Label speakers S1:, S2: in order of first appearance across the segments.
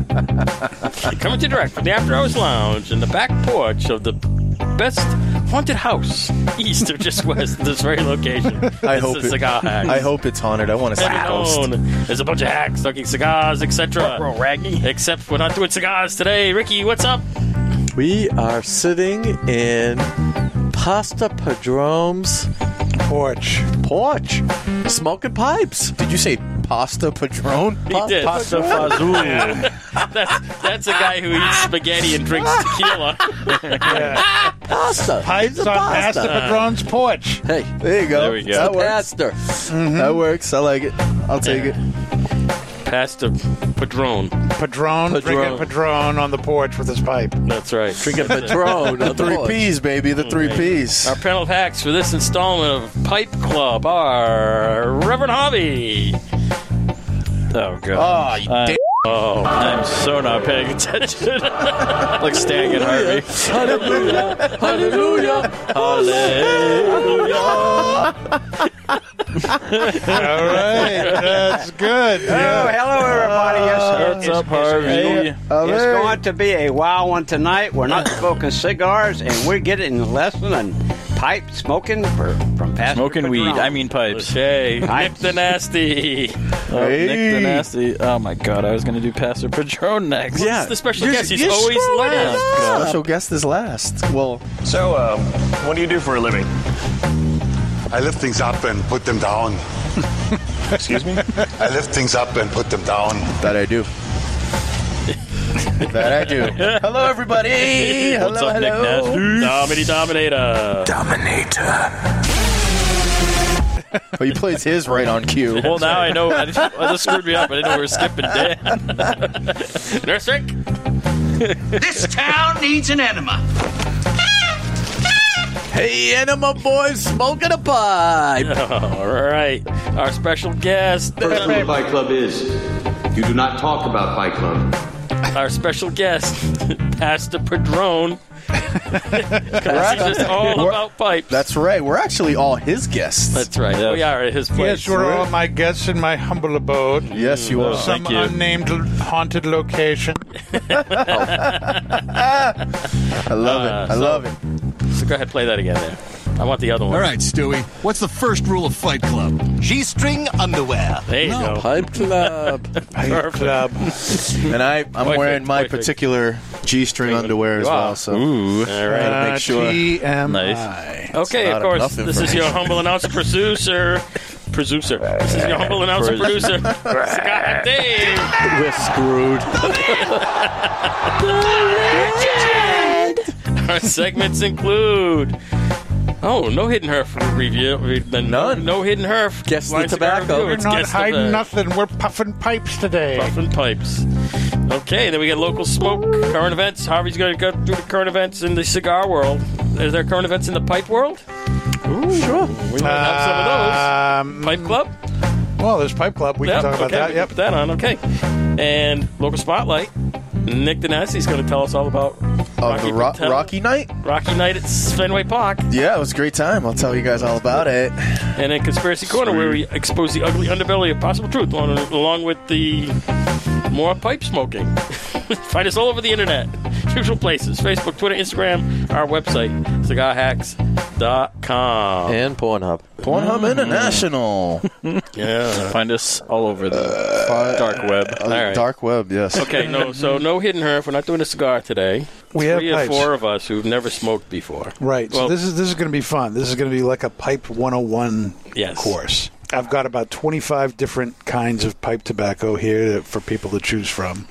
S1: Coming to you direct from the After Hours Lounge and the back porch of the best haunted house east or just west of this very location.
S2: I
S1: It's
S2: hope
S1: the
S2: it-
S1: cigar hack.
S2: I hope it's haunted. I want to see a ghost.
S1: Every known. There's a bunch of hacks smoking cigars, etc. Except we're not doing cigars today. Ricky, what's up?
S3: We are sitting in Pasta Padrone's
S4: Porch.
S3: porch, smoking pipes.
S2: Did you say pasta padrone?
S1: He did.
S4: Pasta Fazul.
S1: That's, that's a guy who eats spaghetti and drinks tequila.
S3: Pasta.
S4: Pipes
S3: He's a
S4: on Pasta Padron's porch.
S3: Hey,
S2: There you go.
S1: There we go.
S2: That works. Mm-hmm.
S3: Pastor.
S2: That works. I like it. I'll take it.
S1: Pasta Padron.
S4: Padron, drinking Padron on the porch with his pipe.
S1: That's right.
S3: Drinking Padrone. the
S2: Three
S3: porch.
S2: P's, baby. The three P's.
S1: Our panel of hacks for this installment of Pipe Club are Reverend Hobby. Oh, God.
S2: Ah, you dick.
S1: Oh, I'm so not paying attention. like staying at Harvey.
S3: Hallelujah. Ah. Hallelujah.
S4: All right. That's good.
S5: Oh, hello, everybody. Yes,
S1: What's
S5: it's,
S1: up, Harvey?
S5: it's going to be a wild one tonight. We're not smoking cigars, and we're getting a lesson on pipe smoking for, from Pastor
S6: Smoking weed.
S5: Padron.
S6: I mean pipes.
S1: Shay,
S5: Hi.
S1: Nip the Nasty.
S6: Oh, Nick
S2: Hey.
S6: the Nasty. Oh my god, I was gonna do Pastor Padron next.
S1: It's the special guest. He's always last.
S2: Special guest is last. Well,
S7: So, uh, what do you do for a living?
S8: I lift things up and put them down.
S7: Excuse me?
S8: I lift things up and put them down.
S2: that I do. that I do. Hello, everybody. Hello,
S1: What's up,
S2: hello.
S1: Nick Nasty? Domini Dominator.
S2: Well, he plays his right on cue.
S6: Well now I know I just,
S1: Well, this screwed me up. I didn't know we were skipping Dan. Nurse Rick.
S9: This town needs an enema.
S3: Hey, Enema Boy, smoking a pipe.
S1: All right. Our special guest.
S10: First rule of Fight Club is you do not talk about Fight Club.
S1: Our special guest, Pastor Padron. 'Cause he's just all about pipes.
S2: That's right. We're actually all his guests.
S1: That's right.
S6: Yeah.
S1: We are at his place.
S4: Yes, we're all my guests in my humble abode.
S2: yes, you
S1: Oh,
S2: are.
S4: Some
S6: you.
S4: unnamed l- haunted location.
S2: I love it. I love it.
S1: So go ahead, play that again. There. I want the other one.
S11: All right, Stewie. What's the first rule of Fight Club? G-string underwear.
S1: There you go.
S3: Pipe Club.
S1: Perfect.
S4: Club.
S2: And I, I'm
S1: Perfect,
S2: wearing my
S1: perfect.
S2: particular G-string underwear as
S1: Wow.
S2: well. So
S1: All
S2: I
S1: right.
S2: gotta
S4: Uh, Ah,
S2: make sure.
S4: TMI.
S12: Ah,
S6: Nice.
S1: Okay,
S2: not
S1: of course.
S2: enough
S1: This is your
S2: information.
S1: humble announcer, producer. Producer. This is your humble announcer, producer. Scott Dave.
S3: We're screwed.
S1: Our segments include. Oh, no hidden herf review.
S3: None.
S1: No hidden herf.
S3: Guess the
S1: Line cigar
S3: tobacco.
S1: review.
S4: We're
S1: It's
S4: not
S1: guess the
S4: hiding
S1: bag.
S4: nothing. We're puffing pipes today.
S1: Puffin pipes. Okay, then we got local smoke, current events. Harvey's going to go through the current events in the cigar world. Is there current events in the pipe world?
S3: Sure.
S1: We might have some of
S4: Um,
S1: those. Pipe club.
S4: Well, there's Pipe Club. We
S1: Yep,
S4: can talk about
S1: okay, we
S4: that.
S1: can
S4: Yep.
S1: Put that on. Okay. And local spotlight. Nick Danassi's going to tell us all about
S2: Of the ro-
S1: Patel-
S2: Rocky Night?
S1: Rocky Night at Fenway Park,
S2: Yeah, it was a great time. I'll tell you guys all about it.
S1: and then Conspiracy Corner, where we expose the ugly underbelly of possible truth, along, along with the more pipe smoking. Find us all over the internet, usual places: Facebook, Twitter, Instagram, our website, cigarhacks.com.
S3: And Pornhub.
S2: Pornhub
S4: Mm.
S2: International.
S1: Yeah.
S6: Find us all over the
S4: Uh,
S6: dark web.
S1: right.
S2: Uh, Dark web, yes.
S1: Okay, no, so no hidden herf. We're not doing a cigar today.
S4: We have
S1: Three or
S4: pipes.
S1: four of us who've never smoked before.
S4: Right.
S1: Well-
S4: so this is this is going to be fun. This is going to be like a pipe 101
S1: Yes.
S4: course. I've got about 25 different kinds of pipe tobacco here to, for people to choose from.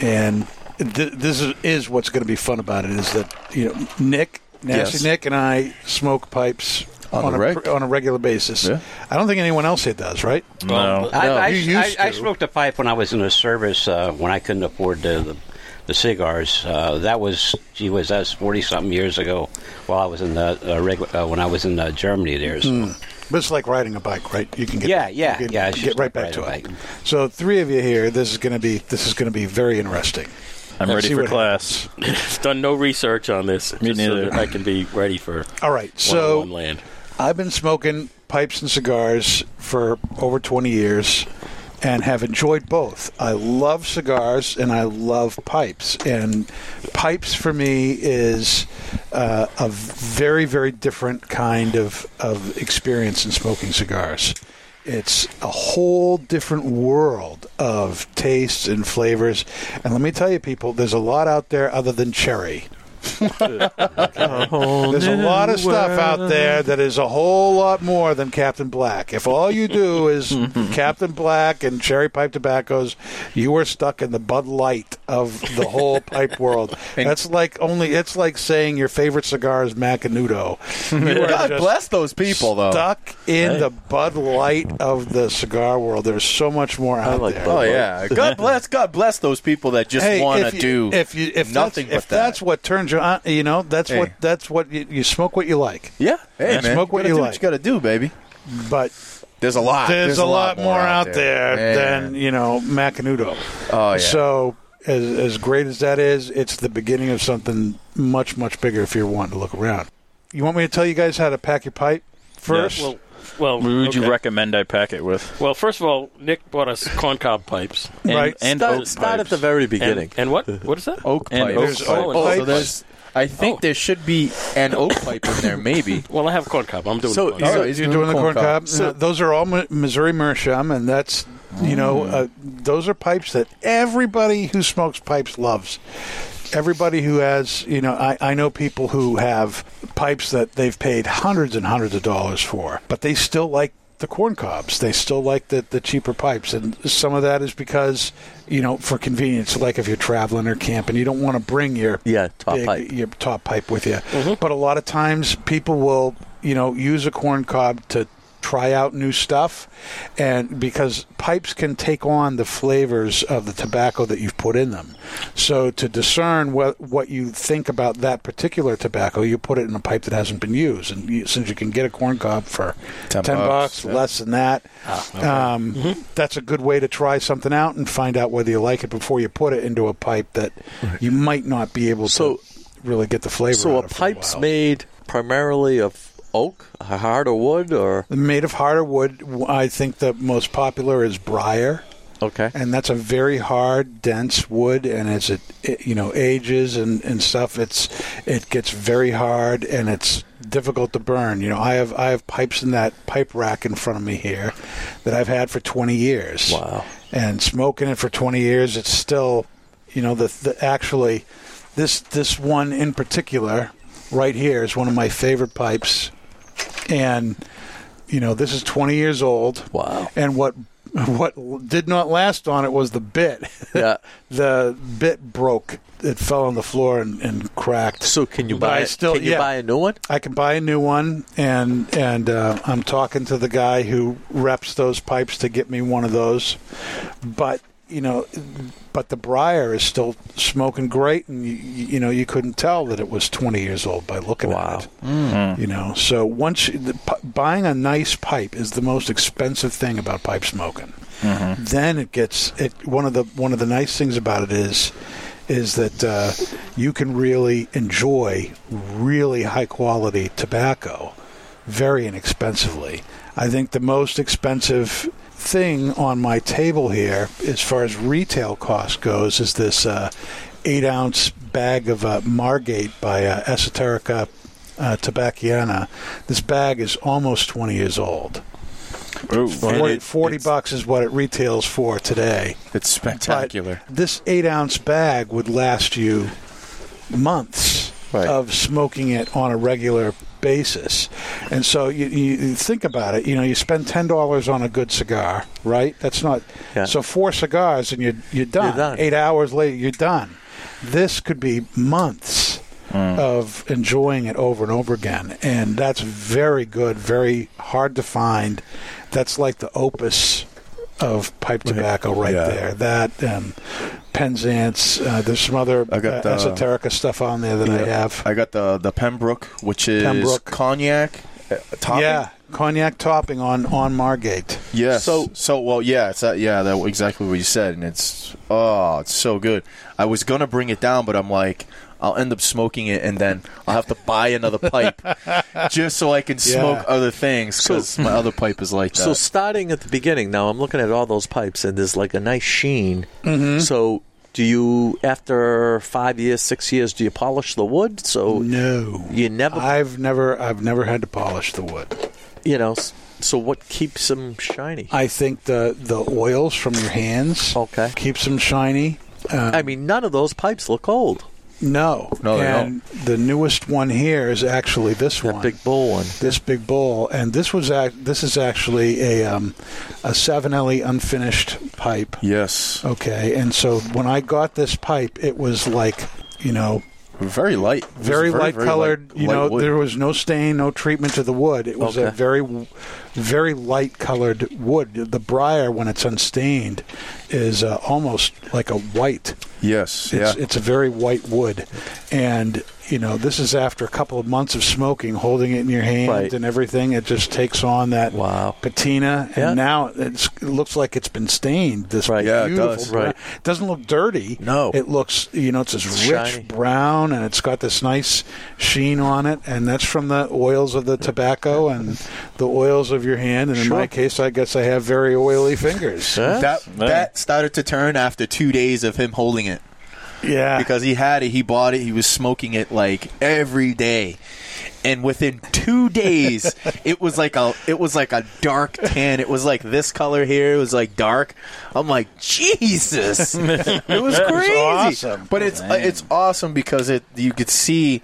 S4: And th- this is, is what's going to be fun about it is that, you know, Nick, Nasty
S2: Yes.
S4: Nick and I smoke pipes
S2: On the
S4: a,
S2: reg.
S4: pr- on a regular basis.
S2: Yeah.
S4: I don't think anyone else here does, right?
S6: No.
S5: I, I,
S4: You
S5: I,
S4: used
S5: I
S4: to.
S5: smoked a pipe when I was in the service uh, when I couldn't afford the, the, the cigars. Uh, that was gee whiz, that was forty something years ago. While I was in the uh, regu- uh, when I was in uh, Germany there. So.
S4: But it's like riding a bike, right? You can get
S5: Yeah, yeah,
S4: you can
S5: yeah, it's
S4: Get
S5: just
S4: right
S5: like
S4: back to
S5: riding
S4: it.
S5: a bike.
S4: So three of you here. This is going to be this is going to be very interesting.
S6: I'm ready
S4: see
S6: for
S4: what
S6: class.
S1: I've done no research on this. just
S6: neither.
S1: So that I can be ready for
S4: All right,
S1: so,
S4: so
S1: one land.
S4: I've been smoking pipes and cigars for over 20 years. and have enjoyed both. I love cigars and I love pipes. And pipes for me is uh, a very, very different kind of, of experience in smoking cigars. It's a whole different world of tastes and flavors. And let me tell you, people, there's a lot out there other than cherry. There's a lot of stuff out there that is a whole lot more than Captain Black. If all you do is Captain Black and cherry pipe tobaccos, you are stuck in the Bud Light of the whole pipe world. That's like only it's like saying your favorite cigar is Macanudo. You are
S2: God
S4: just
S2: bless those people, though.
S4: Stuck in
S2: Hey.
S4: the Bud Light of the cigar world. There's so much more out there.
S2: Oh yeah. God bless. God bless those people that just
S4: Hey,
S2: want
S4: if
S2: to
S4: you-
S2: do
S4: if you if
S2: nothing but
S4: that's, if
S2: that.
S4: that's what turns you on. You know that's
S2: Hey.
S4: what that's what you, you smoke what you like.
S2: Yeah. Hey
S4: You
S2: man.
S4: smoke what
S2: gotta
S4: you
S2: do
S4: like.
S2: What you got to do, baby.
S4: But
S2: There's a lot.
S4: there's, a lot, more out there,
S2: Man.
S4: than you know Macanudo.
S2: Oh, yeah.
S4: So as as great as that is, it's the beginning of something much much bigger if you're wanting to look around. You want me to tell you guys how to pack your pipe first?
S1: well, well,
S6: Who would
S1: okay.
S6: you recommend I pack it with?
S1: Well, first of all, Nick bought us corncob pipes.
S6: And,
S4: Right.
S6: And
S1: Start-
S6: oak
S1: start
S6: pipes.
S12: at the very
S1: And,
S12: beginning.
S1: and what? What is
S12: Oh.
S1: that?
S2: Oak
S6: And
S2: pipe.
S6: oak
S2: There's
S6: pipe.
S2: oak
S1: Oh,
S2: pipe.
S1: so
S2: there's. I think there should be an oak pipe in there, maybe.
S1: Well, I have corncob. I'm doing.
S2: So-
S1: corn
S4: All
S1: cob.
S4: right,
S2: he's
S4: you're
S2: doing
S4: doing the corn
S2: corn
S4: cob.
S2: cob.
S4: Uh, those are all Mi- Missouri Meerschaum, and that's you know uh, those are pipes that everybody who smokes pipes loves. Everybody who has you know I, I know people who have pipes that they've paid hundreds and hundreds of dollars for, but they still like the corn cobs. They still like the, the cheaper pipes, and some of that is because you know for convenience, like if you're traveling or camping, you don't want to bring your
S12: Yeah, top
S4: big-
S12: pipe. Mm-hmm.
S4: your top pipe with you. But a lot of times people will, you know, use a corn cob to try out new stuff and because pipes can take on the flavors of the tobacco that you've put in them. So to discern what what you think about that particular tobacco, you put it in a pipe that hasn't been used and you, since you can get a corn cob for 10,
S2: 10
S4: bucks,
S2: bucks, yeah.
S4: less than that,
S12: Ah,
S4: um,
S12: Mm-hmm.
S4: that's a good way to try something out and find out whether you like it before you put it into a pipe that you might not be able
S12: So-
S4: to really get the flavor.
S12: So
S4: out
S12: a
S4: of for
S12: pipe's
S4: while.
S12: made primarily of oak, hard or wood, or
S4: made of harder wood. I think the most popular is briar,
S12: okay.
S4: and that's a very hard, dense wood. And as it, it you know ages and, and stuff, it's it gets very hard and it's difficult to burn. You know, I have I have pipes in that pipe rack in front of me here that I've had for 20 years.
S12: Wow.
S4: and smoking it for 20 years it's still you know the, the actually this this one in particular right here is one of my favorite pipes and you know this is 20 years old
S12: Wow.
S4: and what what did not last on it was the bit
S12: Yeah.
S4: the bit broke it fell on the floor and, and cracked
S12: So can you
S4: But I
S12: buy?
S4: still-
S12: can you
S4: yeah.
S12: buy a new one?
S4: I can buy a new one, and and uh, I'm talking to the guy who reps those pipes to get me one of those. But you know, but the briar is still smoking great, and you, you know you couldn't tell that it was 20 years old by looking
S12: Wow.
S4: at it. You know, so once you, the, pi- buying a nice pipe is the most expensive thing about pipe smoking. Then it gets it. One of the one of the nice things about it is is that uh, you can really enjoy really high quality tobacco very inexpensively. I think the most expensive thing on my table here, as far as retail cost goes, is this uh, eight ounce bag of uh, Margate by uh, Esoterica uh, Tobacchiana. This bag is almost 20 years old.
S2: And
S4: 40,
S2: it-
S4: 40
S2: it's-
S4: bucks is what it retails for today.
S2: It's spectacular.
S4: But this eight ounce bag would last you months
S2: Right.
S4: of smoking it on a regular basis. And so you, you you think about it, you know, you spend ten dollars on a good cigar, right? That's not
S12: Yeah.
S4: so four cigars and you're you're done.
S12: You're done.
S4: Eight hours later you're done. This could be months of enjoying it over and over again. And that's very good, very hard to find. That's like the opus of pipe tobacco right
S2: Yeah.
S4: there. That um, Penzance. Uh, there's some other
S2: I got
S4: uh,
S2: the-
S4: esoterica stuff on there that I have.
S2: I got the the Pembroke, which is
S4: Pembroke.
S2: cognac. uh, Topping?
S4: Yeah, cognac topping on on Margate.
S2: Yes.
S12: So-
S2: So so well yeah it's uh, yeah that exactly what you said and it's oh it's so good. I was gonna bring it down but I'm like
S12: I'll end up smoking it, and then I'll have to buy another pipe just so I can
S2: Yeah.
S12: smoke other things because
S2: So-
S12: my other pipe is like that.
S2: So
S12: starting at the beginning, now I'm looking at all those pipes, and there's like a nice sheen.
S4: Mm-hmm.
S2: Mhm.
S12: So do you after five years, six years, do you polish the wood?
S13: Oh,
S12: So
S4: no,
S12: you never.
S4: I've never, I've never had to polish the wood.
S12: You know, s- so what keeps them shiny?
S4: I think the the oils from your hands
S12: okay
S4: keeps them shiny. Uh,
S12: I mean, none of those pipes look old.
S4: No,
S12: No, they
S4: and The newest one here is actually this one, big
S12: bull one.
S4: This big bull, and this was ac- this is actually a um, a Savinelli unfinished pipe.
S12: Yes.
S4: Okay, and so when I got this pipe, it was like you know.
S12: Very light,
S2: It was
S4: very,
S2: very,
S4: light
S2: very
S4: colored.
S2: light-
S4: you
S2: light
S4: know,
S2: wood.
S4: there was no stain, no treatment to the wood. It was a
S2: Okay.
S4: very, very light colored wood. The briar, when it's unstained, is uh, almost like a white.
S13: Yes,
S4: It's,
S13: yeah.
S4: it's a very white wood, and you know this is after a couple of months of smoking, holding it in your hand
S12: Right.
S4: and everything. It just takes on that patina, and
S12: Yeah.
S4: now it's, it looks like it's been stained. This
S12: Right. Yeah, it
S4: beautiful
S12: does.
S4: brown-
S12: Right.
S4: It doesn't look dirty.
S12: No.
S4: it looks you know it's this
S12: It's
S4: rich
S12: shiny.
S4: brown, and it's got this nice sheen on it, and that's from the oils of the tobacco and the oils of your hand. And in
S12: Sure.
S4: my case, I guess I have very oily fingers.
S13: That that
S12: started to turn after two days of him holding it.
S4: Yeah.
S12: Because he had it, he bought it, he was smoking it like every day. And within two days, it was like a it was like a dark tan. It was like this color here. It was like dark. I'm like Jesus. It was
S13: That's
S12: crazy.
S13: awesome.
S12: But it's uh, it's awesome because it you could see,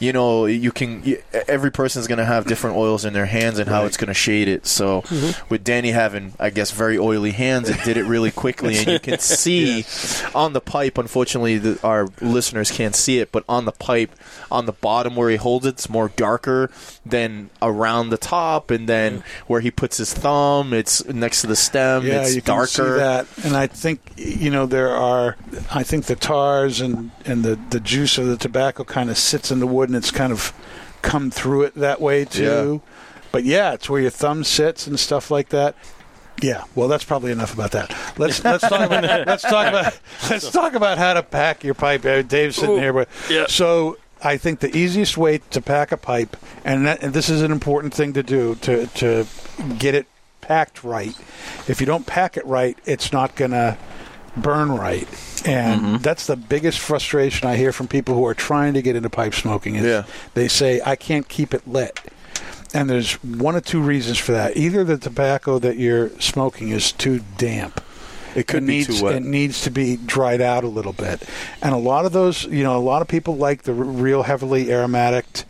S12: you know, you can you, every person's going to have different oils in their hands and how it's going to shade it. So
S4: Mm-hmm.
S12: with Danny having, I guess, very oily hands, it did it really quickly, and you can see on the pipe. Unfortunately, the, our listeners can't see it, but on the pipe, on the bottom where he holds it, it's more darker than around the top, and then where he puts his thumb, it's next to the stem.
S4: Mm-hmm. Yeah,
S12: it's
S4: you can
S12: darker.
S4: see that, and I think you know there are. I think the tars and and the the juice of the tobacco kind of sits in the wood, and it's kind of come through it that way too. But yeah, it's where your thumb sits and stuff like that. Yeah, well, that's probably enough about that. Let's let's talk about let's talk about let's talk about how to pack your pipe. Uh, Dave's sitting here, but so I think the easiest way to pack a pipe, and, that, and this is an important thing to do to to get it packed right. If you don't pack it right, it's not gonna burn right, and
S13: Mm-hmm.
S4: that's the biggest frustration I hear from people who are trying to get into pipe smoking. Is they say I can't keep it lit. And there's one or two reasons for that. Either the tobacco that you're smoking is too damp. It
S13: could be
S4: needs,
S13: too wet.
S4: It needs to be dried out a little bit. And a lot of those, you know, a lot of people like the r- real heavily aromatic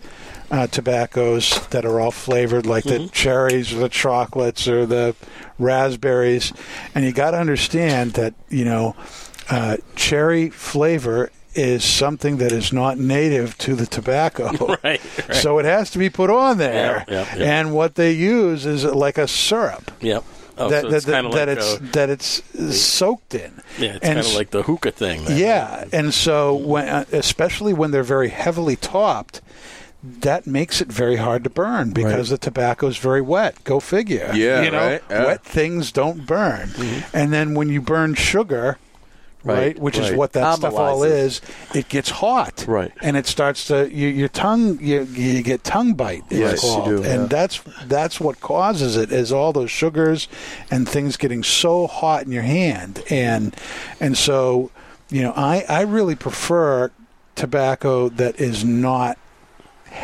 S4: uh, tobaccos that are all flavored, like
S1: Mm-hmm.
S4: the cherries or the chocolates or the raspberries. And you got to understand that, you know, uh, cherry flavor is something that is not native to the tobacco.
S1: Right, right.
S4: So it has to be put on there.
S1: Yeah, yeah, yeah.
S4: And what they use is like a syrup.
S1: Yep. Oh,
S4: that
S1: so it's
S4: that,
S1: kinda
S4: that
S1: like
S4: it's
S1: a-
S4: that it's soaked in.
S1: Yeah, it's
S4: And
S1: kind of
S4: s-
S1: like the hookah thing. That,
S4: Yeah, and so when, uh, especially when they're very heavily topped, that makes it very hard to burn because the tobacco is very wet. Go figure.
S13: Yeah,
S4: you know,
S13: right, yeah.
S4: wet things don't burn. And then when you burn sugar, right,
S12: Right,
S4: which is
S12: right.
S4: what that stuff all is,
S12: Caramelizes.
S4: it gets hot.
S12: Right.
S4: and it starts to you, your tongue you, you get tongue bite. It's
S12: Yes, you
S4: called.
S12: do,
S4: and
S12: yeah.
S4: that's that's what causes it is all those sugars and things getting so hot in your hand and and so you know I I really prefer tobacco that is not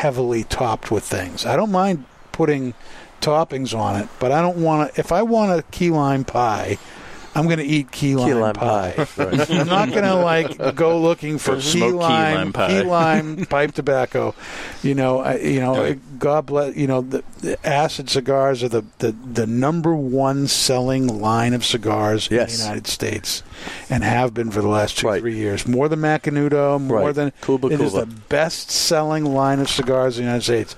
S4: heavily topped with things. I don't mind putting toppings on it, but I don't want to. If I want a key lime pie, I'm going to eat key lime,
S12: lime
S4: pie.
S12: pie, right.
S4: I'm not going to like go looking for
S12: Go
S4: key
S12: smoke key
S4: lime,
S12: lime pie.
S4: key lime pipe tobacco. You know, I, you know, God bless. You know, the, the acid cigars are the, the the number one selling line of cigars in
S12: Yes.
S4: the United States, and have been for the last two three years. More than Macanudo, more
S12: Right.
S4: than
S12: Cuba
S4: it is
S12: Cuba.
S4: the best selling line of cigars in the United States.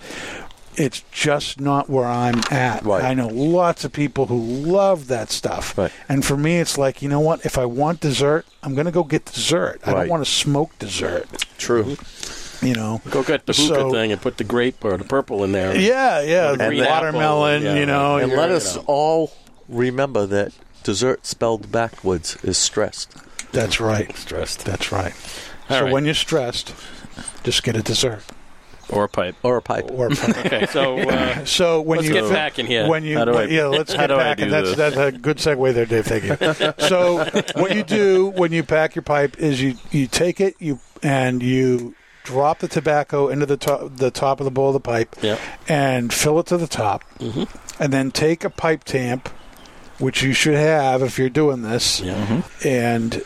S4: It's just not where I'm at.
S12: Right.
S4: I know lots of people who love that stuff.
S12: Right.
S4: And for me, it's like, you know what? If I want dessert, I'm going to go get dessert. I don't
S1: Right.
S4: want to smoke dessert.
S12: True.
S4: You know?
S1: Go get the hookah
S4: So-
S1: thing and put the grape or the purple in there.
S4: Yeah, yeah.
S1: Or the green apple,
S4: watermelon,
S1: yeah.
S4: you know.
S12: and
S4: Oh, you're-
S12: let
S4: you
S12: us
S4: know.
S12: all remember that dessert spelled backwards is stressed.
S4: That's right.
S1: Stressed.
S4: That's right.
S1: All
S4: so
S1: right.
S4: when you're stressed, Just get a dessert.
S6: Or a pipe.
S13: Or a pipe.
S4: Or a pipe.
S1: Okay, so, uh,
S4: so when
S1: let's
S4: you
S1: get
S4: fi-
S1: back in here.
S4: when you
S1: How do I-
S4: yeah, let's
S1: how
S4: get
S1: do I
S4: back,
S1: do
S4: and that's
S1: this?
S4: that's a good segue there, Dave. Thank you. so what you do when you pack your pipe is you you take it you and you drop the tobacco into the top the top of the bowl of the pipe
S1: Yep. Mm-hmm.
S4: and fill it to the top, and then take a pipe tamp, which you should have if you're doing this, and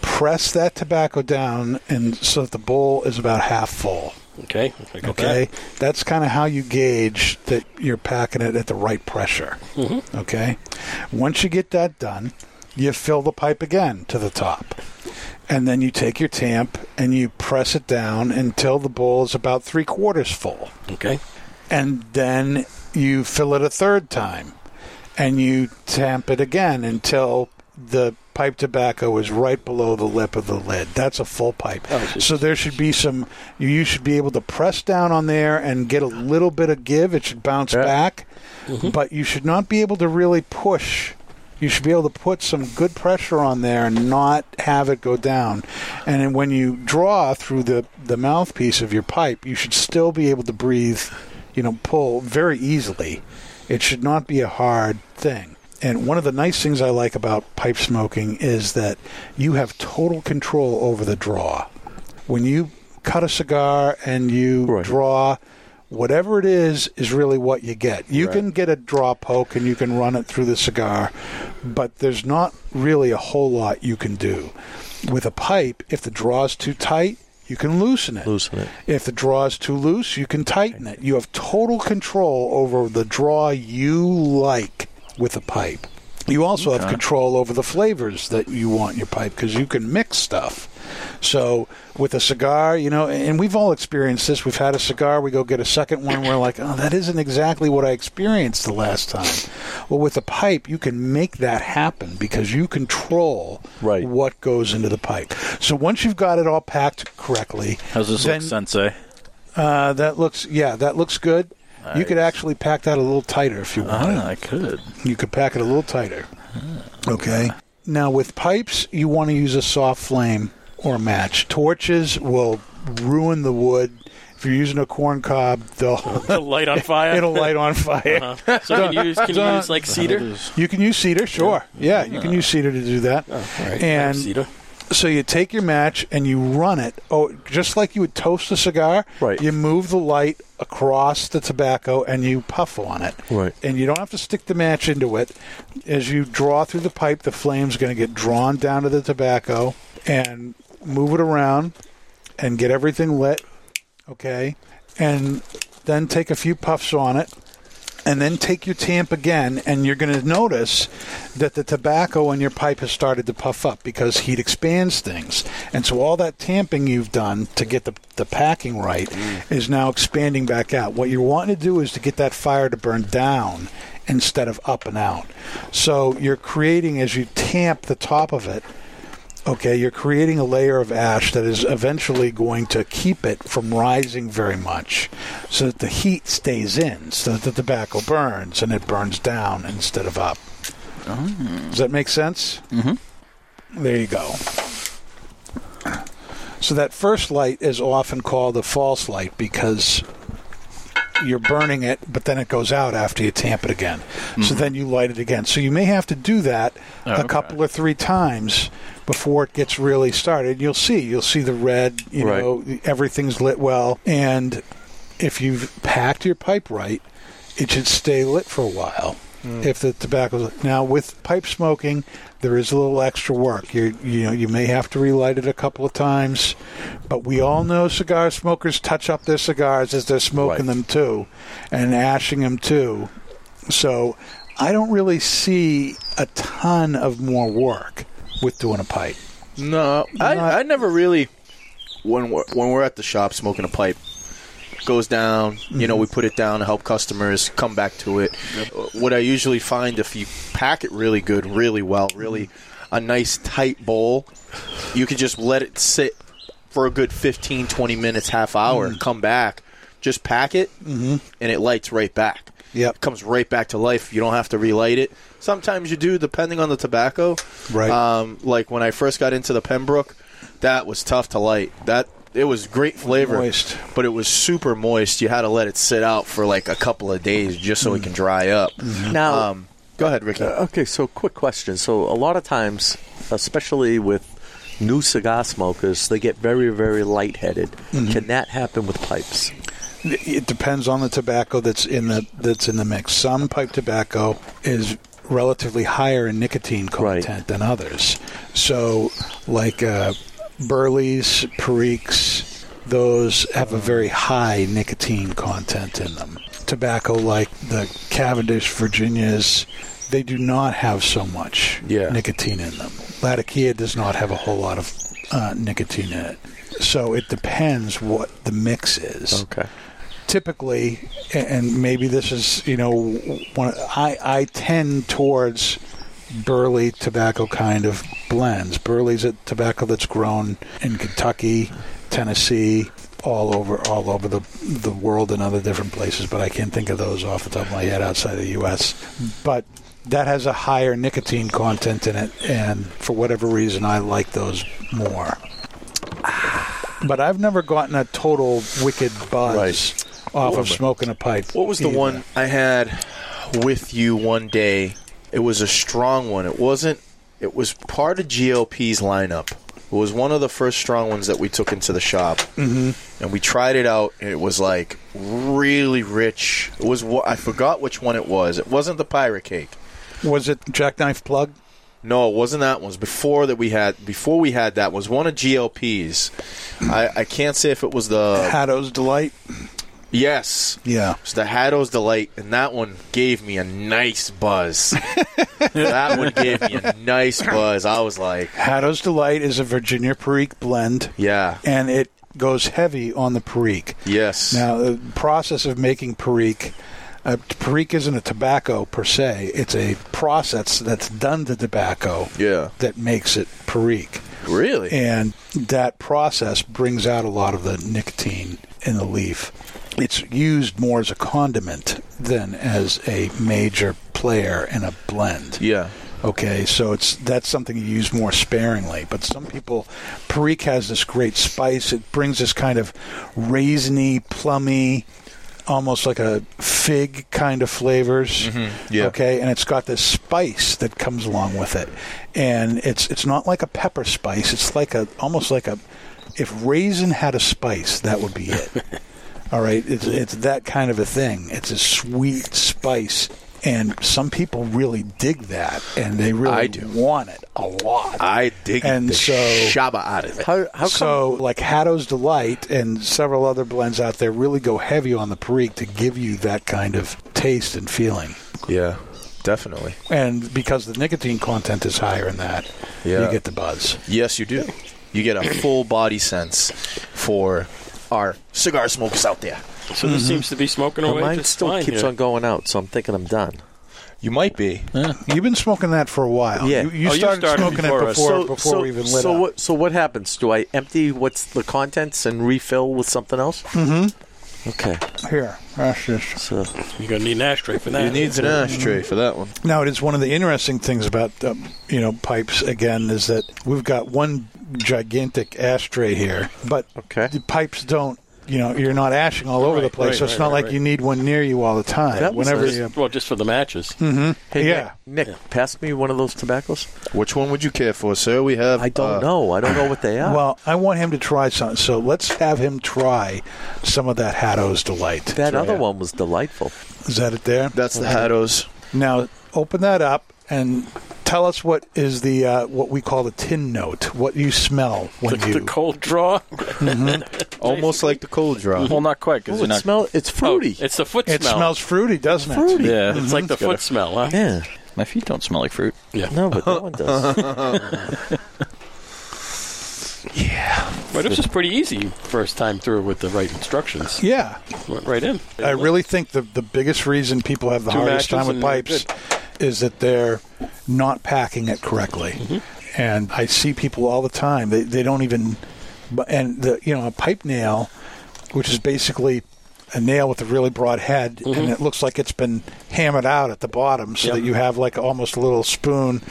S4: press that tobacco down and so that the bowl is about half full.
S1: Okay. I got
S4: Okay,
S1: that.
S4: that's kind of how you gauge that you're packing it at the right pressure.
S1: Mhm.
S4: Okay, once you get that done, you fill the pipe again to the top, and then you take your tamp and you press it down until the bowl is about three quarters full.
S1: Okay.
S4: and then you fill it a third time, and you tamp it again until the pipe tobacco is right below the lip of the lid. That's a full pipe. so there should be some. You you should be able to press down on there and get a little bit of give. It should bounce back, but you should not be able to really push. You should be able to put some good pressure on there and not have it go down. And then when you draw through the, the mouthpiece of your pipe, you should still be able to breathe, you know, pull very easily. It should not be a hard thing. And one of the nice things I like about pipe smoking is that you have total control over the draw. When you cut a cigar and you draw, whatever it is, is really what you get. You can get a draw poke and you can run it through the cigar, but there's not really a whole lot you can do. With a pipe, if the draw is too tight, you can loosen it. Loosen it. If the draw is too loose, you can tighten it. You have total control over the draw you like with a pipe. You also have control over the flavors that you want in your pipe because you can mix stuff. So with a cigar, you know, and we've all experienced this. We've had a cigar, we go get a second one, we're like, oh, that isn't exactly what I experienced the last time. Well, with a pipe, you can make that happen because you control right. what goes into the pipe. So once you've got it all packed correctly,
S6: How's this
S4: then,
S6: look, Sensei?
S4: uh, that looks, yeah, that looks good. You could actually pack that a little tighter if you wanted.
S6: I could.
S4: You could pack it a little tighter. Okay. Now with pipes, you want to use a soft flame or a match. Torches will ruin the wood. If you're using a corn cob, they'll
S1: It'll light on fire.
S4: It'll light on fire.
S1: Uh-huh. So can you use, can you
S4: Don't-
S1: use like cedar?
S4: You can use cedar, sure. Yeah, you can use cedar to do that.
S1: Oh, right.
S4: And
S1: Cedar.
S4: so you take your match and you run it. Oh, just like you would toast a cigar. Right. You move the light across the tobacco and you puff on it.
S13: Right.
S4: And you don't have to stick the match into it. As you draw through the pipe, the flame's going to get drawn down to the tobacco and move it around and get everything lit. Okay. And then take a few puffs on it and then take your tamp again, and you're going to notice that the tobacco in your pipe has started to puff up because heat expands things. And so all that tamping you've done to get the, the packing right is now expanding back out. What you're wanting to do is to get that fire to burn down instead of up and out. So you're creating, as you tamp the top of it, Okay, you're creating a layer of ash that is eventually going to keep it from rising very much so that the heat stays in, so that the tobacco burns and it burns down instead of up. Does that make sense? Mm-hmm. There you go. So that first light is often called a false light because you're burning it, but then it goes out after you tamp it again. So then you light it again. So you may have to do that
S6: Mm-hmm. Oh,
S4: a
S6: okay.
S4: couple or three times before it gets really started. You'll see, you'll see the red. You
S13: Right.
S4: know, everything's lit well, and if you've packed your pipe right, it should stay lit for a while. If the tobacco now with pipe smoking, there is a little extra work. You you know you may have to relight it a couple of times, but we all know cigar smokers touch up their cigars as they're smoking them too, and ashing them too. So I don't really see a ton of more work with doing a pipe.
S12: No, I, I never really when we're, when we're at the shop smoking a pipe goes down. You know, we
S4: Mm-hmm.
S12: put it down to help customers come back to it. Uh, What I usually find if you pack it really good, really well, really
S4: Mm-hmm.
S12: a nice tight bowl, you can just let it sit for a good 15, 20 minutes, half hour,
S4: Mm.
S12: come back, just pack it,
S4: Mhm.
S12: and it lights right back.
S4: Yep.
S12: It comes right back to life. You don't have to relight it. Sometimes you do, depending on the tobacco.
S4: Right.
S12: Um, like when I first got into the Pembroke, that was tough to light. That It was great flavor, but it was super moist. You had to let it sit out for like a couple of days just so it can dry up.
S13: Now-
S12: um, go ahead, Ricky.
S13: Uh, okay, so quick question. So a lot of times, especially with new cigar smokers, they get very, very lightheaded.
S4: Mhm.
S13: Can that happen with pipes?
S4: It depends on the tobacco that's in the that's in the mix. Some pipe tobacco is relatively higher in nicotine content than others. So, like uh, Burleys, Periques, those have a very high nicotine content in them. Tobacco like the Cavendish, Virginias, they do not have so much
S12: Yeah.
S4: nicotine in them. Latakia does not have a whole lot of uh, nicotine in it. So it depends what the mix is.
S13: Okay.
S4: Typically, a- and maybe this is, you know, one, I, I tend towards burley tobacco kind of blends. Burley's a tobacco that's grown in Kentucky, Tennessee, all over all over the the world and other different places, but I can't think of those off the top of my head outside the US. But that has a higher nicotine content in it and for whatever reason I like those more. But I've never gotten a total wicked buzz off of smoking a pipe.
S12: What was the
S4: either.
S12: one I had with you one day? It was a strong one. It wasn't. It was part of GLP's lineup. It was one of the first strong ones that we took into the shop,
S4: Mhm.
S12: and we tried it out. And it was like really rich. It was. wha- I forgot which one it was. It wasn't the pirate cake.
S4: Was it jackknife plug?
S12: No, it wasn't that one. It was before that we had. Before we had that was one of GLP's. I, I can't say if it was the
S4: Haddo's delight.
S12: Yes.
S4: Yeah.
S12: It's the Haddo's Delight, and that one gave me a nice buzz. that one gave me a nice buzz. I was like,
S4: Haddo's Delight is a Virginia Perique blend.
S12: Yeah.
S4: And it goes heavy on the Perique.
S12: yes.
S4: Now, the process of making Perique, uh, Perique isn't a tobacco per se, it's a process that's done to tobacco
S12: Yeah.
S4: that makes it Perique.
S12: Really?
S4: And that process brings out a lot of the nicotine in the leaf. It's used more as a condiment than as a major player in a blend.
S12: Yeah.
S4: Okay, so it's that's something you use more sparingly. But some people, Perique has this great spice. It brings this kind of raisiny, plummy, almost like a fig kind of flavors.
S12: Mhm, yeah.
S4: Okay, and it's got this spice that comes along with it, and it's it's not like a pepper spice. It's like a almost like a if raisin had a spice, that would be it. All right, it's it's that kind of a thing. It's a sweet spice, and some people really dig that, and they really want it a lot.
S12: I dig
S4: and
S12: the
S4: so
S12: shabba out of it.
S4: so like Haddo's Delight and several other blends out there really go heavy on the Perique to give you that kind of taste and feeling.
S12: Yeah, definitely.
S4: And because the nicotine content is higher in that,
S12: Yeah.
S4: you get the buzz.
S12: Yes, you do. You get a full body sense for our cigar smokers out there.
S1: So this seems to be smoking
S13: But
S1: away.
S13: mine
S1: just
S13: still
S1: fine
S13: keeps
S1: here.
S13: on going out, so I'm thinking I'm done.
S12: You might be.
S4: You've been smoking that for a while.
S13: Yeah,
S4: you, you started, smoking it before
S13: So-
S4: before
S13: so-
S4: we even lit
S13: so
S4: up.
S13: What, so what happens? Do I empty what's the contents and refill with something else?
S4: Mm-hmm.
S13: Okay.
S4: Here, that's this.
S13: So
S1: you're gonna need an ashtray for that.
S12: You need an ashtray for that one.
S4: Now, it is one of the interesting things about um, you know pipes again is that we've got one gigantic ashtray here, but the pipes don't. You know, you're not ashing all over the place,
S1: right,
S4: so it's
S1: right,
S4: not
S1: right,
S4: like
S1: right.
S4: you need one near you all the time.
S13: That was
S4: Whenever
S13: nice.
S4: you,
S1: Well, just for the matches.
S4: Mhm.
S13: Hey,
S4: Yeah.
S13: Nick, Nick pass me one of those tobaccos.
S12: Which one would you care for, sir? We have. uh,
S13: I don't know. I don't know what they are.
S4: Uh, well, I want him to try something, so let's have him try some of that Haddo's delight.
S13: that other one was delightful.
S4: Is that it there?
S12: That's the
S4: Okay.
S12: Haddo's.
S4: Now open that up and tell us what is the uh, what we call the tin note. What you smell when
S1: the,
S4: you
S1: the cold draw.
S12: Almost like the cold draw.
S6: Well, not quite
S13: Oh,
S6: because
S13: it
S6: you're not.
S13: smell. It's fruity.
S1: Oh, It's the foot
S4: It
S1: smell.
S4: smells fruity, doesn't it?
S13: fruity.
S6: yeah,
S1: It's like the
S6: Mm-hmm. it's got a-
S1: foot smell, huh?
S13: Yeah.
S6: My feet don't smell like fruit.
S1: Yeah.
S13: No, but that one does.
S1: But this is pretty easy first time through with the right instructions.
S4: Yeah.
S1: Went right in.
S4: I really think the the biggest reason people have the
S1: Two
S4: hardest time
S1: matches
S4: with
S1: and you're
S4: pipes is that they're not packing it correctly.
S1: Mm-hmm.
S4: And I see people all the time. They they don't even and the you know a pipe nail, which is basically a nail with a really broad head,
S1: Mm-hmm.
S4: and it looks like it's been hammered out at the bottom, so
S1: Yep.
S4: that you have like almost a little spoon.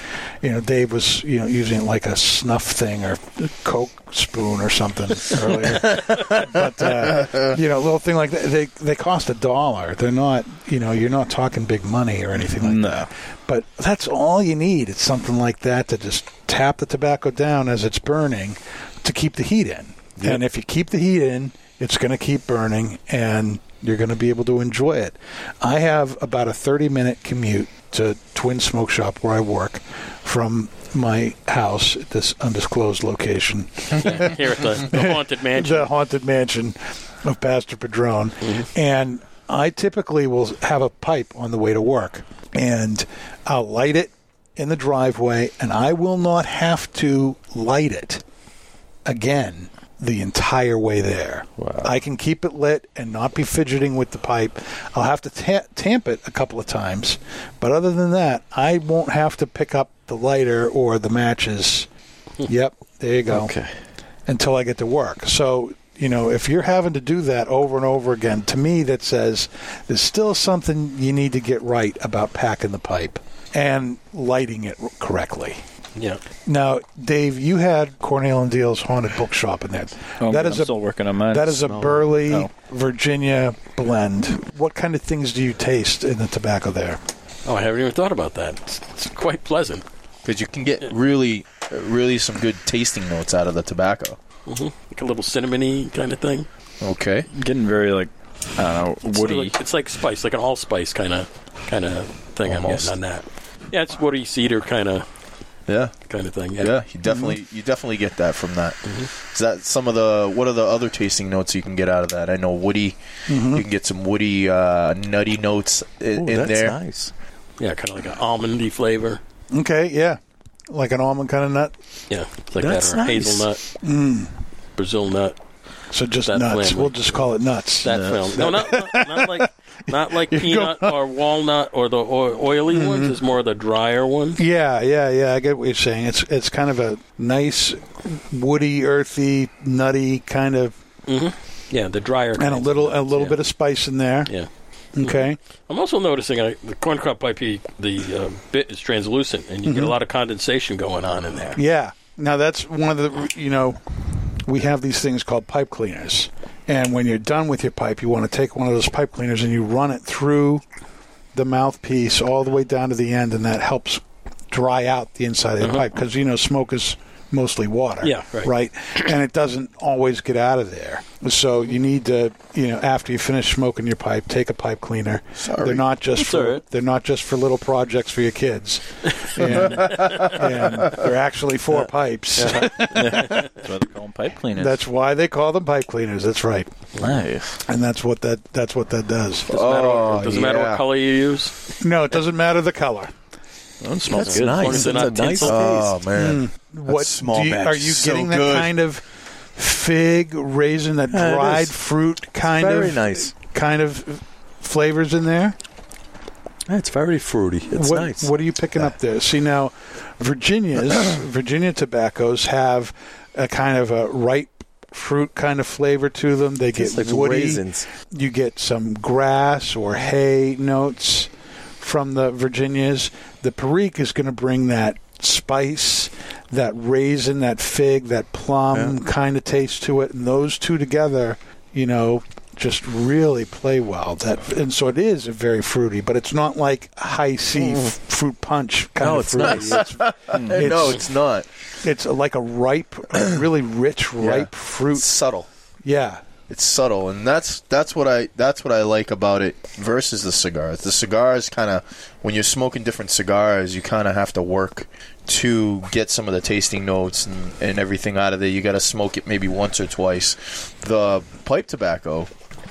S4: You know, Dave was you know using it like a snuff thing or a Coke spoon or something earlier. but uh, you know, a little thing like that. They they cost a dollar. They're not you know you're not talking big money or anything like that. But that's all you need. It's something like that to just tap the tobacco down as it's burning to keep the heat in.
S14: Yep.
S4: And if you keep the heat in, it's going to keep burning, and you're going to be able to enjoy it. I have about a 30 minute commute to Twin Smoke Shop where I work from my house at this undisclosed location
S1: Here at the, the haunted mansion.
S4: the haunted mansion of Pastor Padron. And I typically will have a pipe on the way to work, and I'll light it in the driveway, and I will not have to light it again the entire way there. I can keep it lit and not be fidgeting with the pipe. I'll have to ta- tamp it a couple of times, but other than that, I won't have to pick up the lighter or the matches. yep, there you go. Okay. Until I get to work. So, you know, if you're having to do that over and over again, to me that says there's still something you need to get right about packing the pipe and lighting it correctly.
S1: Yeah.
S4: Now, Dave, you had Cornell and Deal's haunted bookshop in there.
S6: Oh,
S4: that
S6: I'm
S4: is a,
S6: still working on mine.
S4: That is a
S6: Smell.
S4: Burley,
S6: Oh.
S4: Virginia blend. What kind of things do you taste in the tobacco there?
S1: Oh, I haven't even thought about that. It's, it's quite pleasant.
S12: Because you can get really, really some good tasting notes out of the tobacco.
S1: hmm Like a little cinnamony kind of thing.
S12: Okay.
S6: Getting very like I don't know
S1: It's
S6: woody.
S1: Like, it's like spice, like an allspice kind of kind of thing.
S6: Almost.
S1: I'm getting on that. Yeah, it's woody cedar kind of
S12: Yeah.
S1: kind of thing.
S12: Yeah,
S1: Yeah,
S12: you definitely you definitely get that from that. Is that some of the what are the other tasting notes you can get out of that? I know woody.
S1: Mhm.
S12: You can get some woody uh, nutty notes in, in there.
S1: nice. Yeah, kind of like an almondy flavor.
S4: Okay, yeah. Like an almond kind of nut?
S1: Yeah, it's like
S4: That's
S1: that or
S4: nice.
S1: hazelnut,
S4: Mm.
S1: Brazil nut.
S4: So just
S1: That
S4: nuts.
S1: flavor.
S4: We'll just call it nuts.
S1: That film. No, not, not, not like not like peanut or walnut or the o- oily
S4: Mm-hmm.
S1: ones. It's more of the drier ones.
S4: Yeah, yeah, yeah. I get what you're saying. It's it's kind of a nice, woody, earthy, nutty kind of,
S1: Yeah, the drier.
S4: and a
S1: kinds.
S4: little a little bit of spice in there.
S1: Yeah.
S4: Okay.
S1: I'm also noticing uh, the corn crop pipe. The uh, bit is translucent, and you get a
S4: Mhm.
S1: lot of condensation going on in there.
S4: Yeah. Now that's one of the you know, we have these things called pipe cleaners, and when you're done with your pipe, you want to take one of those pipe cleaners and you run it through the mouthpiece all the way down to the end, and that helps dry out the inside of the
S1: Uh-huh.
S4: pipe because you know smoke is mostly water.
S1: Yeah, right.
S4: And it doesn't always get out of there, so you need to you know after you finish smoking your pipe, take a pipe cleaner. Sorry. They're not just
S1: That's
S4: for
S1: all right.
S4: they're not just for little projects for your kids. And- and they're actually four pipes.
S6: That's why they call them pipe cleaners.
S4: That's why they call them pipe cleaners. That's right.
S6: nice.
S4: And that's what that that's what that does.
S1: Doesn't matter what, doesn't matter what color you use.
S4: No, it doesn't matter the color.
S1: That
S6: smells That's good. nice.
S1: As long as they're
S6: That's
S1: not
S6: a nice
S1: tinsel.
S12: Oh man,
S4: Mm. What
S12: small
S4: do you,
S12: batch
S4: are you
S12: is so
S4: getting that
S12: good.
S4: kind of fig raisin, that
S12: Yeah, it
S4: dried
S12: is.
S4: fruit kind
S13: very
S4: of
S13: nice.
S4: kind of flavors in there?
S13: It's very fruity. It's
S4: what,
S13: nice.
S4: What are you picking up there? See now, Virginia's Virginia tobaccos have a kind of a ripe fruit kind of flavor to them. They
S13: Tastes
S4: get
S13: like
S4: woody.
S13: raisins.
S4: You get some grass or hay notes from the Virginias. The Perique is going to bring that spice, that raisin, that fig, that plum kind of taste to it, and those two together, you know, just really play well. That and so it is very fruity, but it's not like high C f- fruit punch kind
S12: Mm. No,
S4: of
S12: it's
S4: fruity.
S12: nice. no, it's not.
S4: It's like a ripe, a really rich, ripe fruit.
S12: subtle.
S4: Yeah.
S12: It's subtle, and that's that's what I that's what I like about it versus the cigars. The cigars kind of when you're smoking different cigars, you kind of have to work to get some of the tasting notes and, and everything out of there. You got to smoke it maybe once or twice. The pipe tobacco,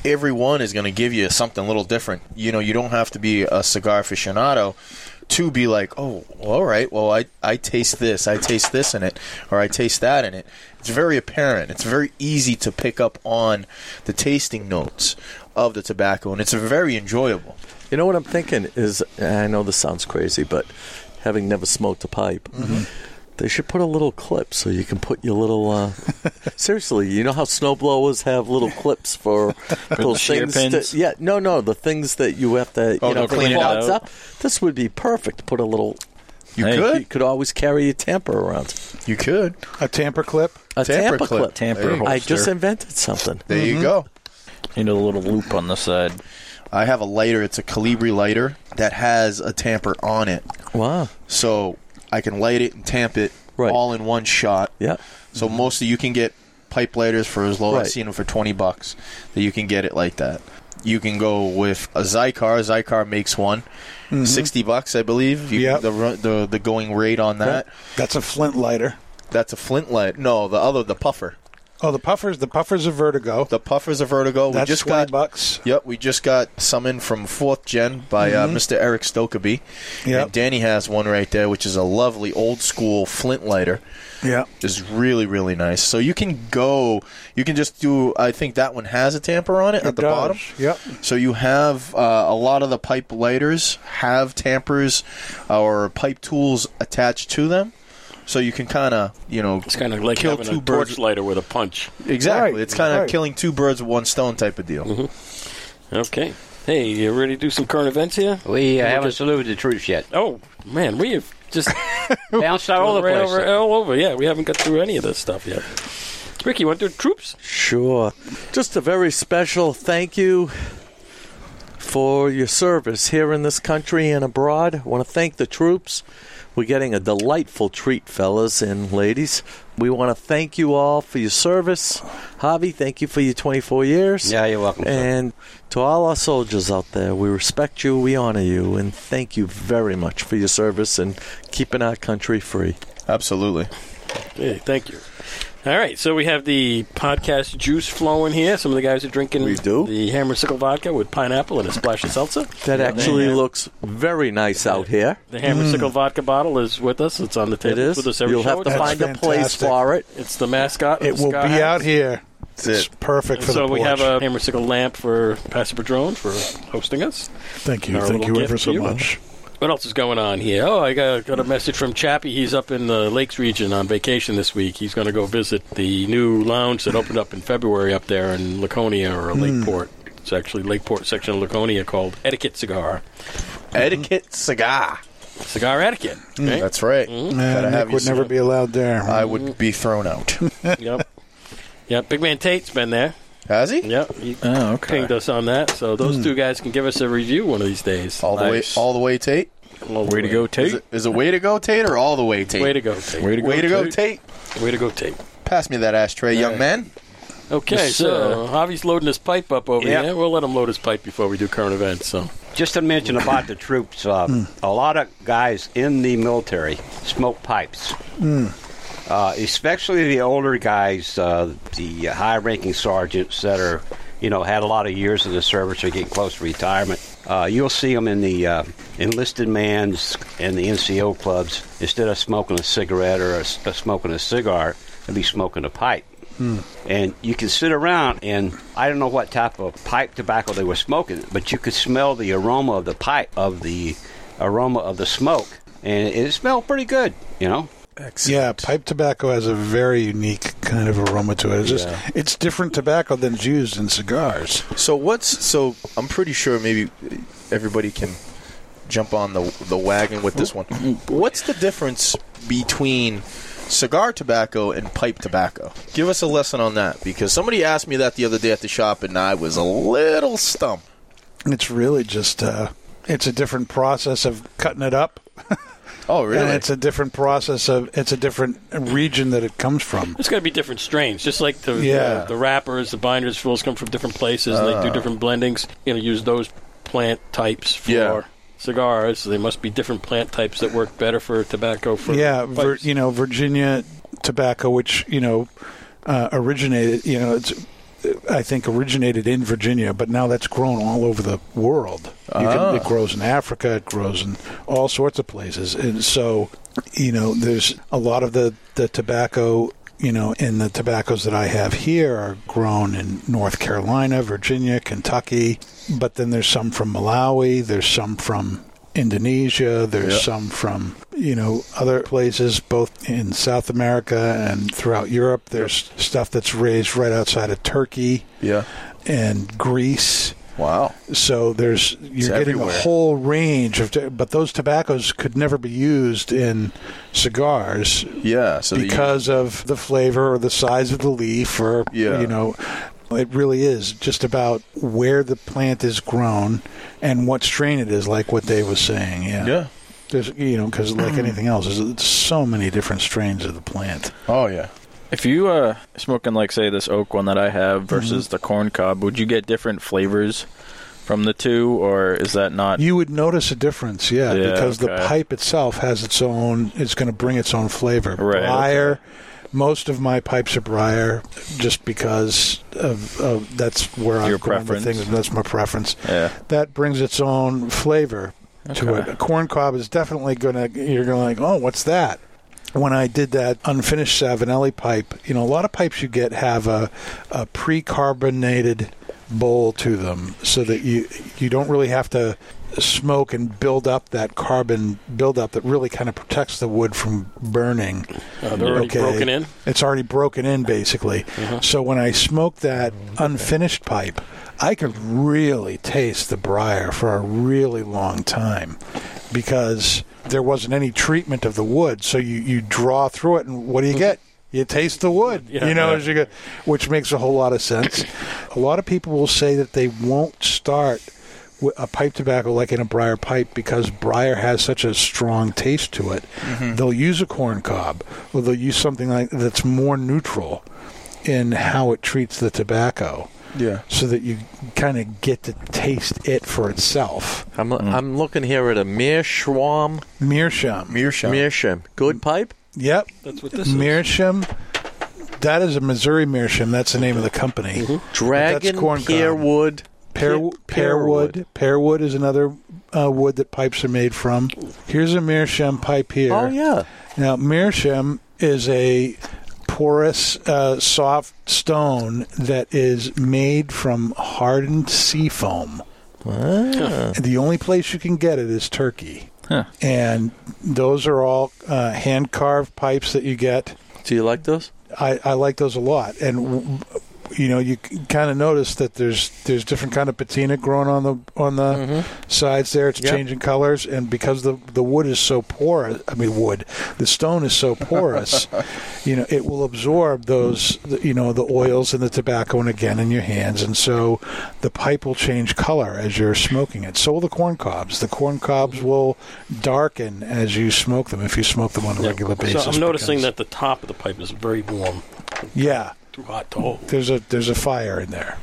S12: every one is going to give you something a little different. You know, you don't have to be a cigar aficionado to be like, oh, well, all right, well, I, I taste this, I taste this in it, or I taste that in it. It's very apparent. It's very easy to pick up on the tasting notes of the tobacco, and it's very enjoyable.
S13: You know what I'm
S6: Mm-hmm.
S13: thinking is, I know this sounds crazy, but having never smoked a pipe, They should put a little clip so you can put your little. Uh, seriously, you know how snowblowers have little clips for those
S6: shear
S13: things.
S6: pins?
S13: That, yeah, no, no, the things that you have to. You
S6: Oh,
S13: know,
S6: to
S13: that
S6: clean it
S13: clogs
S6: out.
S13: up. This would be perfect. to Put a little.
S12: You Hey. could.
S13: You could always carry a tamper around.
S12: You could
S4: a tamper clip.
S13: A tamper, clip.
S6: Tamper
S13: I
S6: holster.
S13: just invented something.
S12: There you
S13: Mhm.
S12: go.
S6: You know the little loop on the side.
S12: I have a lighter. It's a Calibri lighter that has a tamper on it.
S13: Wow.
S12: So I can light it and tamp it
S13: Right.
S12: all in one shot.
S13: Yeah.
S12: So
S4: Mm-hmm.
S12: mostly you can get pipe lighters for as low.
S13: Right.
S12: I've seen them for twenty bucks. That you can get it like that. You can go with a Zycar. Zycar makes one.
S4: Mhm.
S12: Sixty bucks, I believe. You,
S4: Yep.
S12: the, run- the the going rate on that.
S4: That's a flint lighter.
S12: That's a flint light. No, the other the puffer.
S4: Oh, the puffers. The puffers of Vertigo.
S12: The puffers of Vertigo.
S4: That's
S12: we just
S4: 20
S12: got
S4: bucks.
S12: Yep, we just got summoned from fourth gen by
S4: Mhm.
S12: uh, Mr. Eric Stokeby.
S4: Yep.
S12: And Danny has one right there, which is a lovely old school flint lighter.
S4: Yeah.
S12: Is really really nice. So you can go. You can just do. I think that one has a tamper on it, at the
S4: does.
S12: bottom.
S4: Yep.
S12: So you have uh, a lot of the pipe lighters have tampers uh, or pipe tools attached to them. So you can kind of, you know,
S1: It's kind of like
S12: kill
S1: having
S12: two
S1: a
S12: birds
S1: torch lighter with a punch.
S12: Exactly. it's kind of
S1: right. Mm-hmm.
S12: killing two birds with one stone type of deal.
S1: Okay. Hey, you ready to do some current events here?
S5: We uh,
S1: We'll
S5: haven't
S1: just-
S5: saluted the troops yet.
S1: Oh man, we have just
S5: bounced all over the
S1: Right
S5: place.
S1: over, all over. Yeah, we haven't got through any of this stuff yet. Ricky, you want to do troops?
S13: Sure. Just a very special thank you for your service here in this country and abroad. I want to thank the troops. We're getting a delightful treat, fellas and ladies. We want to thank you all for your service. Javi, thank you for your 24 years.
S5: Yeah, you're welcome, sir.
S13: And to all our soldiers out there, we respect you, we honor you, and thank you very much for your service and keeping our country free.
S12: Absolutely.
S1: Hey, thank you. All right, so we have the podcast juice flowing here. Some of the guys are drinking we do. the Hammer Sickle Vodka with pineapple and a splash of seltzer.
S13: That
S1: Yeah,
S13: actually
S1: they have-
S13: looks very nice out here.
S1: The Hammer
S4: Mm.
S1: Sickle Vodka bottle is with us. It's on the table.
S13: It is?
S1: It's with us every
S13: You'll
S1: show.
S13: have to
S1: It's-
S13: find a place for it.
S1: It's the mascot. of
S4: It
S1: the
S4: will be
S1: Sky Hats.
S4: out here.
S12: That's
S4: it's perfect for
S1: so
S4: the porch.
S1: we have a hammer sickle lamp for Pastor Padron for hosting us.
S4: Thank you.
S1: Our
S4: Thank
S1: little
S4: you
S1: gift
S4: ever
S1: to
S4: so much.
S1: What else is going on here? Oh, I got, got a message from Chappie. He's up in the Lakes region on vacation this week. He's going to go visit the new lounge that opened up in February up there in Laconia or
S4: Hmm.
S1: Lakeport. It's actually Lakeport section of Laconia called Etiquette Cigar.
S12: Etiquette cigar.
S1: Cigar etiquette. right?
S4: Hmm.
S12: That's right.
S1: Mm-hmm.
S4: Yeah,
S12: Gotta have
S4: Nick
S12: you
S4: would never
S12: some-
S4: be allowed there.
S12: I would be thrown out.
S1: yep. Yep. Big Man Tate's been there.
S12: Has he?
S1: Yep. He
S6: Oh, okay.
S1: pinged us on that. So those
S12: Hmm.
S1: two guys can give us a review one of these days.
S12: All the way, all the way, Tate.
S1: Way to go,
S12: Is it, is it way to go, Tate, or all the way, Tate?
S1: Way to go, Tate.
S12: Way to go, way to go Tate.
S1: Way to go, Tate.
S12: Pass me that ashtray, young man.
S1: Okay,
S12: Yes,
S1: so Javi's loading his pipe up over
S5: Yeah.
S1: here. We'll let him load his pipe before we do current events. So
S5: uh, Just to mention about the troops, uh, a lot of guys in the military smoke pipes, uh, especially the older guys, uh, the high-ranking sergeants that are, you know, had a lot of years in the service or getting close to retirement. Uh, you'll see them in the uh, enlisted man's and the NCO clubs. Instead of smoking a cigarette or a, uh, smoking a cigar, they'll be smoking a pipe and you can sit around and I don't know what type of pipe tobacco they were smoking, but you could smell the aroma of the pipe of the aroma of the smoke, and it smelled pretty good, you know.
S4: Yeah, pipe tobacco has a very unique kind of aroma to it. It's, just-
S12: Yeah.
S4: it's different tobacco than is used in cigars.
S12: So what's so? I'm pretty sure maybe everybody can jump on the the wagon with this one. What's the difference between cigar tobacco and pipe tobacco? Give us a lesson on that because somebody asked me that the other day at the shop, and I was a little stumped.
S4: It's really just uh, it's a different process of cutting it up.
S12: Oh,
S4: And it's a different process of it's a different region that it comes from.
S1: it's going to be different strains, just like the
S4: Yeah.
S1: the wrappers, the binders, fills come from different places, and
S12: Uh.
S1: they do
S4: Ah.
S1: different blendings. You know, use those plant types for
S4: Yeah.
S1: cigars. So they must be different plant types that work better for tobacco. For
S4: yeah,
S1: pipes.
S4: Vir- you know, Virginia tobacco, which you know uh, originated, you know, it's I think originated in Virginia, but now that's grown all over the world. You
S12: Ah.
S4: can, it grows in Africa, it grows in all sorts of places, and so you know, there's a lot of the the tobacco. You know, in the tobaccos that I have here are grown in North Carolina, Virginia, Kentucky, but then there's some from Malawi, there's some from Indonesia. There's
S12: Yeah.
S4: some from you know other places, both in South America and throughout Europe. There's stuff that's raised right outside of Turkey
S12: Yeah.
S4: and Greece.
S12: Wow.
S4: So there's
S12: It's
S4: you're getting
S12: everywhere.
S4: a whole range of, ta- but those tobaccos could never be used in cigars
S12: Yeah. So that you-
S4: because of the flavor or the size of the leaf or
S12: Yeah.
S4: you know it really is just about where the plant is grown and what strain it is like what dave was saying yeah
S12: Yeah.
S4: There's, you know because like anything else there's so many different strains of the plant
S12: oh yeah.
S6: If you uh smoking like say this oak one that I have
S4: Mm-hmm.
S6: versus the corn cob, would you get different flavors from the two, or is that not?
S4: you would notice a difference yeah,
S6: Yeah,
S4: because
S6: okay.
S4: the pipe itself has its own it's going to bring its own flavor
S6: Right, okay.
S4: briar most of my pipes are briar just because of, of that's where i'm
S6: Your
S4: going with
S6: preference.
S4: things that's my preference
S6: Yeah.
S4: that brings its own flavor to
S6: Okay.
S4: it. A corn cob is definitely going to, you're going to like, oh, what's that? When I did that unfinished Savinelli pipe, you know, a lot of pipes you get have a, a pre carbonated bowl to them so that you you don't really have to smoke and build up that carbon buildup that really kind of protects the wood from burning.
S1: Oh, they're already broken in?
S4: It's already broken in, basically. So when I smoked that unfinished pipe, I could really taste the briar for a really long time because there wasn't any treatment of the wood. So you, you draw through it, and what do you get? You taste the wood,
S1: Yeah,
S4: you know,
S1: yeah.
S4: as you go, which makes a whole lot of sense. a lot of people will say that they won't start wi- a pipe tobacco like in a briar pipe because briar has such a strong taste to it.
S1: Mm-hmm.
S4: They'll use a corn cob or they'll use something like that's more neutral in how it treats the tobacco.
S12: Yeah.
S4: So that you kind of get to taste it for itself.
S13: I'm I'm looking here at a Meerschaum.
S4: Meerschaum.
S12: Meerschaum.
S13: Meerschaum. Good pipe.
S4: Yep.
S1: That's what this is.
S4: Meerschaum. That is a Missouri Meerschaum. That's the name of the company.
S1: Mm-hmm.
S4: But
S13: Dragon
S4: that's corn cob.
S13: pearwood.
S4: Pear, pearwood. Pearwood is another uh, wood that pipes are made from. Here's a meerschaum pipe here.
S13: Oh, yeah.
S4: Now meerschaum is a porous, uh, soft stone that is made from hardened sea foam. And The only place you can get it is Turkey,
S6: Huh.
S4: and those are all uh, hand carved pipes that you get.
S13: Do you like those?
S4: I, I like those a lot, and you know you kind of notice that there's there's different kind of patina growing on the on the
S1: Mm-hmm.
S4: sides there. It's
S13: Yep.
S4: changing colors, and because the the wood is so porous, I mean wood, the stone is so porous, you know it will absorb those you know the oils and the tobacco and again in your hands, and so the pipe will change color as you're smoking it. So will the corn cobs. The corn cobs
S1: Mm-hmm.
S4: will darken as you smoke them if you smoke them on a regular basis.
S1: So I'm noticing
S4: because-
S1: that the top of the pipe is very warm,
S4: Yeah.
S1: too hot to hold.
S4: There's a there's a fire in there.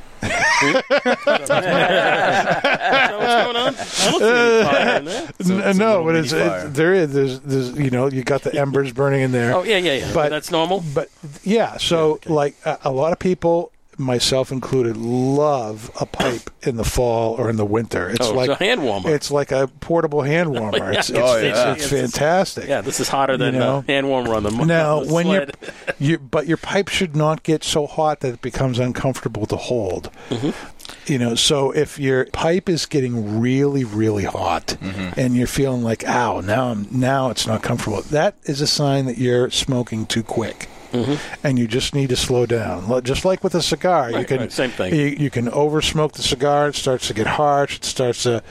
S1: I don't see any fire in there.
S4: N- no, but it's, it's there is there's, there's you know you got the embers burning in there.
S1: Oh yeah, yeah, yeah.
S4: But-
S1: that's normal.
S4: But yeah, so like a, a lot of people, myself included, love a pipe in the fall or in the winter. It's
S1: Oh, it's
S4: like
S1: a hand warmer.
S4: It's like a portable hand warmer. it's, it's,
S1: Oh,
S4: it's,
S1: yeah.
S4: it's fantastic.
S1: Yeah, this is hotter than
S4: You know?
S1: uh, hand warmer on the mo-
S4: Now,
S1: on the
S4: when your,
S1: sled.
S4: your but your pipe should not get so hot that it becomes uncomfortable to hold.
S1: Mm-hmm.
S4: You know, so if your pipe is getting really, really hot,
S1: Mm-hmm.
S4: and you're feeling like, "Ow, now I'm now it's not comfortable," that is a sign that you're smoking too quick,
S1: Mm-hmm.
S4: and you just need to slow down. Lo- Just like with a cigar, you
S1: Right,
S4: can
S1: right, same thing.
S4: You, you can over smoke the cigar; it starts to get harsh. It starts to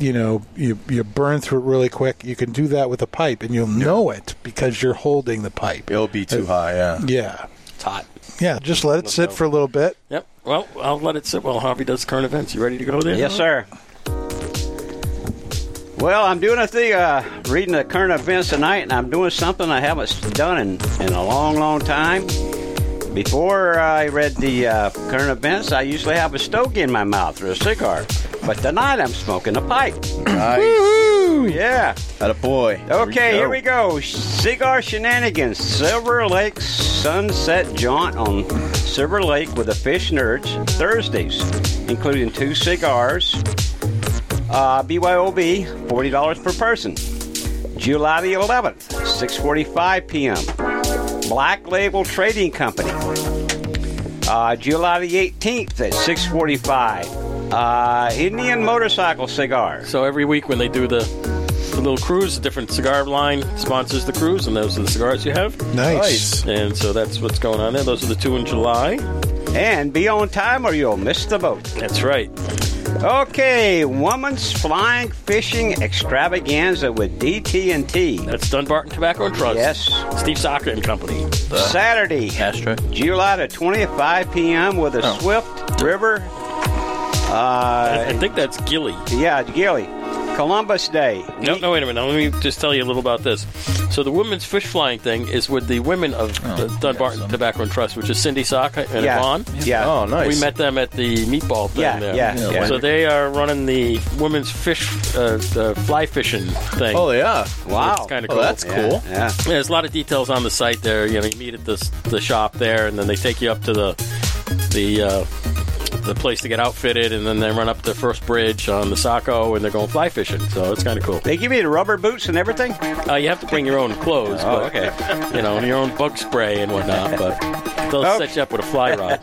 S4: you know you you burn through it really quick you can do that with a pipe and you'll know it because you're holding the pipe
S12: It'll be too high. Yeah.
S4: yeah
S1: it's hot.
S4: yeah just let it sit for a little bit
S1: Yep. Well, I'll let it sit while Harvey does current events. You ready to go there?
S5: Yes, sir. Well, I'm doing a thing, uh, reading the current events tonight, and I'm doing something I haven't s- done in, in a long, long time. Before I read the uh, current events, I usually have a stogie in my mouth or a cigar. But tonight I'm smoking a pipe.
S12: Nice.
S5: Yeah.
S12: At a boy.
S5: Okay, here we go. Cigar shenanigans. Silver Lake Sunset Jaunt on Silver Lake with the Fish Nerds Thursdays, including two cigars. Uh, BYOB, forty dollars per person. July the eleventh, six forty-five p.m. Black Label Trading Company. Uh, July the eighteenth at six forty-five. Uh, Indian motorcycle cigar.
S1: So every week when they do the, the little cruise, a different cigar line sponsors the cruise, and those are the cigars you have.
S5: Nice.
S1: And so that's what's going on there. Those are the two in July.
S5: And be on time or you'll miss the boat.
S1: That's right.
S5: Okay, woman's flying fishing extravaganza with DT and T.
S1: That's Dunbarton Tobacco and Trust.
S5: Yes,
S1: Steve Saka and Company.
S5: Saturday,
S6: Astra.
S5: July the twentieth, five p.m. with a
S1: Oh.
S5: Swift River. Uh,
S1: I think that's Gilly.
S5: Yeah, Gilly. Columbus Day.
S1: No, no, wait a minute. Now, Let me just tell you a little about this. So the women's fish flying thing is with the women of
S5: Oh,
S1: the Dunbarton Tobacco and Trust, which is Cindy Saka and
S5: Yeah.
S1: Yvonne.
S5: Yeah. Oh, nice.
S1: We met them at the meatball thing
S5: Yeah,
S1: there.
S5: yeah, yeah.
S1: So they are running the women's fish, uh, the fly fishing thing.
S12: Oh, they are?
S1: Wow.
S12: Wow.
S1: kind of
S12: Oh,
S1: cool.
S12: that's cool.
S5: Yeah. yeah.
S1: There's a lot of details on the site there. You know, you meet at the the shop there, and then they take you up to the the uh, the place to get outfitted, and then they run up the first bridge on the Saco, and they're going fly fishing. So it's kind of cool.
S5: They give you the rubber boots and everything.
S1: Uh, you have to bring your own clothes.
S5: Oh,
S1: but,
S5: okay. Oh.
S1: You know, and your own bug spray and whatnot, but they'll set you up with a fly rod.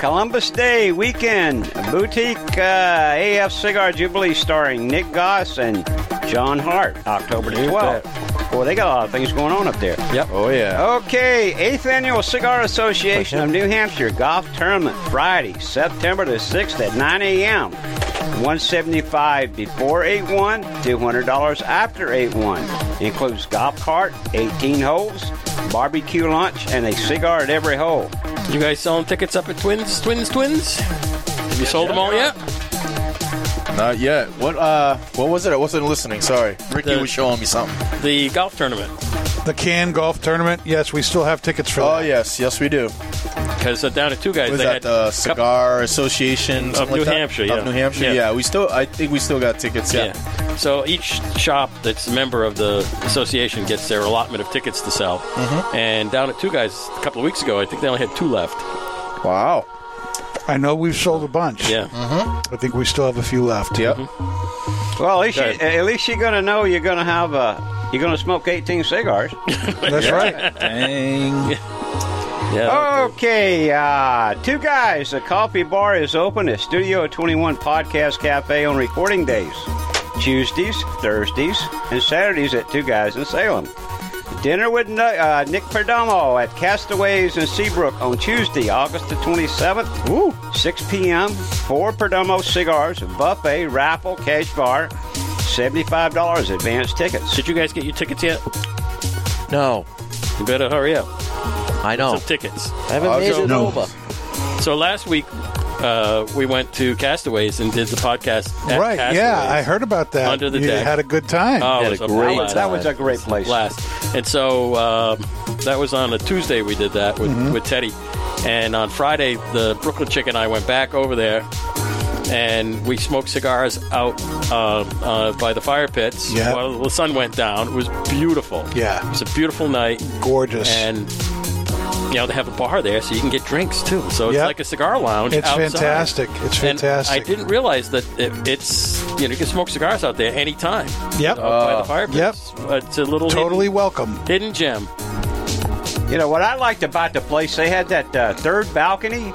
S5: Columbus Day weekend boutique uh, AF Cigar Jubilee starring Nick Goss and John Hart, October the 12th. Boy, they got a lot of things going on up there.
S1: Yep.
S12: Oh, yeah.
S5: Okay, 8th Annual Cigar Association of New Hampshire Golf Tournament, Friday, September the 6th at 9 a.m. 175 before 8-1, $200 after 8-1. Includes golf cart, 18 holes, barbecue lunch, and a cigar at every hole.
S1: You guys selling tickets up at Twins, Twins, Twins? Have you sold them all yet?
S12: Not yet. What uh what was it? I wasn't listening. Sorry. Ricky
S4: The-
S12: was showing me something.
S1: The golf tournament.
S4: The Can Golf Tournament. Yes, we still have tickets for
S12: Oh
S4: that.
S12: yes, yes we do.
S1: Because uh, down at two guys,
S12: Was
S1: they
S12: that
S1: had
S12: the Cigar Association
S1: Of
S12: something
S1: New
S12: like that?
S1: Hampshire, yeah.
S12: Of New Hampshire.
S1: Yeah.
S12: Yeah. we still. I think we still got tickets. Yeah.
S1: So each shop that's a member of the association gets their allotment of tickets to sell.
S12: Mhm.
S1: And down at Two Guys a couple of weeks ago, I think they only had two left.
S12: Wow.
S4: I know we've sold a bunch.
S1: Yeah. Mm-hmm.
S4: I think we still have a few left.
S12: Yep.
S5: Well, at least, you,
S4: Good.
S5: at least you're going to know you're going to have a you're going to smoke 18 cigars.
S4: That's right.
S6: Dang.
S5: Okay, uh, two guys. The coffee bar is open at Studio 21 Podcast Cafe on recording days Tuesdays, Thursdays, and Saturdays at Two Guys in Salem. Dinner with Nu- uh, Nick Perdomo at Castaways in Seabrook on Tuesday, August the 27th, 6 p.m. Four Perdomo cigars, buffet, raffle, cash bar, $75 advance tickets.
S1: Did you guys get your tickets yet?
S13: No.
S1: You better hurry up.
S13: I know.
S5: Oh.
S1: Some tickets.
S13: I haven't
S4: Oh,
S13: made it over.
S1: So last week, uh, we went to Castaways and did the podcast. At
S4: right.
S1: Castaways.
S4: Yeah, I heard about that.
S1: Under the
S4: you
S1: deck.
S4: had a good time.
S1: Oh, it was a blast.
S5: That was a great place.
S1: Blast. And so um, that was on a Tuesday we did that with,
S4: Mm-hmm.
S1: with Teddy. And on Friday, the Brooklyn Chick and I went back over there and we smoked cigars out uh, uh, by the fire pits
S4: Yeah.
S1: while the sun went down. It was beautiful.
S4: Yeah.
S1: It was a beautiful night.
S4: Gorgeous.
S1: And. You know, they have a bar there so you can get drinks too. So it's
S4: Yep.
S1: like a cigar lounge.
S4: It's
S1: outside.
S4: fantastic. It's
S1: And
S4: fantastic.
S1: I didn't realize that it, it's, you know, you can smoke cigars out there anytime.
S4: Yep.
S1: Out by the
S4: Uh,
S1: fire pits.
S4: yep.
S1: Uh, It's a little
S4: Totally welcome.
S1: hidden, hidden gem.
S5: You know what I liked about the place? They had that uh, third balcony.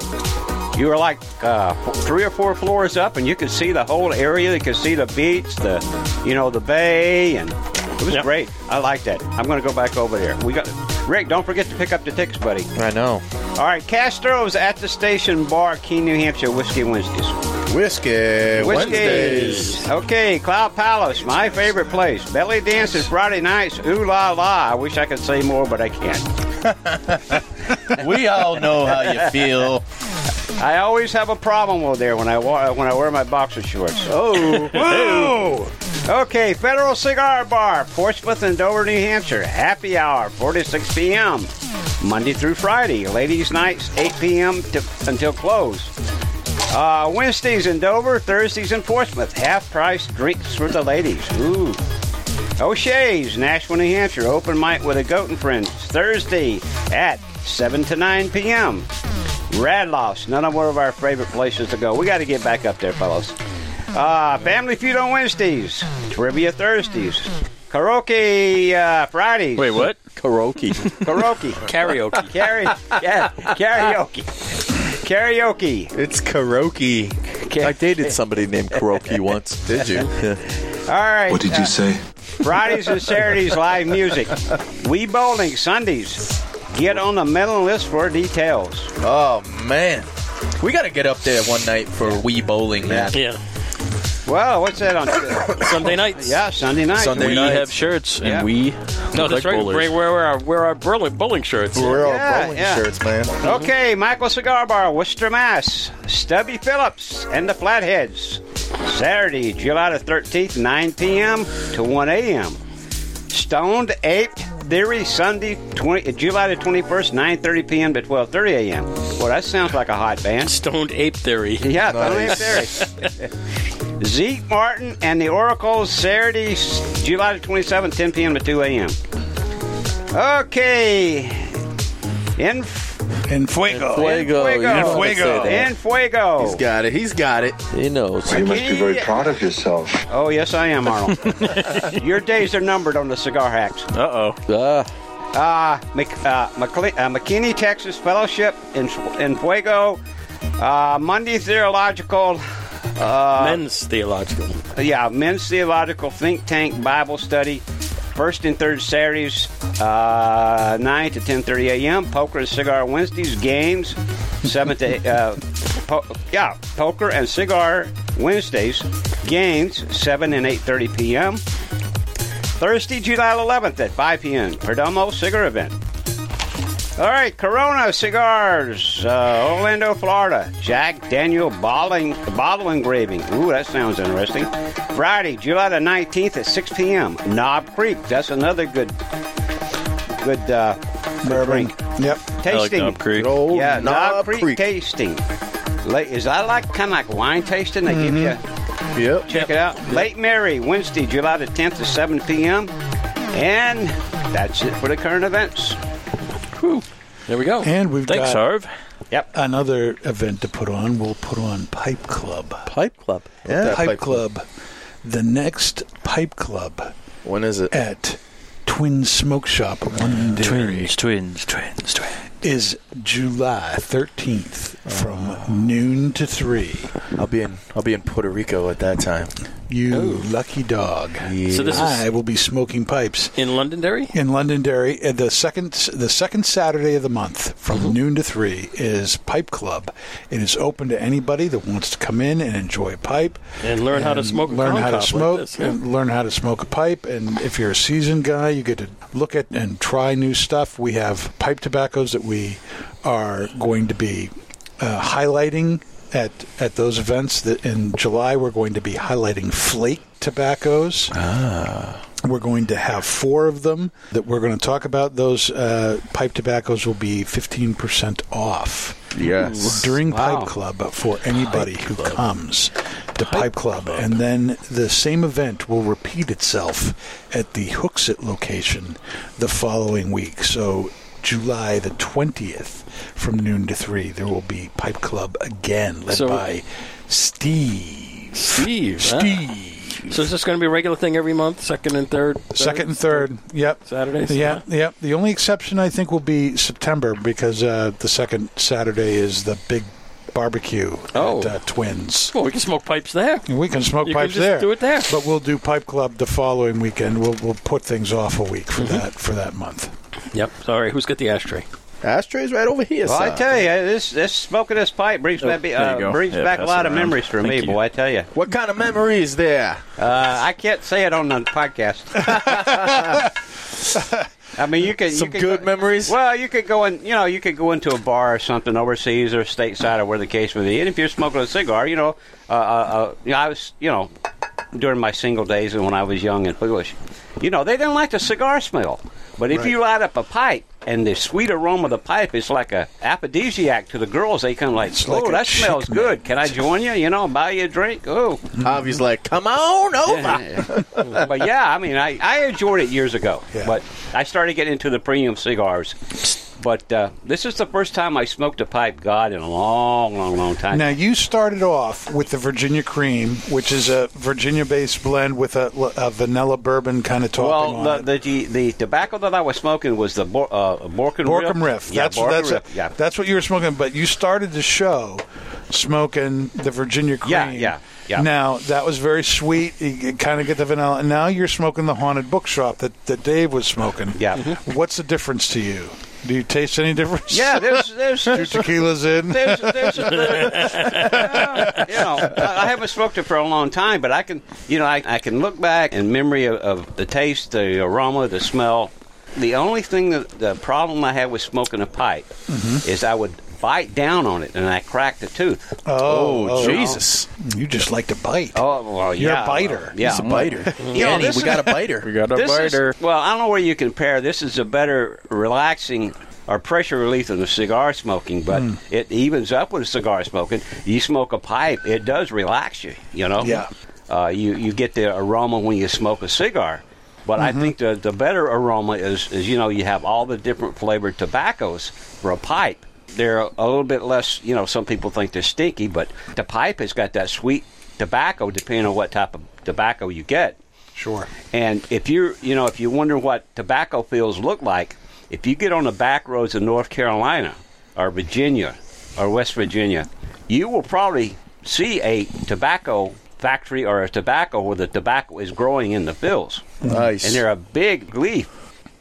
S5: You were like uh, f- three or four floors up, and you could see the whole area. You could see the beach, the you know the bay, and it was great. I like that. I'm going to go back over there. We got Rick. Don't forget to pick up the tickets, buddy.
S12: I know.
S5: All right, Castro's at the station bar, Keene, New Hampshire, Whiskey Wednesdays.
S12: Whiskey, Wednesdays.
S5: Okay, Cloud Palace, my favorite place. Belly dances Friday nights. Ooh la la. I wish I could say more, but I can't.
S12: we all know how you feel.
S5: I always have a problem with there when I wa- when I wear my boxer shorts. Oh, Okay, Federal Cigar Bar, Portsmouth and Dover, New Hampshire. Happy hour, 4 to 6 p.m. Monday through Friday. Ladies' nights, 8 p.m. To, until close. Uh, Wednesdays in Dover, Thursdays in Portsmouth. Half price drinks for the ladies. Ooh. O'Shea's, Nashville, New Hampshire. Open mic with a goat and friends. Thursday at 7 to 9 p.m. Radloff's, none of one of our favorite places to go. We got to get back up there, fellows. Uh, Family Feud on Wednesdays, Trivia Thursdays, Karaoke uh, Fridays.
S6: Wait, what?
S13: Karaoke.
S5: Karaoke.
S1: Karaoke.
S5: Karaoke. Karaoke. Karaoke.
S12: It's karaoke.
S1: Okay.
S13: I dated somebody named Kuroki once.
S12: Did you?
S13: Yeah.
S5: All right.
S13: What did you
S5: uh,
S13: say?
S5: Fridays and Saturdays live music. We bowling Sundays. Get on the mailing list for details.
S12: Oh man, we got to get up there one night for wee bowling, man.
S1: Yeah.
S5: Well, what's that on
S1: Sunday nights?
S5: Yeah, Sunday night.
S12: Sunday
S6: we
S12: nights.
S6: have shirts, and
S5: Yeah.
S6: we
S1: No,
S6: look
S1: that's
S6: like
S1: right.
S6: bowlers.
S1: Bring- Wear, our, wear our bowling, bowling shirts.
S12: We're all
S5: Yeah,
S12: bowling Mm-hmm.
S5: yeah.
S12: shirts, man.
S5: Okay, Michael Cigar Bar, Worcester, Mass. Stubby Phillips and the Flatheads. Saturday, July the 13th, 9 p.m. to 1 a.m. Stoned Ape Theory, Sunday, 20, July the 21st, 9.30 p.m. to 12.30 a.m. Well, that sounds like a hot band.
S1: Stoned Ape Theory.
S5: Yeah,
S1: Nice.
S5: Stoned Ape Theory. Zeke Martin and the Oracle, Saturday, s- July the 27th, 10 p.m. to 2 a.m. Okay. In
S4: En fuego.
S13: Fuego.
S5: En fuego. En fuego.
S12: He's got it. He's got it.
S13: He knows.
S5: You must be very proud
S13: of yourself.
S5: Oh, yes, I am, Arnold. Your days are numbered on the Cigar Hacks.
S6: Uh-oh.
S13: Ah.
S5: Uh, Mc, uh, McLe- uh, McKinney, Texas Fellowship in, in Fuego. Uh, Monday Theological. Uh,
S1: Men's Theological.
S5: Yeah, Men's Theological Think Tank Bible Study. First and third Saturdays, uh, 9 to 10.30 a.m. Poker and Cigar Wednesdays, games. 7 to... Uh, po- yeah, Poker and Cigar Wednesdays, games. 7 and 8.30 p.m. Thursday, July 11th at 5 p.m. Perdomo Cigar Event. All right, Corona Cigars, uh, Orlando, Florida. Jack Daniel Bottling, Bottle Engraving. Ooh, that sounds interesting. Friday, July the 19th at 6 p.m. Knob Creek. That's another good, good uh,
S4: Bourbon. Yep.
S5: tasting.
S6: Knob Creek.
S5: yeah,
S12: Knob
S5: Knob Creek,
S12: Creek.
S5: tasting. Late, is that like kind of like wine tasting? They give you a
S12: Mm-hmm. Yep.
S5: Check it out. Late Mary, Wednesday, July the 10th at 7 p.m. And that's it for the current events.
S1: There we go.
S4: And we've
S6: Thanks,
S4: got
S6: Harv.
S5: Yep.
S4: another event to put on. We'll put on Pipe Club.
S13: Pipe Club.
S12: Yeah.
S4: Pipe, Club. The next Pipe Club
S12: When is it?
S4: at Twin Smoke Shop One Dairy
S6: Twins, twins, twins, twins.
S4: is July 13th from
S1: Ah.
S4: noon to 3.
S12: I'll be in. I'll be in Puerto Rico at that time.
S4: You lucky dog.
S1: So this is-
S4: I will be smoking pipes.
S1: In Londonderry?
S4: in Londonderry. uh, The second the second Saturday of the month from
S1: Mm-hmm.
S4: noon to three is Pipe Club. It is open to anybody that wants to come in and enjoy a pipe
S1: And learn how to
S4: and
S1: smoke a
S4: learn
S1: corn
S4: how to
S1: cob like
S4: smoke
S1: this, yeah.
S4: and learn how to smoke a pipe. And if you're a seasoned guy, you get to look at and try new stuff. We have pipe tobaccos that we are going to be uh, highlighting. At, at those events that in July, we're going to be highlighting flake tobaccos.
S1: Ah.
S4: We're going to have four of them that we're going to talk about. Those uh, pipe tobaccos will be 15% off.
S12: Yes.
S4: During
S5: Wow.
S4: Pipe Club for anybody who comes to Pipe Club. And then the same event will repeat itself at the Hooksett location the following week. So July the 20th from noon to 3, there will be Pipe Club again, led
S1: So-
S4: by Steve.
S1: Steve. huh?
S4: Steve.
S1: So is this going to be a regular thing every month, second and third?
S4: Second and third. Yep.
S1: Saturdays,
S4: Yeah, yep. The only exception I think will be September because uh, the second Saturday is the big barbecue
S1: Oh.
S4: at uh, Twins.
S1: Well, we can smoke pipes there.
S4: And we can smoke
S1: You can
S4: pipes
S1: just
S4: there.
S1: do it there.
S4: But we'll do Pipe Club the following weekend. We'll we'll put things off a week
S1: Mm-hmm.
S4: for that for that month.
S1: Yep. Sorry, who's got the ashtray?
S12: Ashtray's right over here.
S5: Well, I
S12: son.
S5: tell you, this, this smoking this pipe brings,
S6: Oh,
S5: back me,
S6: there you
S5: uh,
S6: go.
S5: brings
S6: Yeah,
S5: back a
S6: pass
S5: lot
S6: it
S5: of
S6: around.
S5: memories for me,
S6: Thank you.
S5: boy, I tell you.
S12: what kind of memory is there?
S5: Uh, I can't say it on the podcast. I mean, you could
S12: Some
S5: you could
S12: good
S5: go-
S12: memories?
S5: Well, you could go in, you know, you could go into a bar or something overseas or stateside or where the case may be. And if you're smoking a cigar, you know, uh, uh, uh, you know, I was, you know, during my single days and when I was young and foolish, you know, they didn't like the cigar smell. But if you light up a pipe and the sweet aroma of the pipe is like a aphrodisiac to the girls, they come like,
S4: It's
S5: oh,
S4: like a
S5: that
S4: chick
S5: smells
S4: magnet."
S5: good. Can I join you? You know, buy you a drink. Oh.
S12: Javi's like, come on
S4: Oh,
S12: over.
S5: Yeah. but yeah, I mean, I, I enjoyed it years ago,
S4: Yeah.
S5: but I started getting into the premium cigars. But uh, this is the first time I smoked a pipe, God, in a long, long, long time.
S4: Now you started off with the Virginia Cream, which is a Virginia-based blend with a, a vanilla bourbon kind of topping
S5: well,
S4: on
S5: the,
S4: it.
S5: the, the the tobacco that I was smoking was the Bor- uh, Borken
S4: Borkum Riff.
S5: Yeah,
S4: That's
S5: Borken
S4: that's
S5: Riff. yeah.
S4: that's what you were smoking. But you started the show smoking the Virginia cream.
S5: Yeah, yeah, yeah.
S4: Now that was very sweet. You, kind of get the vanilla, and now you're smoking the haunted bookshop that, that Dave was smoking. Mm-hmm.
S5: Yeah.
S4: What's the difference to you? Do you taste any difference?
S5: Yeah, there's there's,
S4: Two tequilas in.
S5: There's, there's, uh, you know, I I haven't smoked it for a long time, but I can, you know, I, I can look back in memory of, of the taste, the aroma, the smell. The only thing that the problem I had with smoking a pipe
S4: Mhm.
S5: is I would bite down on it and I cracked the tooth.
S4: Oh,
S5: You know?
S4: You just like to bite.
S5: Oh, well,
S4: You're
S5: yeah,
S4: a biter.
S5: well, yeah. You know, this is- This is- well, I don't know where you compare. This is a better relaxing or pressure relief than the cigar smoking, but
S4: Hmm.
S5: it evens up with cigar smoking. You smoke a pipe, it does relax you. You know.
S4: Yeah.
S5: Uh, you you get the aroma when you smoke a cigar. But I
S4: Mm-hmm.
S5: think the, the better aroma is, is, you know, you have all the different flavored tobaccos for a pipe. They're a little bit less, you know, some people think they're stinky, but the pipe has got that sweet tobacco depending on what type of tobacco you get.
S4: Sure.
S5: And if you're, you know, if you wonder what tobacco fields look like, if you get on the back roads of North Carolina or Virginia or West Virginia, you will probably see a tobacco factory or a tobacco where the tobacco is growing in the fields.
S12: Nice.
S5: And they're a big leaf.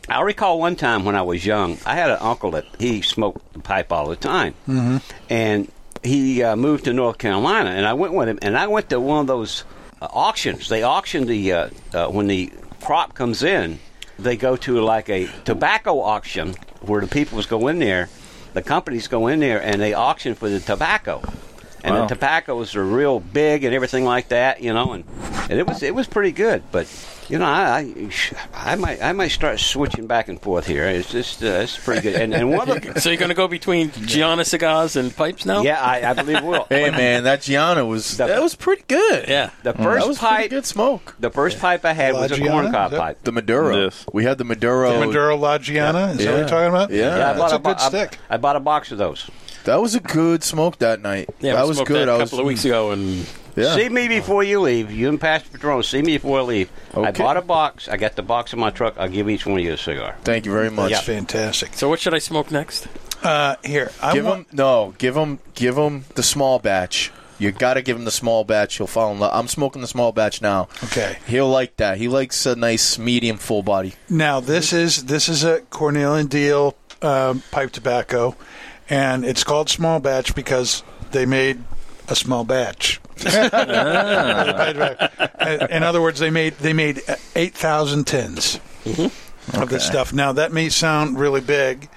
S5: I recall one time when I was young, I had an uncle that he smoked the pipe all the time
S14: Mm-hmm.
S5: and he uh, moved to North Carolina, and I went with him, and I went to one of those uh, auctions. They auction the uh, uh, when the crop comes in, they go to like a tobacco auction where the peoples go in there, the companies go in there, and they auction for the tobacco. And
S6: Wow.
S5: the tobaccos are real big and everything like that, you know, and, and it was it was pretty good. But you know, I, I I might I might start switching back and forth here. It's just uh, it's pretty good. And, and one of the
S1: so you're going to go between Gianna cigars and pipes now?
S5: yeah, I, I believe we'll.
S12: Hey man, that Gianna was that was pretty good.
S1: Yeah,
S5: the
S12: Mm.
S5: first
S12: That was pretty
S5: pipe,
S12: good smoke.
S5: The first pipe I had
S12: La
S5: was a
S12: Gianna?
S5: corn cob
S12: Is that-
S5: pipe.
S12: The Maduro. We had the Maduro.
S4: The Maduro La Giana? Is that what you're talking about?
S12: Yeah,
S5: I bought
S12: That's
S5: a, uh,
S12: a
S5: bo-
S12: good
S5: I-
S12: stick.
S5: I, bought a box of those.
S12: That was a good smoke that night.
S5: Yeah,
S12: that
S5: we
S12: was
S5: smoked
S12: good.
S5: that a
S12: I was-
S5: couple of weeks
S1: ago, and
S12: yeah.
S5: See me before you leave. You and Pastor Patron, see me before I leave. I bought a box. I got the box in my truck. I'll give each one of you a cigar.
S12: Thank you very much.
S5: Yeah.
S4: fantastic.
S1: So what should I smoke next?
S4: Uh, here, I
S12: give
S4: want-
S12: him no, give him, give him the small batch. You got to give him the small batch. He'll fall in love. I'm smoking the small batch now.
S4: Okay.
S12: He'll like that. He likes a nice medium full body.
S4: Now this is this is a Cornell and Deal um, pipe tobacco, and it's called small batch because they made a small batch. In other words, they made they made eight thousand tins of this
S1: Mm-hmm. Okay.
S4: stuff. Now that may sound really big,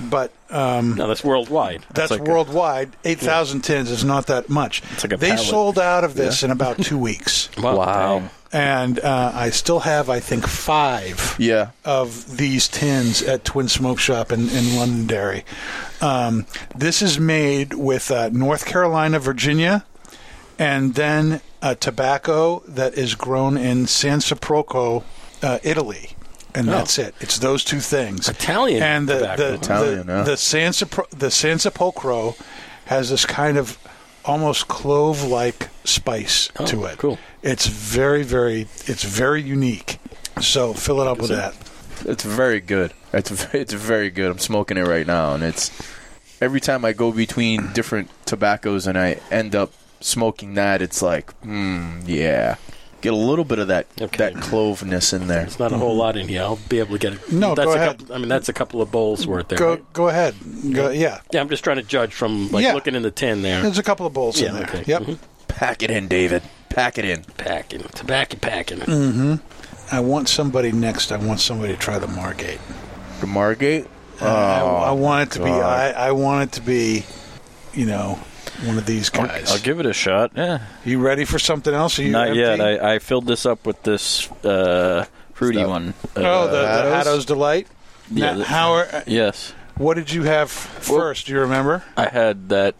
S4: but
S12: Mm.
S4: um,
S1: No, that's worldwide.
S4: that's worldwide. Eight thousand tins is not that much.
S1: It's like a
S4: they
S1: pallet.
S4: sold out of this
S1: Yeah.
S4: in about two weeks.
S6: Oh,
S1: Wow.
S4: And uh, I still have, I think, five
S12: Yeah.
S4: of these tins at Twin Smoke Shop in, in Londonderry. Um, this is made with uh, North Carolina, Virginia, and then uh, tobacco that is grown in Sansepolcro, uh, Italy. And
S1: Oh.
S4: that's it. It's those two things.
S1: Italian
S4: and the
S1: tobacco.
S4: the
S1: Italian,
S4: the,
S1: yeah.
S4: the Sansepro- the Sansepolcro has this kind of almost clove-like spice
S1: Oh,
S4: to it.
S1: cool.
S4: It's very very it's very unique. So fill it up with that.
S12: It's very good. It's v- it's very good. I'm smoking it right now, and it's every time I go between different tobaccos and I end up smoking that, it's like, hmm, yeah, get a little bit of that that cloveness in there.
S1: It's not a whole lot in here. I'll be able to get it.
S4: No,
S1: that's
S4: go
S1: a
S4: ahead.
S1: Couple, I mean, that's a couple of bowls worth there.
S4: go
S1: right?
S4: go ahead. Go, yeah.
S1: Yeah, I'm just trying to judge from like
S4: Yeah.
S1: looking in the tin there.
S4: There's a couple of bowls in
S1: Yeah,
S4: there.
S1: okay. Mm-hmm.
S4: Yep.
S6: Mm-hmm.
S12: Pack it in, David. Pack it in.
S1: Packing, tobacco packing.
S4: Mhm. I want somebody next. I want somebody to try the Margate.
S12: The Margate? Uh,
S4: I, I want it to be
S6: Oh, God.
S4: I, I want it to be you know one of these
S6: I'll,
S4: guys.
S6: I'll give it a shot. Yeah.
S4: You ready for something else? Are you
S6: Not
S4: empty?
S6: yet. I, I filled this up with this uh, fruity one.
S4: oh, the, the
S6: Uh,
S4: Haddo's delight.
S6: Yeah,
S4: Now,
S6: the-
S4: how are,
S6: Yes.
S4: What did you have first? Do you remember?
S6: I had that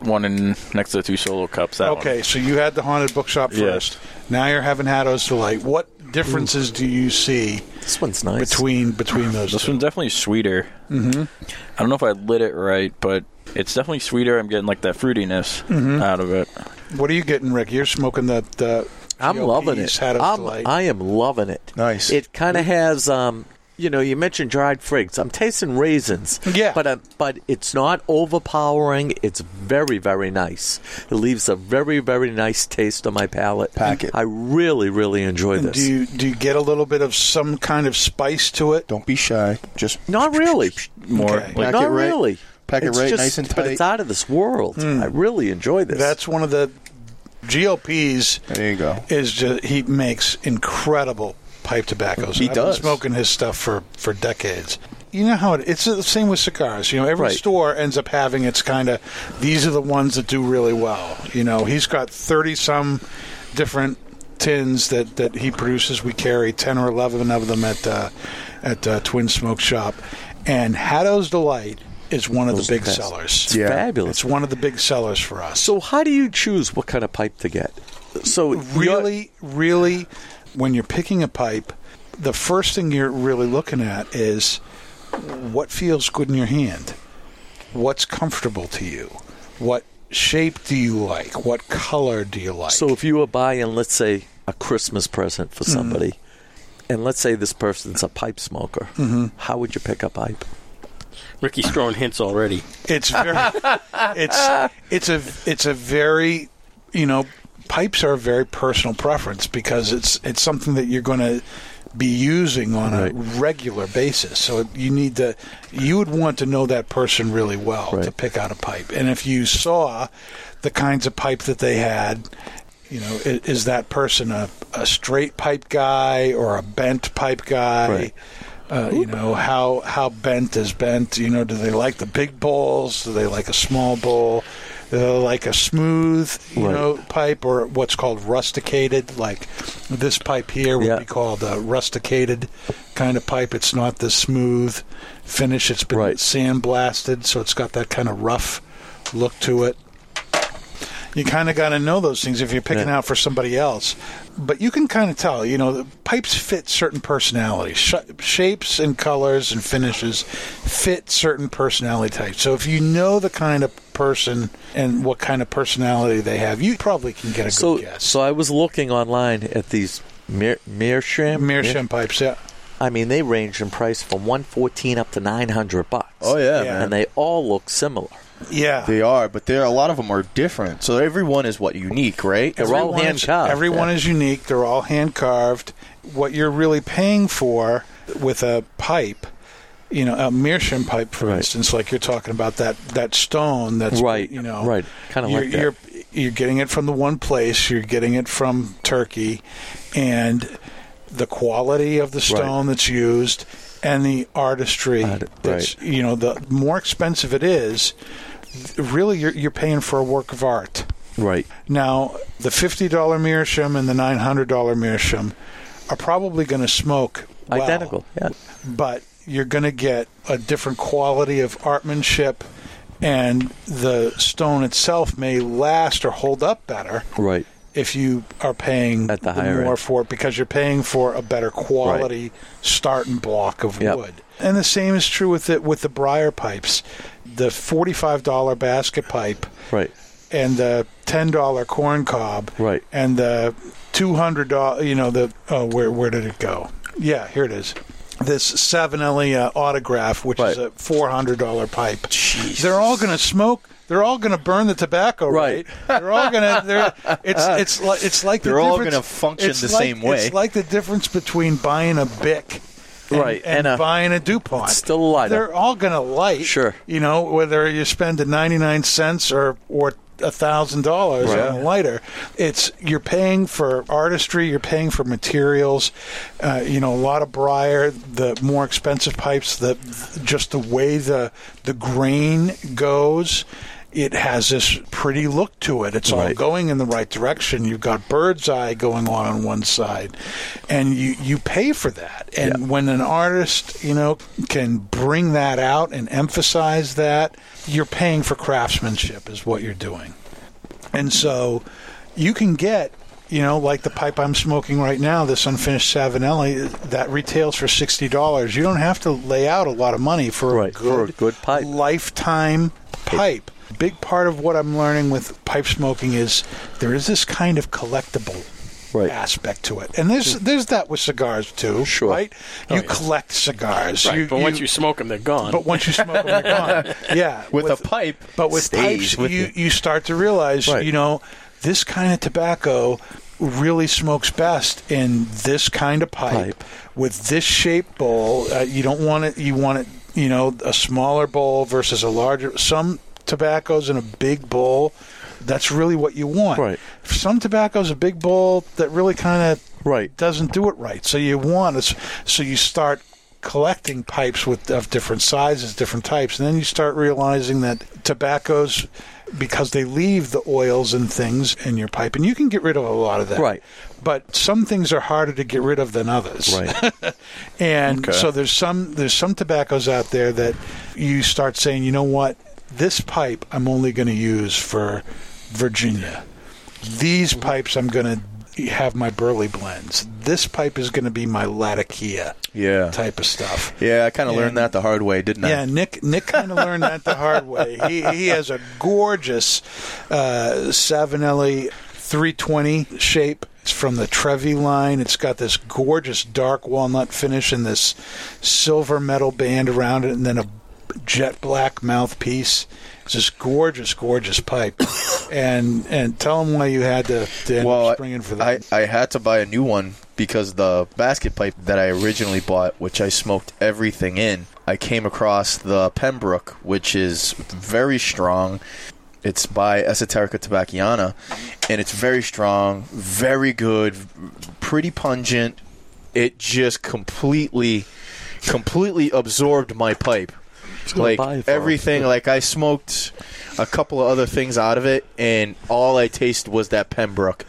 S6: one in next to the two solo cups. That
S4: okay, so you had the haunted bookshop
S6: Yes.
S4: first. Now you're having Haddo's delight. What differences do you see?
S13: This one's nice
S4: between between those.
S6: This one's definitely sweeter.
S4: Mhm.
S6: I don't know if I lit it right, but it's definitely sweeter. I'm getting like that fruitiness
S4: Mhm.
S6: out of it.
S4: What are you getting, Rick? You're smoking that. Uh,
S13: I'm loving it.
S4: Haddo's
S13: I'm,
S4: delight.
S13: I am loving it.
S12: Nice.
S13: It kind of has um, you know, you mentioned dried figs. I'm tasting raisins.
S4: Yeah.
S13: But uh, but it's not overpowering. It's very very nice. It leaves a very very nice taste on my palate.
S4: Packet.
S13: I really really enjoy
S4: And
S13: this.
S4: do you do you get a little bit of some kind of spice to it? Don't be shy. Just
S13: not really.
S4: More
S13: Like, not really.
S4: Pack it
S13: It's
S4: right,
S13: just-
S4: nice and
S13: But
S4: tight. Hmm.
S13: it's out of this world. I really enjoy this.
S4: That's one of the GLPs. There you go. Is just, he makes incredible pipe tobaccos.
S12: He
S4: I've
S12: does.
S4: been smoking his stuff for for decades. You know how it, it's the same with cigars. You know, every
S12: Right.
S4: store ends up having its kind of these are the ones that do really well. You know, he's got thirty some different tins that that he produces. We carry ten or eleven of them at uh, at uh, Twin Smoke Shop, and Haddo's Delight is one of the
S13: Those
S4: big
S13: best.
S4: sellers.
S13: It's fabulous.
S4: It's one of the big sellers for us.
S13: So how do you choose what kind of pipe to get? So
S4: really, really, when you're picking a pipe, the first thing you're really looking at is what feels good in your hand, what's comfortable to you, what shape do you like, what color do you like.
S13: So if you were buying, let's say, a Christmas present for
S4: Mhm.
S13: somebody, and let's say this person's a pipe smoker,
S4: Mhm.
S13: how would you pick a pipe?
S1: Ricky's throwing hints already.
S4: It's very, it's it's a it's a very, you know, pipes are a very personal preference because it's it's something that you're going to be using on a regular basis. So you need to you would want to know that person really well to pick out a pipe. And if you saw the kinds of pipe that they had, you know, is, is that person a, a straight pipe guy or a bent pipe guy?
S13: Right.
S4: Uh, you know how how bent is bent. You know, do they like the big bowls? Do they like a small bowl? Do they like a smooth, you
S13: Right.
S4: know, pipe or what's called rusticated? Like this pipe here would be called a rusticated kind of pipe. It's not the smooth finish. It's been sandblasted, so it's got that kind of rough look to it you kind of got to know those things if you're picking out for somebody else. But you can kind of tell, you know, the pipes fit certain personalities, Sh- shapes and colors and finishes fit certain personality types. So if you know the kind of person and what kind of personality they have, you probably can get a
S13: so,
S4: good guess.
S13: So I was looking online at these mer- meerschaum
S4: Meerschaum pipes. Yeah.
S13: I mean, they range in price from one fourteen up to nine hundred bucks.
S12: Oh, yeah, Yeah. man.
S13: and they all look similar.
S4: Yeah,
S12: they are, but there a lot of them are different. So everyone is what unique, right?
S4: Everyone is- Everyone is unique. They're all hand carved. What you're really paying for with a pipe, you know, a meerschaum pipe, for instance, like you're talking about that that stone that's
S13: Right,
S4: You know,
S13: right. Kinda
S4: you're-
S13: like that.
S4: You're you're getting it from the one place. You're getting it from Turkey, and the quality of the stone that's used and the artistry that's you know the more expensive it is really you're, you're paying for a work of art
S13: Right.
S4: now, the $50 meerschaum and the $900 meerschaum are probably going to smoke well,
S13: Identical, yeah.
S4: But you're going to get a different quality of artmanship, and the stone itself may last or hold up better
S13: Right.
S4: if you are paying
S13: At
S4: the
S13: the higher
S4: more
S13: end.
S4: for it because you're paying for a better quality starting block of
S13: Yep.
S4: wood. And the same is true with the, with the briar pipes. The $45 basket pipe
S13: Right.
S4: and the ten dollar corn cob,
S13: Right.
S4: and the two hundred dollar, you know, the oh, where where did it go? Yeah, here it is. This Savinelli uh, autograph, which is a four hundred dollar pipe. They're all going to smoke. They're all going to burn the tobacco, right? They're all going to. They're it's it's like it's like the
S12: They're all
S4: difference-
S12: gonna function
S4: it's
S12: the
S4: like-
S12: same way.
S4: It's like the difference between buying a Bic. And,
S12: Right,
S4: and,
S12: and a-
S4: buying a Dupont.
S12: It's still a lighter.
S4: They're all going to light.
S13: Sure.
S4: You know, whether you're spending 99 cents or or thousand dollars
S13: Right.
S4: on a lighter, it's you're paying for artistry. You're paying for materials. Uh, you know, a lot of briar, the more expensive pipes, the just the way the the grain goes. It has this pretty look to it. It's all going in the right direction. You've got bird's eye going on on one side, and you you pay for that. And when an artist, you know, can bring that out and emphasize that, you're paying for craftsmanship is what you're doing. And so you can get, you know, like the pipe I'm smoking right now, this unfinished Savinelli, that retails for $60. You don't have to lay out a lot of money for a good,
S13: good pipe.
S4: lifetime pipe. Big part of what I'm learning with pipe smoking is there is this kind of collectible
S13: Right.
S4: aspect to it. And there's there's that with cigars too, sure. right?
S1: Oh,
S4: You collect cigars,
S1: Right, but once you smoke them, they're gone.
S4: But once you smoke them, they're gone. Yeah,
S1: With a pipe,
S4: But with
S1: stays
S4: pipes,
S1: with
S4: you
S1: you.
S4: you start to realize,
S1: Right.
S4: you know, this kind of tobacco really smokes best in this kind of pipe, with this shape bowl. Uh, you don't want it. You want it. You know, a smaller bowl versus a larger. Some tobaccos in a big bowl. That's really what you want. Right. Some tobaccos a big bowl that really kind of
S13: right
S4: doesn't do it right. So you want it's so you start collecting pipes with of different sizes, different types, and then you start realizing that tobaccos because they leave the oils and things in your pipe, and you can get rid of a lot of that.
S13: Right.
S4: But some things are harder to get rid of than others.
S13: Right.
S4: and
S13: Okay.
S4: so there's some there's some tobaccos out there that you start saying, you know what, this pipe I'm only going to use for Virginia. These pipes I'm going to have my Burley blends. This pipe is going to be my Latakia
S12: Yeah.
S4: type of stuff.
S12: Yeah, I kind of learned
S4: And-
S12: that the hard way, didn't I?
S4: Yeah, Nick. Nick kind of learned that the hard way. He he has a gorgeous uh, Savinelli 320 shape. It's from the Trevi line. It's got this gorgeous dark walnut finish and this silver metal band around it, and then a jet black mouthpiece. It's this gorgeous, gorgeous pipe. and and tell him why you had to, to end
S12: well,
S4: up springing for that.
S12: I, I had to buy a new one because the basket pipe that I originally bought, which I smoked everything in, I came across the Pembroke, which is very strong. It's by Esoterica Tobacchiana, and it's very strong, very good, pretty pungent. It just completely, completely absorbed my pipe.
S13: gonna
S12: Like
S13: buy it for him.
S12: everything, like I smoked a couple of other things out of it, and all I tasted was that Pembroke,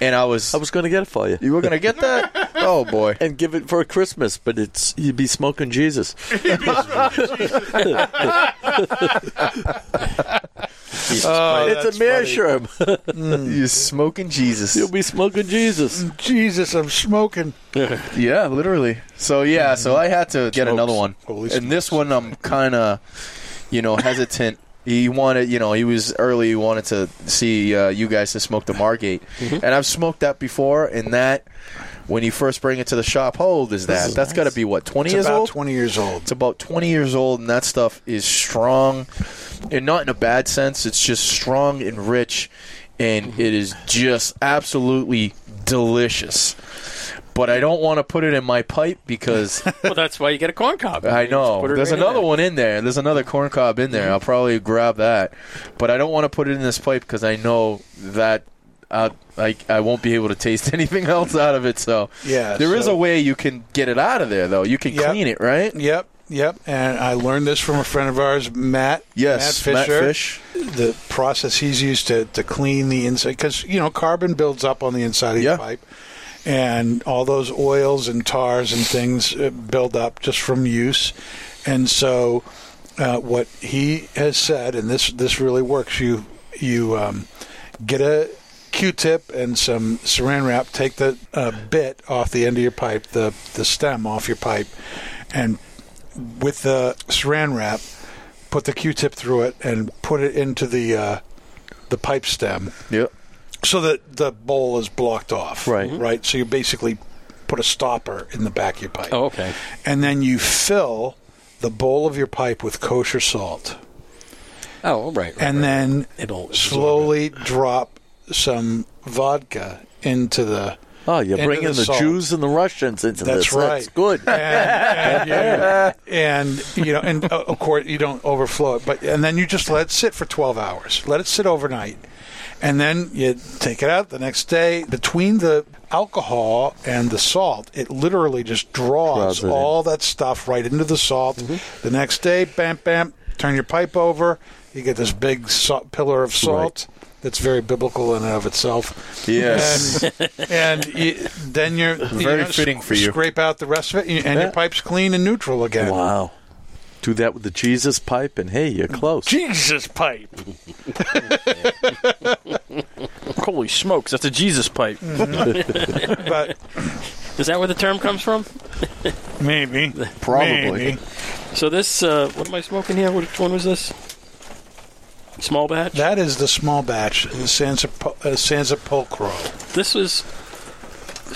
S12: and I was I was
S13: going to get it for you.
S12: You were going to get that? oh boy!
S13: And give it for Christmas, but it's you'd be smoking Jesus.
S4: Oh,
S12: Christ.
S13: it's a meerschaum.
S12: You're smoking Jesus.
S13: You'll be smoking Jesus.
S4: Jesus, I'm smoking.
S12: yeah, literally. So yeah, so I had to get another one, and this one I'm kind of, you know, hesitant. He wanted, you know, he was early. He wanted to see uh, you guys to smoke the Margate, and I've smoked that before. And that, when you first bring it to the shop, how old is that? That's got to be what twenty
S4: It's
S12: years
S4: about
S12: old.
S4: 20 years old.
S12: It's about 20 years old, and that stuff is strong, and not in a bad sense. It's just strong and rich, and it is just absolutely delicious. But I don't want to put it in my pipe because
S1: well, that's why you get a corn cob.
S12: I
S1: You just
S12: know
S1: put it
S12: there's
S1: right in
S12: another
S1: there.
S12: one in there. There's another corn cob in there. I'll probably grab that, but I don't want to put it in this pipe because I know that. I, I, I won't be able to taste anything else out of it. So
S4: Yeah,
S12: there is
S4: so-
S12: a way you can get it out of there though. You can clean it, right?
S4: Yep, yep. And I learned this from a friend of ours, Matt.
S12: Yes,
S4: Matt
S12: Matt
S4: Fisher.
S12: Fish.
S4: The process he's used to, to clean the inside because you know carbon builds up on the inside of your pipe, and all those oils and tars and things uh, build up just from use, and so uh, what he has said, and this this really works. You you um, get a Q-tip and some Saran wrap. Take the uh, bit off the end of your pipe, the the stem off your pipe, and with the Saran wrap, put the Q-tip through it and put it into the uh, the pipe stem.
S12: Yep.
S4: So that the bowl is blocked off.
S13: Right.
S4: Right. So you basically put a stopper in the back of your pipe
S1: Oh, okay.
S4: and then you fill the bowl of your pipe with kosher salt,
S1: Oh, right. right,
S4: and
S1: right.
S4: then
S1: It'll
S4: slowly drop some vodka into the.
S13: Oh, you're
S4: into
S13: bringing the,
S4: salt.
S13: Jews and the Russians into
S4: That's
S13: this.
S4: right.
S13: That's good.
S4: And, and you, and, you know, and uh, of course you don't overflow it, but and then you just let it sit for twelve hours. Let it sit overnight, and then you take it out the next day. Between the alcohol and the salt, it literally just draws
S13: Draws it in. Mm-hmm.
S4: all that stuff right into the salt. The next day, bam, bam, turn your pipe over. You get this big sa pillar of salt. That's very biblical in and of itself.
S12: Yes.
S4: and, and you, then you're
S12: Very
S4: you know,
S12: fitting for you.
S4: Scrape out the rest of it, and
S13: Yeah.
S4: your pipe's clean and neutral again.
S13: Wow. Do that with the Jesus pipe, and hey, you're close.
S4: Jesus pipe.
S6: Holy smokes, that's a Jesus pipe.
S4: but
S1: is that where the term comes from?
S4: Maybe.
S6: Probably.
S4: Maybe.
S1: So this, uh, what am I smoking here? Which one was this? Small batch.
S4: That is the small batch, the Sansa, uh, Sansa Pulcro.
S1: This was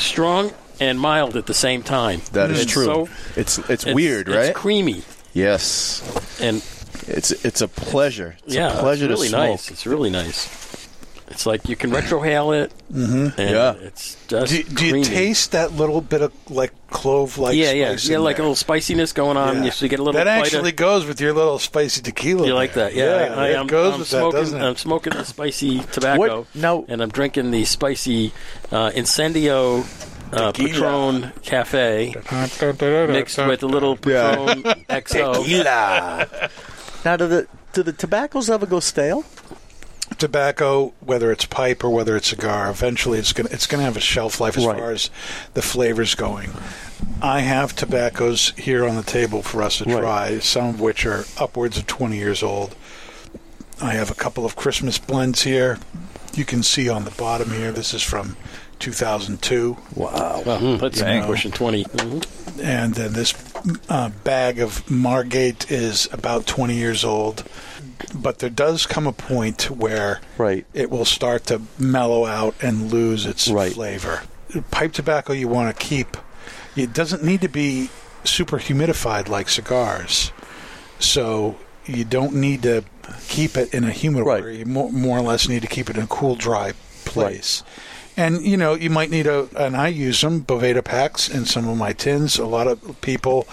S1: strong and mild at the same time.
S12: That is
S1: It's
S12: true.
S1: so-
S12: it's, it's weird, right?
S1: It's creamy.
S12: Yes.
S1: And
S12: it's it's a pleasure. It's
S1: yeah,
S12: a pleasure
S1: it's really
S12: to smoke.
S1: nice. It's really nice. It's like you can retrohale it.
S4: Mhm.
S1: and
S4: Yeah.
S1: it's just
S4: do, do you
S1: creamy.
S4: taste that little bit of like clove like
S1: yeah, yeah,
S4: spice
S1: yeah,
S4: in
S1: like a
S4: there?
S1: little spiciness going on.
S4: Yeah.
S1: You, so you get a little
S4: that
S1: bite of-
S4: actually goes with your little spicy tequila.
S1: You like
S4: there.
S1: that, yeah? I,
S4: it
S1: am
S4: goes
S1: I'm
S4: with
S1: smoking,
S4: that, doesn't it?
S1: I'm smoking the spicy tobacco.
S12: No,
S1: and I'm drinking the spicy uh, Incendio uh, Patron Cafe mixed with a little
S13: Yeah.
S1: Patron XO.
S13: Tequila. now, do the do the tobaccos ever go stale?
S4: Tobacco, whether it's pipe or whether it's cigar, eventually it's gonna it's gonna have a shelf life as far as the flavors going. I have tobaccos here on the table for us to
S13: Right.
S4: try, some of which are upwards of twenty years old. I have a couple of Christmas blends here. You can see on the bottom here. This is from 2002.
S1: Wow, that's
S4: You know.
S1: pushing 20
S4: and then this uh, bag of Margate is about 20 years old. But there does come a point where
S13: right.
S4: it will start to mellow out and lose its flavor. Pipe tobacco you want to keep. It doesn't need to be super humidified like cigars. So you don't need to keep it in a humid right. You more, more or less need to keep it in a cool, dry place. And you know, you might need a, and I use them Boveda packs in some of my tins. A lot of people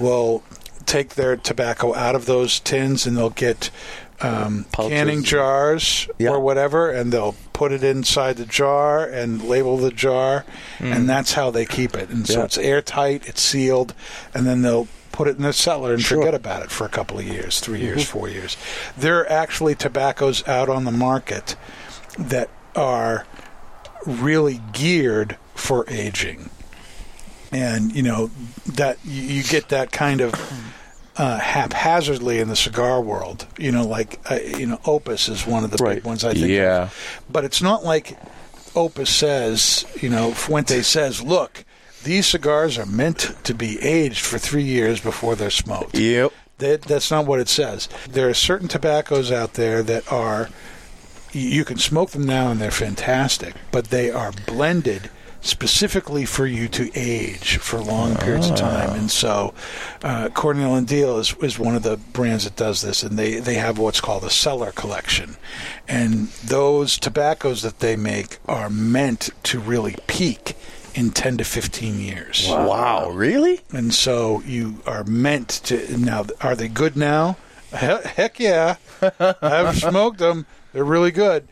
S4: will take their tobacco out of those tins and they'll get um, canning jars or whatever, and they'll put it inside the jar and label the jar, and that's how they keep it. And so
S13: Yeah.
S4: it's airtight, it's sealed, and then they'll put it in the cellar and forget about it for a couple of years, 3 years,
S13: Mhm.
S4: four years. There are actually tobaccos out on the market that are really geared for aging. And you know that you, you get that kind of uh, haphazardly in the cigar world. You know, like uh, you know, Opus is one of the big ones I think.
S12: Yeah.
S4: but it's not like Opus says. You know, Fuente says, "Look, these cigars are meant to be aged for three years before they're smoked."
S12: Yep.
S4: That, that's not what it says. There are certain tobaccos out there that are you can smoke them now and they're fantastic, but they are blended specifically for you to age for long periods of time. And so, uh, Cornell and Deal is, is one of the brands that does this, and they, they have what's called a cellar collection. And those tobaccos that they make are meant to really peak in 10 to 15 years.
S12: Wow. really?
S4: And so you are meant to. Now, are they good now? He- Heck yeah. I've smoked them. They're really good.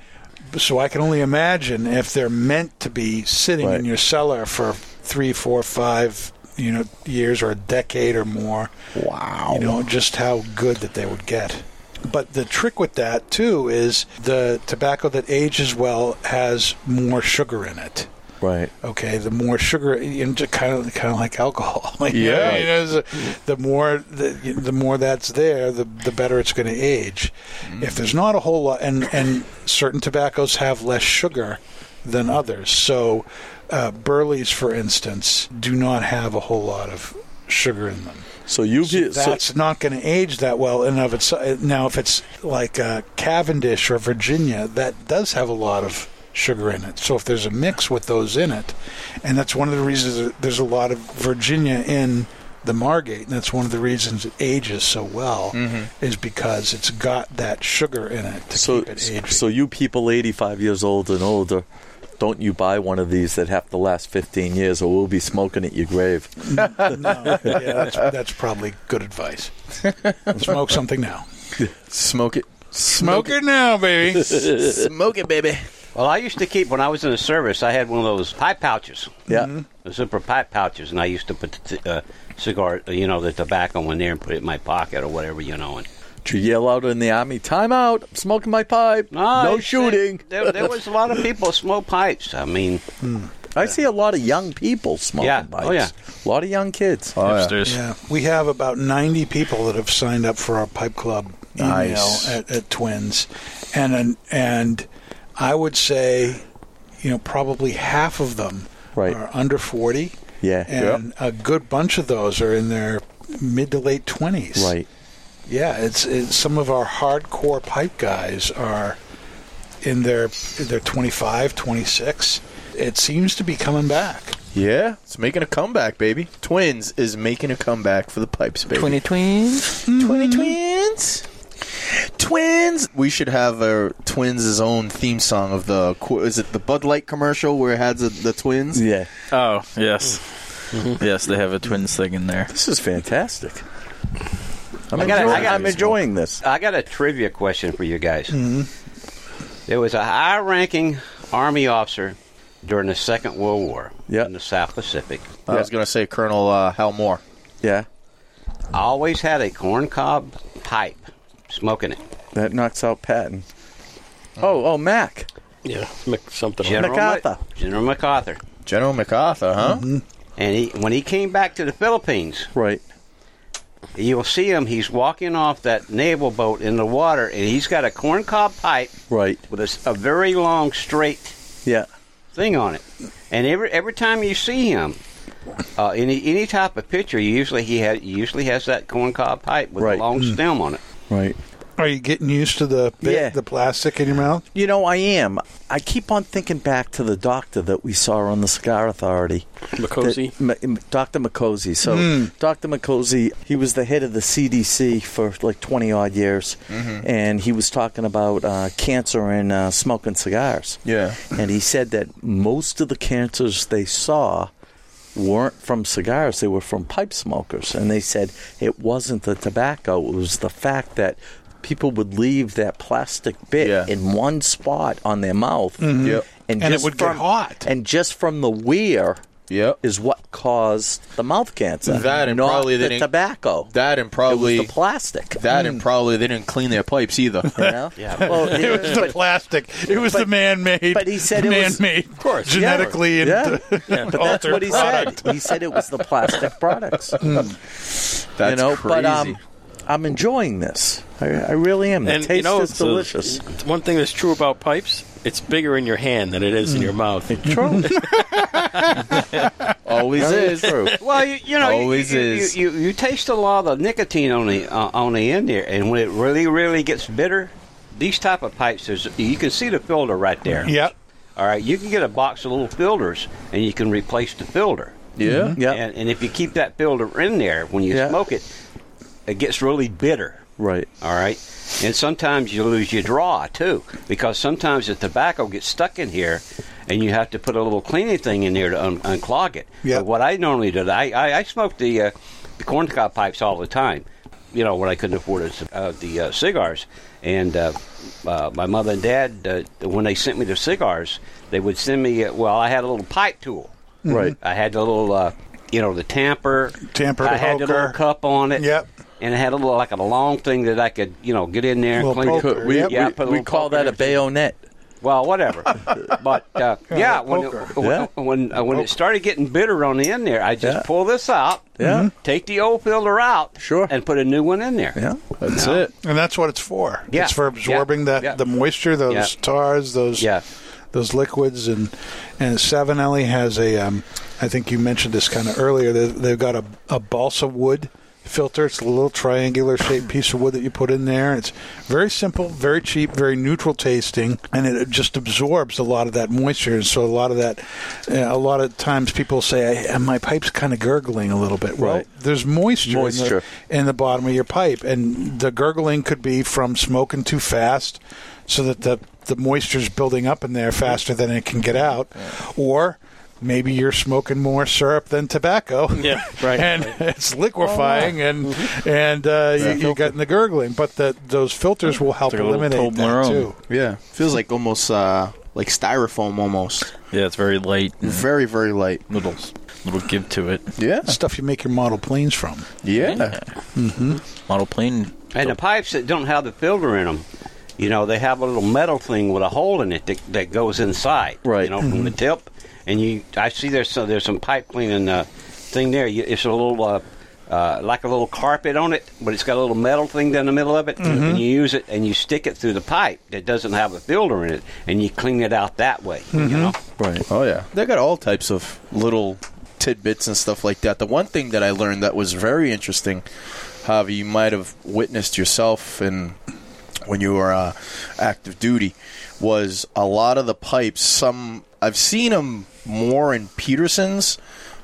S4: So I can only imagine if they're meant to be sitting in your cellar for three, four, five, you know, years or a decade or more. Wow. You know, just how good that they would get. But the trick with that too is the tobacco that ages well has more sugar in it
S13: Right.
S4: okay the more sugar into kind of kind of like alcohol Like,
S13: Yeah.
S4: you know, it's a- the more the, the more that's there the the better it's going to age if there's not a whole lot and and certain tobaccos have less sugar than others so uh, burleys for instance do not have a whole lot of sugar in them
S13: So you've so
S4: that's not going to age that well in and of itself. Now, if it's like uh, Cavendish or Virginia, that does have a lot of sugar in it. So if there's a mix with those in it, and that's one of the reasons that there's a lot of Virginia in the Margate, and that's one of the reasons it ages so well, is because it's got that sugar in it to
S13: so
S4: keep it aging.
S13: so you people 85 years old and older, don't you buy one of these that have to last 15 years, or we'll be smoking at your grave.
S4: no, yeah, that's, that's probably good advice. Smoke something now.
S12: Smoke it.
S4: Smoke it now, baby.
S12: Smoke it, baby.
S5: Well, I used to keep when I was in the service. I had one of those pipe pouches.
S13: Yeah.
S5: The super pipe pouches, and I used to put the t- uh, cigar, you know, the tobacco in there and put it in my pocket or whatever, you know. And
S13: Did you yell out in the army, "Time out! I'm smoking my pipe.
S5: I
S13: no
S5: see-
S13: shooting."
S5: Ah, there, there was a lot of people smoke pipes. I mean,
S13: I see a lot of young people smoking
S5: Yeah.
S13: pipes.
S5: Oh, yeah.
S13: A lot of young kids.
S4: Yeah, we have about 90 people that have signed up for our pipe club email
S13: Nice.
S4: at, at Twins, and and and I would say, you know, probably half of them
S13: Right.
S4: are under 40.
S13: Yeah.
S4: and a good bunch of those are in their mid to late 20s.
S13: Right.
S4: Yeah, it's, it's some of our hardcore pipe guys are in their they're 25, 26. It seems to be coming back.
S12: Yeah, it's making a comeback, baby. Twins is making a comeback for the pipes, baby.
S14: Twenty twins. Twenty
S12: twins. Twins. We should have a Twins' own theme song of the. qu- Is it the Bud Light commercial where it had the, the twins?
S13: Yeah.
S6: Oh Mm-hmm. yes, yes, they have a twins thing in there.
S13: This is fantastic.
S5: I'm I got a- I got a-
S13: I'm enjoying this.
S5: I got a trivia question for you guys.
S13: Mm-hmm.
S5: There was a high ranking Army officer during the Second World War in the South Pacific.
S12: I was gonna say Colonel uh, Hal Moore.
S13: Yeah.
S5: Always had a corncob pipe smoking it.
S13: That knocks out Patton. Oh, oh, Mac.
S1: Yeah, Mc something.
S5: General
S13: MacArthur.
S5: Ma- General MacArthur.
S12: General MacArthur, huh?
S5: And he, when he came back to the Philippines,
S13: right?
S5: You'll see him. He's walking off that naval boat in the water, and he's got a corncob pipe,
S13: right,
S5: with a, s- a very long straight,
S13: yeah,
S5: thing on it. And every every time you see him, uh, any any type of picture, usually he had usually has that corncob pipe with a long stem on it.
S13: Right.
S4: Are you getting used to the bit,
S13: Yeah.
S4: the plastic in your mouth?
S13: You know, I am. I keep on thinking back to the doctor that we saw on the Cigar Authority.
S1: Mikosi?
S13: That- M- M- Dr. Mikosi. So,
S1: Mm.
S13: Dr. Mikosi, he was the head of the CDC for like 20 odd years.
S12: Mhm.
S13: And he was talking about uh, cancer and uh, smoking cigars.
S12: Yeah.
S13: And he said that most of the cancers they saw weren't from cigars, they were from pipe smokers. And they said it wasn't the tobacco, it was the fact that people would leave that plastic bit in one spot on their mouth.
S12: Mm-hmm.
S4: Mhm. Yep. And it
S13: just
S4: would get hot.
S13: And just from the weir. Is what caused the mouth cancer.
S12: That and
S13: not
S12: probably
S13: the
S12: they didn't-
S13: tobacco.
S12: That and probably
S13: It was the plastic.
S12: That and probably they didn't clean their pipes either.
S13: You know? Well,
S4: it was the plastic. It was the man-made.
S13: But he said it was
S4: man-made,
S13: of course,
S4: genetically
S13: yeah.
S4: and
S13: Yeah. But that's
S4: altered
S13: what he
S4: product.
S13: said. He said it was the plastic products.
S12: That's
S13: you know, But um,
S1: crazy.
S13: I'm enjoying this. I, I really am. The
S1: And
S13: taste
S1: you know,
S13: is
S1: it's a-
S13: delicious.
S1: it's one thing that's true about pipes: it's bigger in your hand than it is in your mouth.
S13: True.
S12: Always
S5: Very
S12: is.
S5: true. Well, you, you know, you-
S12: Always
S5: you,
S12: is.
S5: You, you, you taste a lot of the nicotine on the uh, on the end there, and when it really really gets bitter, these type of pipes, there's you can see the filter right there.
S4: Yep.
S5: All right, you can get a box of little filters, and you can replace the filter.
S12: Yeah.
S13: Yeah.
S5: And, and if you keep that filter in there when you smoke it, it gets really bitter.
S13: Right.
S5: All right. And sometimes you lose your draw too, because sometimes the tobacco gets stuck in here, and you have to put a little cleaning thing in there to un- unclog it.
S4: Yeah.
S5: But what I normally did, I I, I smoked the uh, the corncob pipes all the time. You know when I couldn't afford it, uh, the uh, cigars, and uh, uh, my mother and dad, uh, when they sent me the cigars, they would send me. Uh, well, I had a little pipe tool.
S13: Right.
S5: I had the little, uh, you know, the tamper.
S4: Mm-hmm. Tamper,
S5: I had the little
S4: poker.
S5: cup on it.
S4: Yep.
S5: And it had a little, like a long thing that I could, you know, get in there and
S13: Little
S5: clean
S13: poker,
S5: it.
S13: We-
S5: yeah,
S13: we-
S5: I put a
S13: we
S5: little
S13: call
S5: poker
S13: that a bayonet.
S5: Well, whatever. but uh,
S13: Yeah,
S5: yeah,
S13: little
S5: when
S13: poker.
S5: it, when, when, uh, when it started getting bitter on the end there, I just
S13: Yeah.
S5: pull this out.
S13: Yeah.
S5: Take the old filter out. Sure. And put a new one in there.
S13: Yeah.
S12: Mm-hmm.
S4: That's
S5: it.
S4: And that's what it's for.
S5: Yeah.
S4: It's for absorbing that the moisture, those
S5: Yeah.
S4: tars, those those liquids, and and Savinelli has a. Um, I think you mentioned this kind of earlier. They, they've got a, a balsa wood filter. It's a little triangular shaped piece of wood that you put in there. It's very simple, very cheap, very neutral tasting, and it just absorbs a lot of that moisture. And so a lot of that, uh, a lot of times people say, I, "My pipe's kind of gurgling a little bit." Well,
S13: Right.
S4: there's moisture in the-
S13: Moisture.
S4: in the bottom of your pipe, and the gurgling could be from smoking too fast, so that the the moisture's building up in there faster than it can get out, or maybe you're smoking more syrup than tobacco.
S1: Yeah, right.
S4: and it's liquefying, and and uh,
S12: Oh, Mm-hmm. Yeah.
S4: you, you're getting the gurgling, but the, those filters will help eliminate that too.
S12: Yeah, feels like almost uh, like styrofoam almost.
S6: Yeah, it's very light.
S12: Very very light.
S6: Little little give to it.
S12: Yeah.
S4: Stuff you make your model planes from.
S12: Yeah.
S4: Mm-hmm.
S6: Model plane.
S5: And the pipes that don't have the filter in them, you know, they have a little metal thing with a hole in it that, that goes inside. Right. You know, from the tip. And you, I see there's some, there's some pipe cleaning uh, thing there. You, it's a little uh, uh, like a little carpet on it, but it's got a little metal thing down the middle of it.
S4: Mhm.
S5: And you use it and you stick it through the pipe that doesn't have a filter in it, and you clean it out that way. You know.
S12: Right. Oh yeah. They got all types of little tidbits and stuff like that. The one thing that I learned that was very interesting, Javi, you might have witnessed yourself and when you were uh, active duty, was a lot of the pipes. Some I've seen them more in Peterson's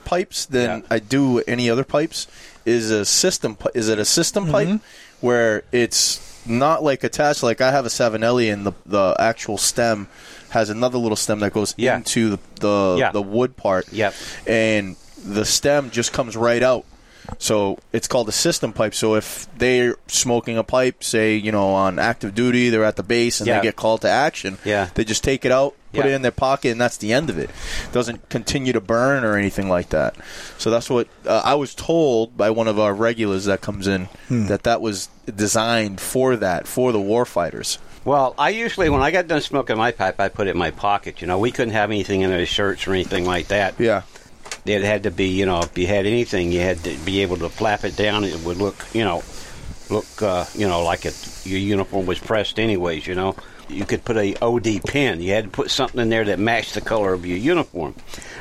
S12: pipes than I do any other pipes is a system. pi- Is it a system pipe where it's not like attached? Like I have a Savinelli, and the the actual stem has another little stem that goes into the the,
S5: Yeah.
S12: the wood part. Yep. And the stem just comes right out. So it's called a system pipe. So if they're smoking a pipe, say you know on active duty, they're at the base and
S5: Yeah.
S12: they get called to action.
S5: Yeah.
S12: They just take it out, put it
S5: Yeah.
S12: in their pocket, and that's the end of it. doesn't continue to burn or anything like that. So that's what uh, I was told by one of our regulars that comes in
S5: Hmm.
S12: that that was designed for that for the warfighters.
S5: Well, I usually, when I got done smoking my pipe, I put it in my pocket. You know, we couldn't have anything in our shirts or anything like that.
S12: Yeah.
S5: It had to be, you know, if you had anything, you had to be able to flap it down. It would look, you know, look, uh, you know, like it, your uniform was pressed, anyways, you know. You could put a OD pin. You had to put something in there that matched the color of your uniform.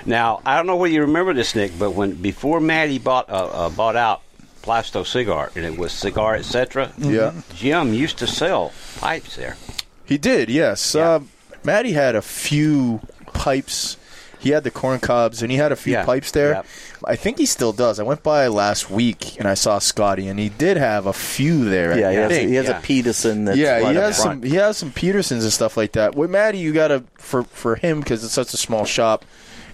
S5: Now, I don't know whether you remember this, Nick, but when before Maddie bought uh, uh, bought out Plasto Cigar, and it was Cigar Etc.
S12: Yeah.
S5: Jim used to sell pipes there.
S12: He did, yes. Um, Maddie had a few pipes. He had the corn cobs, and he had a few
S5: Yeah,
S12: pipes there.
S5: yeah.
S12: I think he still does. I went by last week and I saw Scotty, and he did have a few there.
S13: Yeah,
S12: I
S13: he has,
S12: think.
S13: he has a Peterson. That's
S12: yeah,
S13: right
S12: he
S13: up
S12: has
S13: front.
S12: some. He has some Petersons and stuff like that. With Maddie, you gotta for for him because it's such a small shop.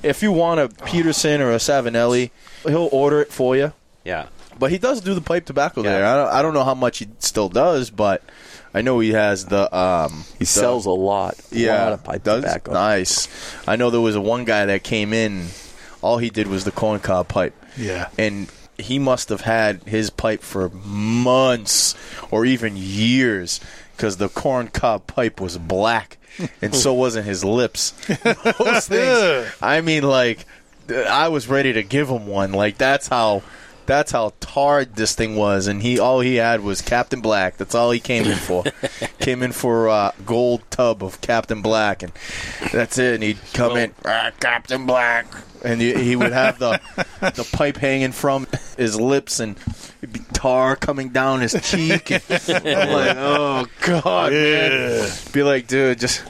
S12: If you want a Peterson or a Savinelli, he'll order it for you.
S5: Yeah.
S12: But he does do the pipe tobacco there. I don't, I don't know how much he still does, but I know he has the. Um, he
S13: sells a lot. A
S12: Yeah,
S13: lot of pipe
S12: does-
S13: tobacco.
S12: Nice. I know there was one guy that came in. All he did was the corn cob pipe.
S4: Yeah.
S12: and he must have had his pipe for months or even years because the corn cob pipe was black, and so wasn't his lips. Those things. I mean, like, th- I was ready to give him one. Like that's how. That's how tarred this thing was, and he all he had was Captain Black. That's all he came in for. came in for uh, gold tub of Captain Black, and that's it. And he'd come in, "Ah, Captain Black, and he, he would have the the pipe hanging from his lips, and it'd be tar coming down his cheek. And I'm like, oh god, man. Be like, dude, just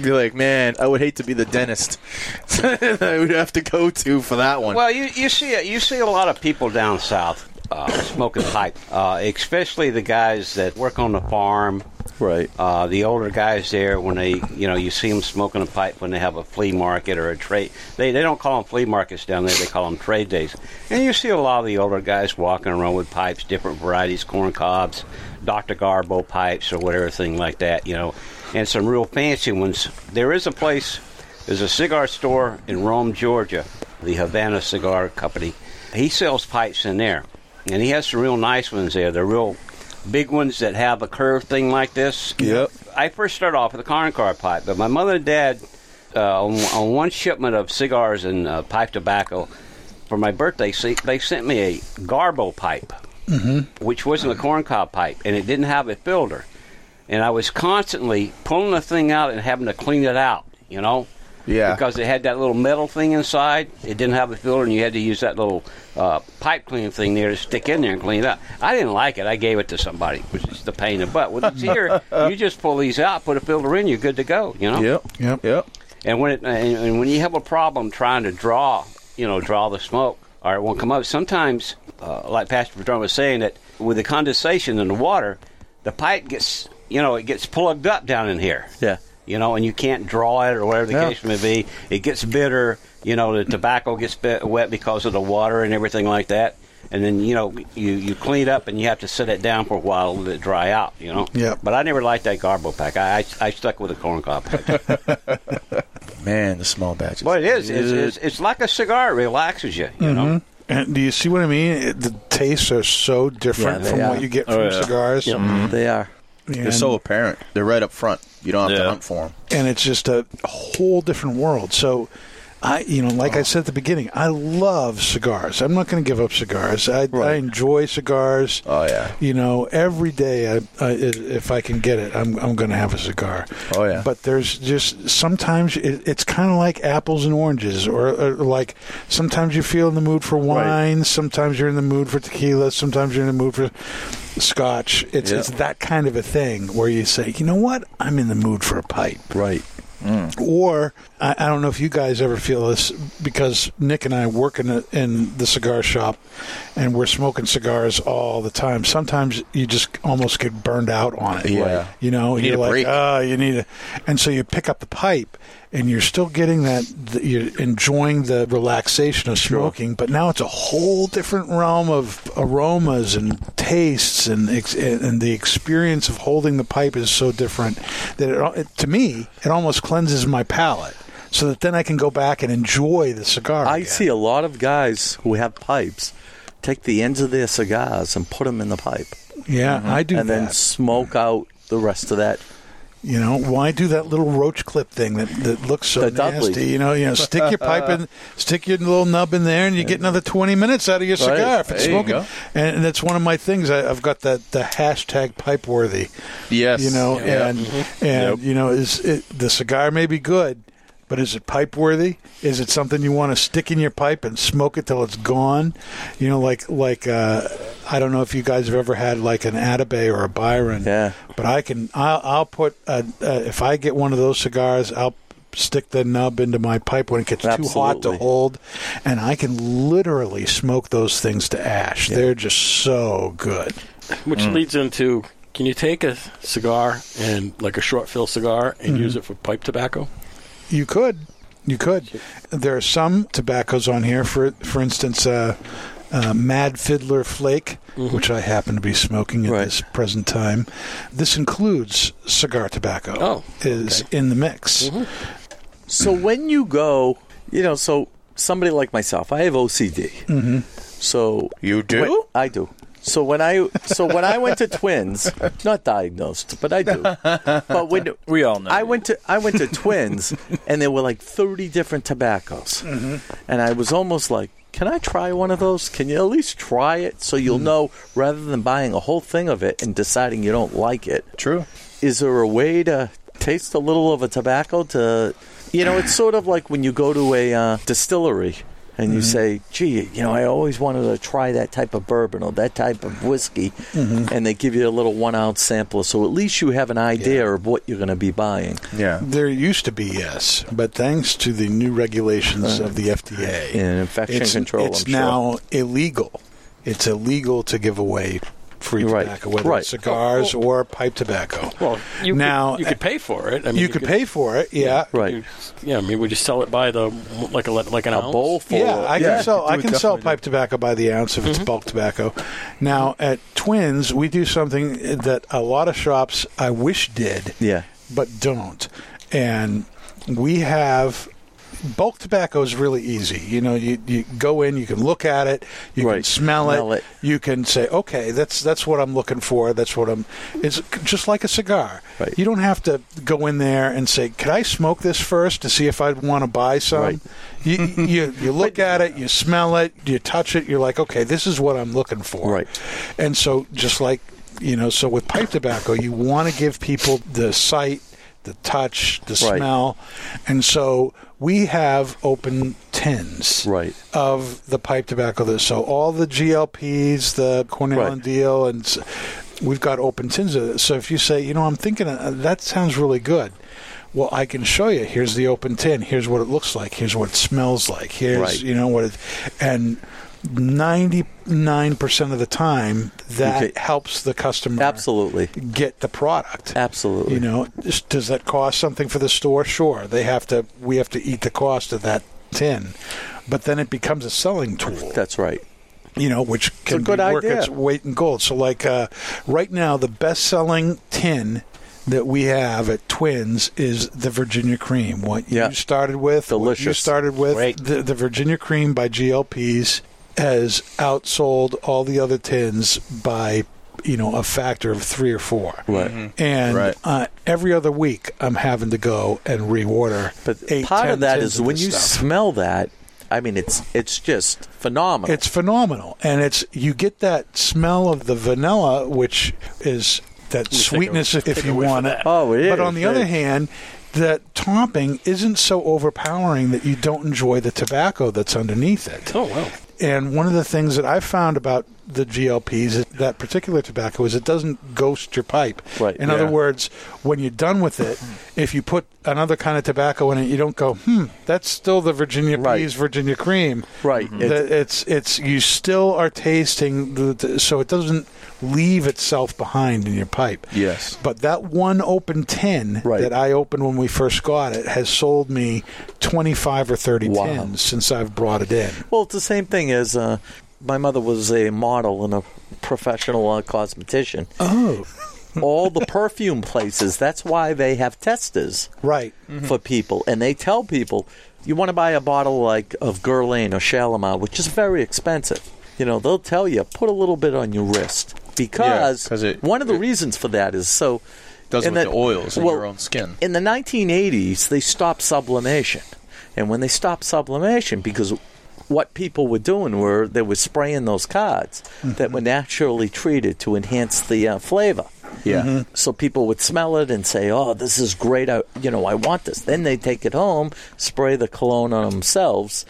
S12: be like, man, I would hate to be the dentist. I would have to go to for that one.
S5: Well, you, you see you see a lot of people down south uh, smoking pipe, uh, especially the guys that work on the farm.
S13: Right.
S5: Uh, the older guys there, when they you know you see them smoking a pipe when they have a flea market or a trade. They they don't call them flea markets down there; they call them trade days. And you see a lot of the older guys walking around with pipes, different varieties, corn cobs, Dr. Garbo pipes, or whatever thing like that. You know, and some real fancy ones. There is a place there's a cigar store in Rome, Georgia, the Havana Cigar Company. He sells pipes in there, and he has some real nice ones there. They're real big ones that have a curved thing like this. Yep. I first started off with a corn car pipe, but my mother and dad, uh, on, on one shipment of cigars and uh, pipe tobacco for my birthday, see, they sent me a Garbo pipe
S4: Mm-hmm.
S5: which wasn't a corncob pipe, and it didn't have a filter. And I was constantly pulling the thing out and having to clean it out, you know?
S12: Yeah.
S5: Because it had that little metal thing inside. It didn't have a filter, and you had to use that little uh, pipe cleaning thing there to stick in there and clean it up. I didn't like it. I gave it to somebody, which is the pain in the butt. With this here, you just pull these out, put a filter in, you're good to go, you know?
S12: Yep. Yep. Yep.
S5: And when it, and, and when you have a problem trying to draw, you know, draw the smoke, or it won't come up. Sometimes, uh, like Pastor Padron was saying, that with the condensation in the water, the pipe gets, you know, it gets plugged up down in here.
S13: Yeah.
S5: You know, and you can't draw it or whatever the
S13: Yeah.
S5: case may be. It gets bitter. You know, the tobacco gets bit wet because of the water and everything like that. And then you know you you clean it up and you have to set it down for a while let it dry out. You know.
S4: Yeah.
S5: But I never liked that Garbo pack. I I, I stuck with the corn cob.
S12: Man, the small batches.
S5: Well, it is. It's, it's, it's like a cigar. It relaxes you. You know.
S4: And do you see what I mean? It- the tastes are so different from what you
S12: Oh,
S4: get from cigars.
S12: Mm-hmm.
S13: They are.
S4: And,
S12: Mm. They're so apparent. They're right up front. You don't have
S4: Yeah.
S12: to hunt for them.
S4: and it's just a whole different world. So, I, you know, like I said at the beginning, I love cigars. I'm not going to give up cigars. I, I enjoy cigars.
S12: Oh yeah.
S4: You know, every day, I, I, if I can get it, I'm, I'm going to have a cigar.
S12: Oh yeah.
S4: But there's just sometimes it, it's kind of like apples and oranges, or, or like sometimes you feel in the mood for wine, sometimes you're in the mood for tequila, sometimes you're in the mood for scotch. It's
S13: Yeah.
S4: it's that kind of a thing where you say, you know what, I'm in the mood for a pipe,
S13: right?
S4: Or I, I don't know if you guys ever feel this because Nick and I work in, a, in the cigar shop, and we're smoking cigars all the time. Sometimes you just almost get burned out on it.
S12: Yeah.
S4: you know,
S12: You need
S4: are
S12: a
S4: like,
S12: break.
S4: ah, you need a, and so you pick up the pipe, and you're still getting that. The, you're enjoying the relaxation of smoking, but now it's a whole different realm of aromas and tastes, and ex- and the experience of holding the pipe is so different that it, al- it to me it almost cleanses my palate, so that then I can go back and enjoy the
S12: Oh,
S4: cigar.
S13: I see a lot of guys who have pipes take the ends of their cigars and put them in the pipe.
S4: Yeah, I do
S13: Mm-hmm. And then
S4: that.
S13: smoke out the rest of that.
S4: You know why do that little roach clip thing that, that looks so
S13: The Dudley.
S4: nasty? You know, you know, stick your pipe in, stick your little nub in there, and you get another twenty minutes out of your
S13: Right.
S4: cigar if it's
S12: There you
S4: smoking.
S12: go.
S4: And that's one of my things. I, I've got that the hashtag pipeworthy.
S12: Yes.
S4: you know,
S12: Yeah.
S4: and
S12: Mhm.
S4: and you know, is it, the cigar may be good, but is it pipe worthy? Is it something you want to stick in your pipe and smoke it till it's gone? You know, like like uh, I don't know if you guys have ever had like an Atabey or a Byron. Yeah. But I can I'll, I'll put a, uh if I get one of those cigars, I'll stick the nub into my pipe when it gets too hot to
S13: Absolutely.
S4: hold and I can literally smoke those things to ash. They're just so good.
S1: Which leads into can you take a cigar and like a short fill cigar and
S4: Mhm.
S1: use it for pipe tobacco?
S4: You could, you could. There are some tobaccos on here. For for instance, uh, uh, Mad Fiddler Flake, which I happen to be smoking at this present time. This includes cigar tobacco.
S1: Oh,
S4: is in the mix.
S13: So when you go, you know, so somebody like myself, I have OCD.
S4: Mhm.
S13: So
S12: you do?
S13: I do. So when I so when I went to Twins, not diagnosed, but I do. But when
S6: we all know,
S13: I went to I went to Twins, and there were like thirty different tobaccos,
S6: Mm-hmm.
S13: and I was almost like, "Can I try one of those? Can you at least try it so you'll
S6: Mm.
S13: know rather than buying a whole thing of it and deciding you don't like it?"
S12: True.
S13: Is there a way to taste a little of a tobacco to, you know, it's sort of like when you go to a uh, distillery and
S4: Mm-hmm.
S13: you say, gee, you know, I always wanted to try that type of bourbon or that type of whiskey.
S4: Mhm.
S13: And they give you a little one ounce sampler. So at least you have an idea of what you're going to be buying.
S12: Yeah.
S4: There used to be yes, but thanks to the new regulations of the FDA
S13: And infection
S4: it's,
S13: control,
S4: it's
S13: I'm sure.
S4: now illegal. It's illegal to give away free tobacco, whether
S13: right.
S4: it's cigars or pipe tobacco.
S1: Well, you
S4: now
S1: could, you could pay for it.
S4: you could pay for it. Yeah,
S13: right.
S1: Yeah, I mean, would you sell it by the like a like an ounce?
S4: Yeah, I can sell. I can sell pipe tobacco by the ounce if it's bulk tobacco. Now at Twins, we do something that a lot of shops I wish did,
S13: Yeah.
S4: but don't. And we have bulk tobacco is really easy. You know, you, you go in, you can look at it, you can smell,
S13: Smell
S4: it, you can say, okay, that's that's what I'm looking for. That's what I'm. It's just like a cigar. You don't have to go in there and say, could I smoke this first to see if I'd want to buy some. You, you you look at it, you smell it, you touch it, you're like, okay, this is what I'm looking for. Right. And so just like you know, so with pipe tobacco, you want to give people the sight, the touch, the
S13: Right.
S4: smell, and so we have open tins
S13: right.
S4: of the pipe tobacco. That so all the GLPs, the Cornell
S13: Right.
S4: and Deal, and s- we've got open tins of it. So if you say, you know, I'm thinking uh, that sounds really good. Well, I can show you. Here's the open tin. Here's what it looks like. Here's what it smells like. Here's
S13: Right.
S4: you know what it and. 99% of the time that
S13: Okay.
S4: helps the customer
S13: absolutely
S4: get the product
S13: absolutely
S4: you know s- does that cost something for the store sure they have to we have to eat the cost of that tin but then it becomes a selling tool
S13: that's right
S4: you know which can
S13: good
S4: be work
S13: idea.
S4: its weight in gold so like uh, right now the best selling tin that we have at Twins is the Virginia Cream. What you started with, delicious. you started with the, the Virginia Cream by GLPs has outsold all the other tins by you know a factor of three or four.
S13: Right. Mhm.
S4: And
S13: Right.
S4: uh, every other week, I'm having to go and reorder.
S13: But
S4: eight,
S13: part of
S4: ten
S13: that
S4: tins
S13: is
S4: of
S13: when
S4: this
S13: you
S4: stuff.
S13: smell that. I mean, it's it's just phenomenal.
S4: It's phenomenal, and it's you get that smell of the vanilla, which is that
S13: take
S4: sweetness
S13: a-
S4: if,
S13: take
S4: if you
S13: away from
S4: want it.
S13: that. Oh, it
S4: But
S13: is,
S4: on the
S13: it
S4: other
S13: is.
S4: hand, that topping isn't so overpowering that you don't enjoy the tobacco that's underneath it.
S1: Oh wow!
S4: And one of the things that I found about the GLPs, it- that particular tobacco, is it doesn't ghost your pipe.
S13: Right,
S4: In other
S13: yeah.
S4: words, when you're done with it, if you put another kind of tobacco in it, you don't go, hmm, that's still the Virginia peas, Virginia cream.
S13: Right.
S4: The- it's it's you still are tasting the, the so it doesn't leave itself behind in your pipe.
S13: Yes.
S4: But that one open tin that I opened when we first got it has sold me twenty five or thirty
S13: Wow.
S4: tins since I've brought it in.
S13: Well, it's the same thing as uh, my mother was a model and a professional uh, cosmetician.
S4: Oh.
S13: All the perfume places, that's why they have testers.
S4: Right.
S12: Mm-hmm.
S13: For people. And they tell people, you want to buy a bottle like of Guerlain or Shalimar, which is very expensive. You know, they'll tell you, put a little bit on your wrist. Because one of the reasons for that is so.
S12: Does
S13: and
S12: with
S13: that-
S12: the oils in
S13: well,
S12: your own skin.
S13: in the 1980s, they stopped sublimation. And when they stopped sublimation, because what people were doing were they were spraying those cards
S12: Mm-hmm.
S13: that were naturally treated to enhance the uh, flavor.
S12: Yeah. Mhm.
S13: So people would smell it and say, "Oh, this is great. I, you know, I want this." Then they take it home, spray the cologne on themselves,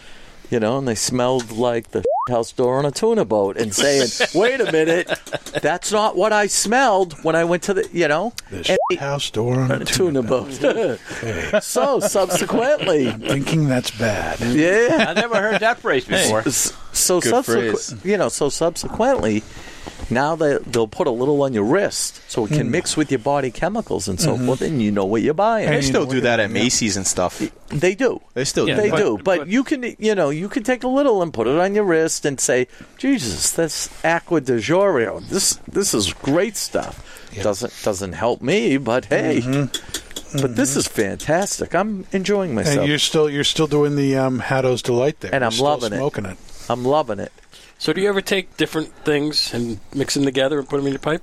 S13: you know, and they smelled like the house door on a tuna boat and saying, "Wait a minute, that's not what I smelled when I went to the, you know,
S4: the house door on a
S13: tuna, boat." so subsequently,
S4: thinking that's bad.
S13: Yeah,
S5: I never heard that phrase before.
S13: S- So
S5: Good
S13: subsequent,
S5: phrase.
S13: you know, so subsequently, now they they'll put a little on your wrist so it can
S12: Mm.
S13: mix with your body chemicals and so
S12: Mhm.
S13: forth, Mm-hmm. and you know what you're buying.
S12: they still do that at Macy's and stuff.
S13: They do.
S12: They still do.
S13: they
S12: that.
S13: do, but, you can, you know, you can take a little and put it on your wrist and say, "Jesus, that's Aqua de Jorio. This this is great stuff." Doesn't doesn't help me, but hey, but this is fantastic. I'm enjoying myself.
S4: And you're still you're still doing the um, Haddo's delight there,
S13: And
S4: You're
S13: I'm
S4: still
S13: loving it.
S4: smoking it.
S13: I'm loving it.
S1: So, do you ever take different things and mix them together and put them in your pipe?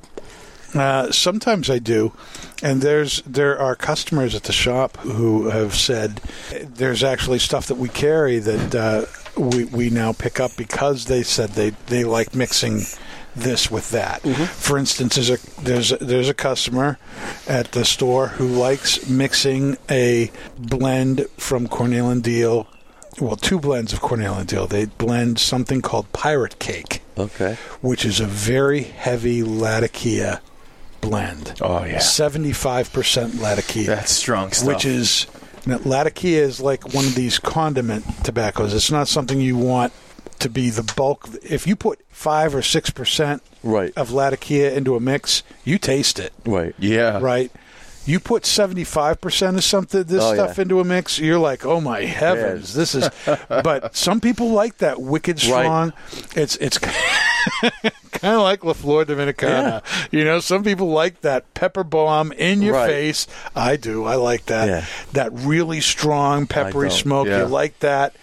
S4: Uh, sometimes I do, and there's there are customers at the shop who have said there's actually stuff that we carry that uh, we we now pick up because they said they they like mixing this with that. For instance, there's a there's a, there's a customer at the store who likes mixing a blend from Cornell and Deal. Well, two blends of Cornell and Deal. They blend something called Pirate Cake
S13: Okay.
S4: which is a very heavy Latakia blend.
S12: Oh, yeah.
S4: 75% Latakia.
S12: That's strong stuff.
S4: Which is now, Latakia is like one of these condiment tobaccos. It's not something you want to be the bulk. If you put 5 or 6%
S13: right.
S4: of Latakia into a mix, you taste it.
S13: Right.
S12: Yeah.
S4: Right. You put 75% of something this
S12: Oh,
S4: stuff
S12: yeah.
S4: into a mix, you're like, "Oh my heavens,
S12: Yes.
S4: this is but some people like that wicked
S12: Right.
S4: strong. It's it's kind of like La Flor Dominicana. You know, some people like that pepper bomb in your
S13: Right.
S4: face. I do. I like that.
S12: Yeah.
S4: That really strong peppery
S12: don't.
S4: smoke.
S12: Yeah.
S4: You like that.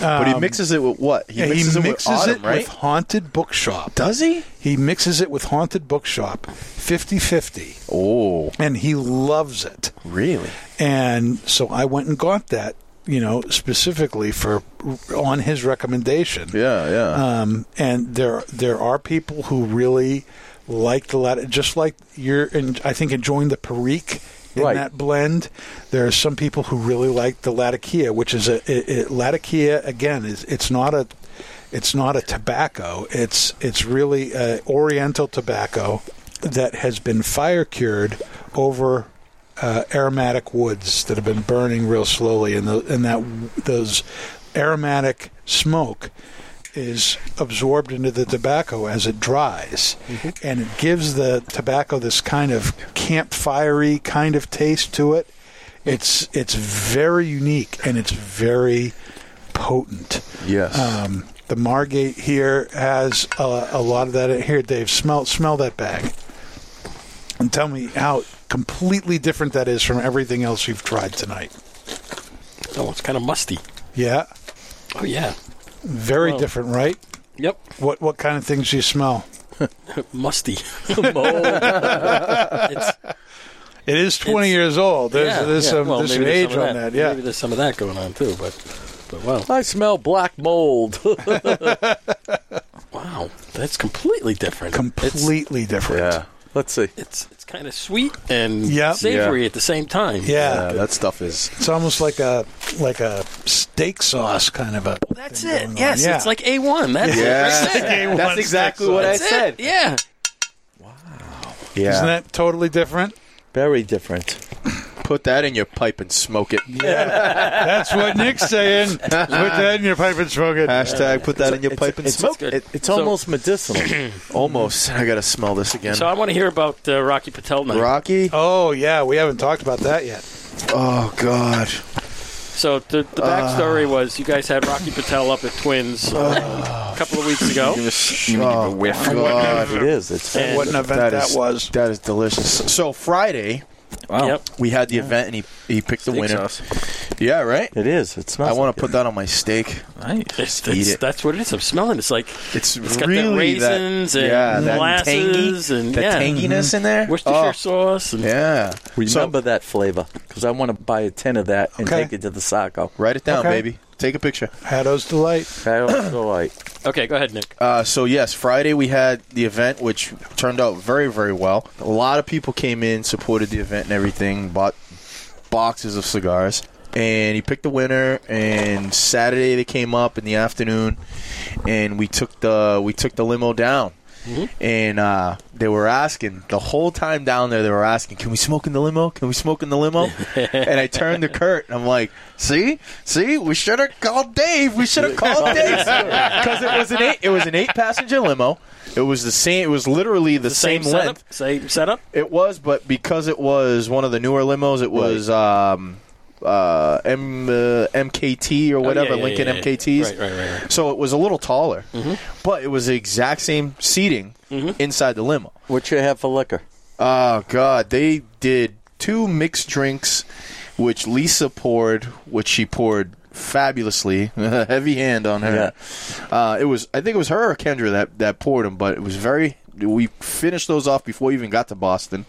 S12: But he
S4: Um,
S12: mixes it with what?
S4: yeah,
S12: mixes it with
S4: mixes
S12: autumn,
S4: it
S12: right?
S4: with Haunted Bookshop.
S12: Does he?
S4: He mixes it with Haunted Bookshop 50 50.
S12: Oh.
S4: And he loves it.
S12: Really?
S4: And so I went and got that, you know, specifically for on his recommendation.
S12: Yeah, yeah.
S4: Um, and there there are people who really like the latter, just like you're, in, I think, enjoying the Perique in
S13: Right.
S4: that blend. There are some people who really like the Latakia, which is a it, it, Latakia again. is It's not a it's not a tobacco. It's it's really a Oriental tobacco that has been fire cured over uh, aromatic woods that have been burning real slowly, and the, and that those aromatic smoke is absorbed into the tobacco as it dries, and it gives the tobacco this kind of campfirey kind of taste to it. It's it's very unique and it's very potent.
S12: Yes.
S4: Um, the Margate here has uh, a, a lot of that. in Here, Dave, smell smell that bag, and tell me how completely different that is from everything else you've tried tonight.
S1: Oh, it's kind of musty.
S4: Yeah,
S1: Oh yeah,
S4: very
S1: Well,
S4: different, right?
S1: Yep.
S4: What what kind of things do you smell?
S1: musty.
S4: It is 20 years old. There's,
S1: Yeah,
S4: there's
S1: yeah.
S4: some,
S1: Well,
S4: there's some
S1: maybe there's
S4: age
S1: some of
S4: on that. Yeah.
S1: Maybe there's some of that going on too, but but wow,
S13: I smell black mold.
S1: wow, that's completely different. It's-
S4: Completely different.
S13: Let's see.
S1: It's it's kind of sweet and savory at the same time.
S4: Yeah.
S12: that stuff is.
S4: It's almost like a like a steak sauce kind of a.
S1: That's it. Yes, it's like A1. That's it. That's it.
S4: That's exactly what I
S1: That's it.
S4: said.
S1: Yeah.
S12: Yeah.
S4: Isn't that totally different?
S12: Very different. Put that in your pipe and smoke it.
S4: That's what Nick's saying. Put that in your pipe and smoke it.
S12: Hashtag put that in your pipe and
S4: it's-
S12: smoke
S1: it's good.
S12: it.
S1: It's So- almost
S12: medicinal. almost. I gotta smell this again.
S1: So I want to hear about uh, Rocky Patel night.
S12: Rocky.
S4: Oh yeah, we haven't talked about that yet.
S12: Oh God.
S1: So the, the
S12: Uh.
S1: backstory was you guys had Rocky Patel up at Twins uh, a couple of weeks ago.
S12: Oh, God.
S1: It
S12: is. It's
S1: And what an event that
S12: was. That is delicious. So Friday,
S1: Wow. Yep.
S12: we had the event and he, he picked the
S1: Steak
S12: winner.
S1: sauce.
S12: Yeah, right.
S13: It is. It's not.
S12: I want to put that on my steak.
S1: Nice. It's,
S12: Eat
S1: it's-
S12: it.
S1: That's what it is. I'm smelling. It's like
S12: it's,
S1: got
S12: really
S1: that
S12: that-
S1: raisins and
S12: yeah, that
S1: molasses
S12: tangy-
S1: and
S12: that
S1: yeah.
S12: tanginess in there.
S1: Worcestershire
S12: Oh.
S1: sauce. And,
S12: Yeah.
S13: Remember that flavor because I want to buy a tin of that and
S4: Okay.
S13: take it to the Saco.
S12: Write it down,
S4: Okay.
S12: baby. Take a picture.
S4: Haddo's delight.
S13: Hado's delight.
S1: Okay, go ahead, Nick.
S12: Uh, so yes, Friday we had the event, which turned out very, very well. A lot of people came in, supported the event, and everything. Bought boxes of cigars, and he picked the winner. And Saturday they came up in the afternoon, and we took the we took the limo down. And uh, they were asking the whole time down there. They were asking, "Can we smoke in the limo? Can we smoke in the limo?" and I turned to Kurt, and I'm like, "See, see, we should have called Dave. We should have called Dave because it was an eight. It was an eight passenger limo. It was the same. It was literally the, same,
S1: setup,
S12: length.
S1: Same setup.
S12: It was, but because it was one of the newer limos, it was um, uh, M, uh, MKT or whatever,
S1: Oh, yeah,
S12: Lincoln
S1: yeah, yeah.
S12: MKTs.
S1: Right, Mm-hmm. right, right, right.
S12: So it was a little taller, but it was the exact same seating
S1: Mm-hmm.
S12: inside the limo.
S13: What you have for liquor?
S12: Oh God, they did two mixed drinks, which Lisa poured, which she poured fabulously. Heavy hand on her. Uh, it was, I think it was her or Kendra that that poured them, but it was very. We finished those off before we even got to Boston.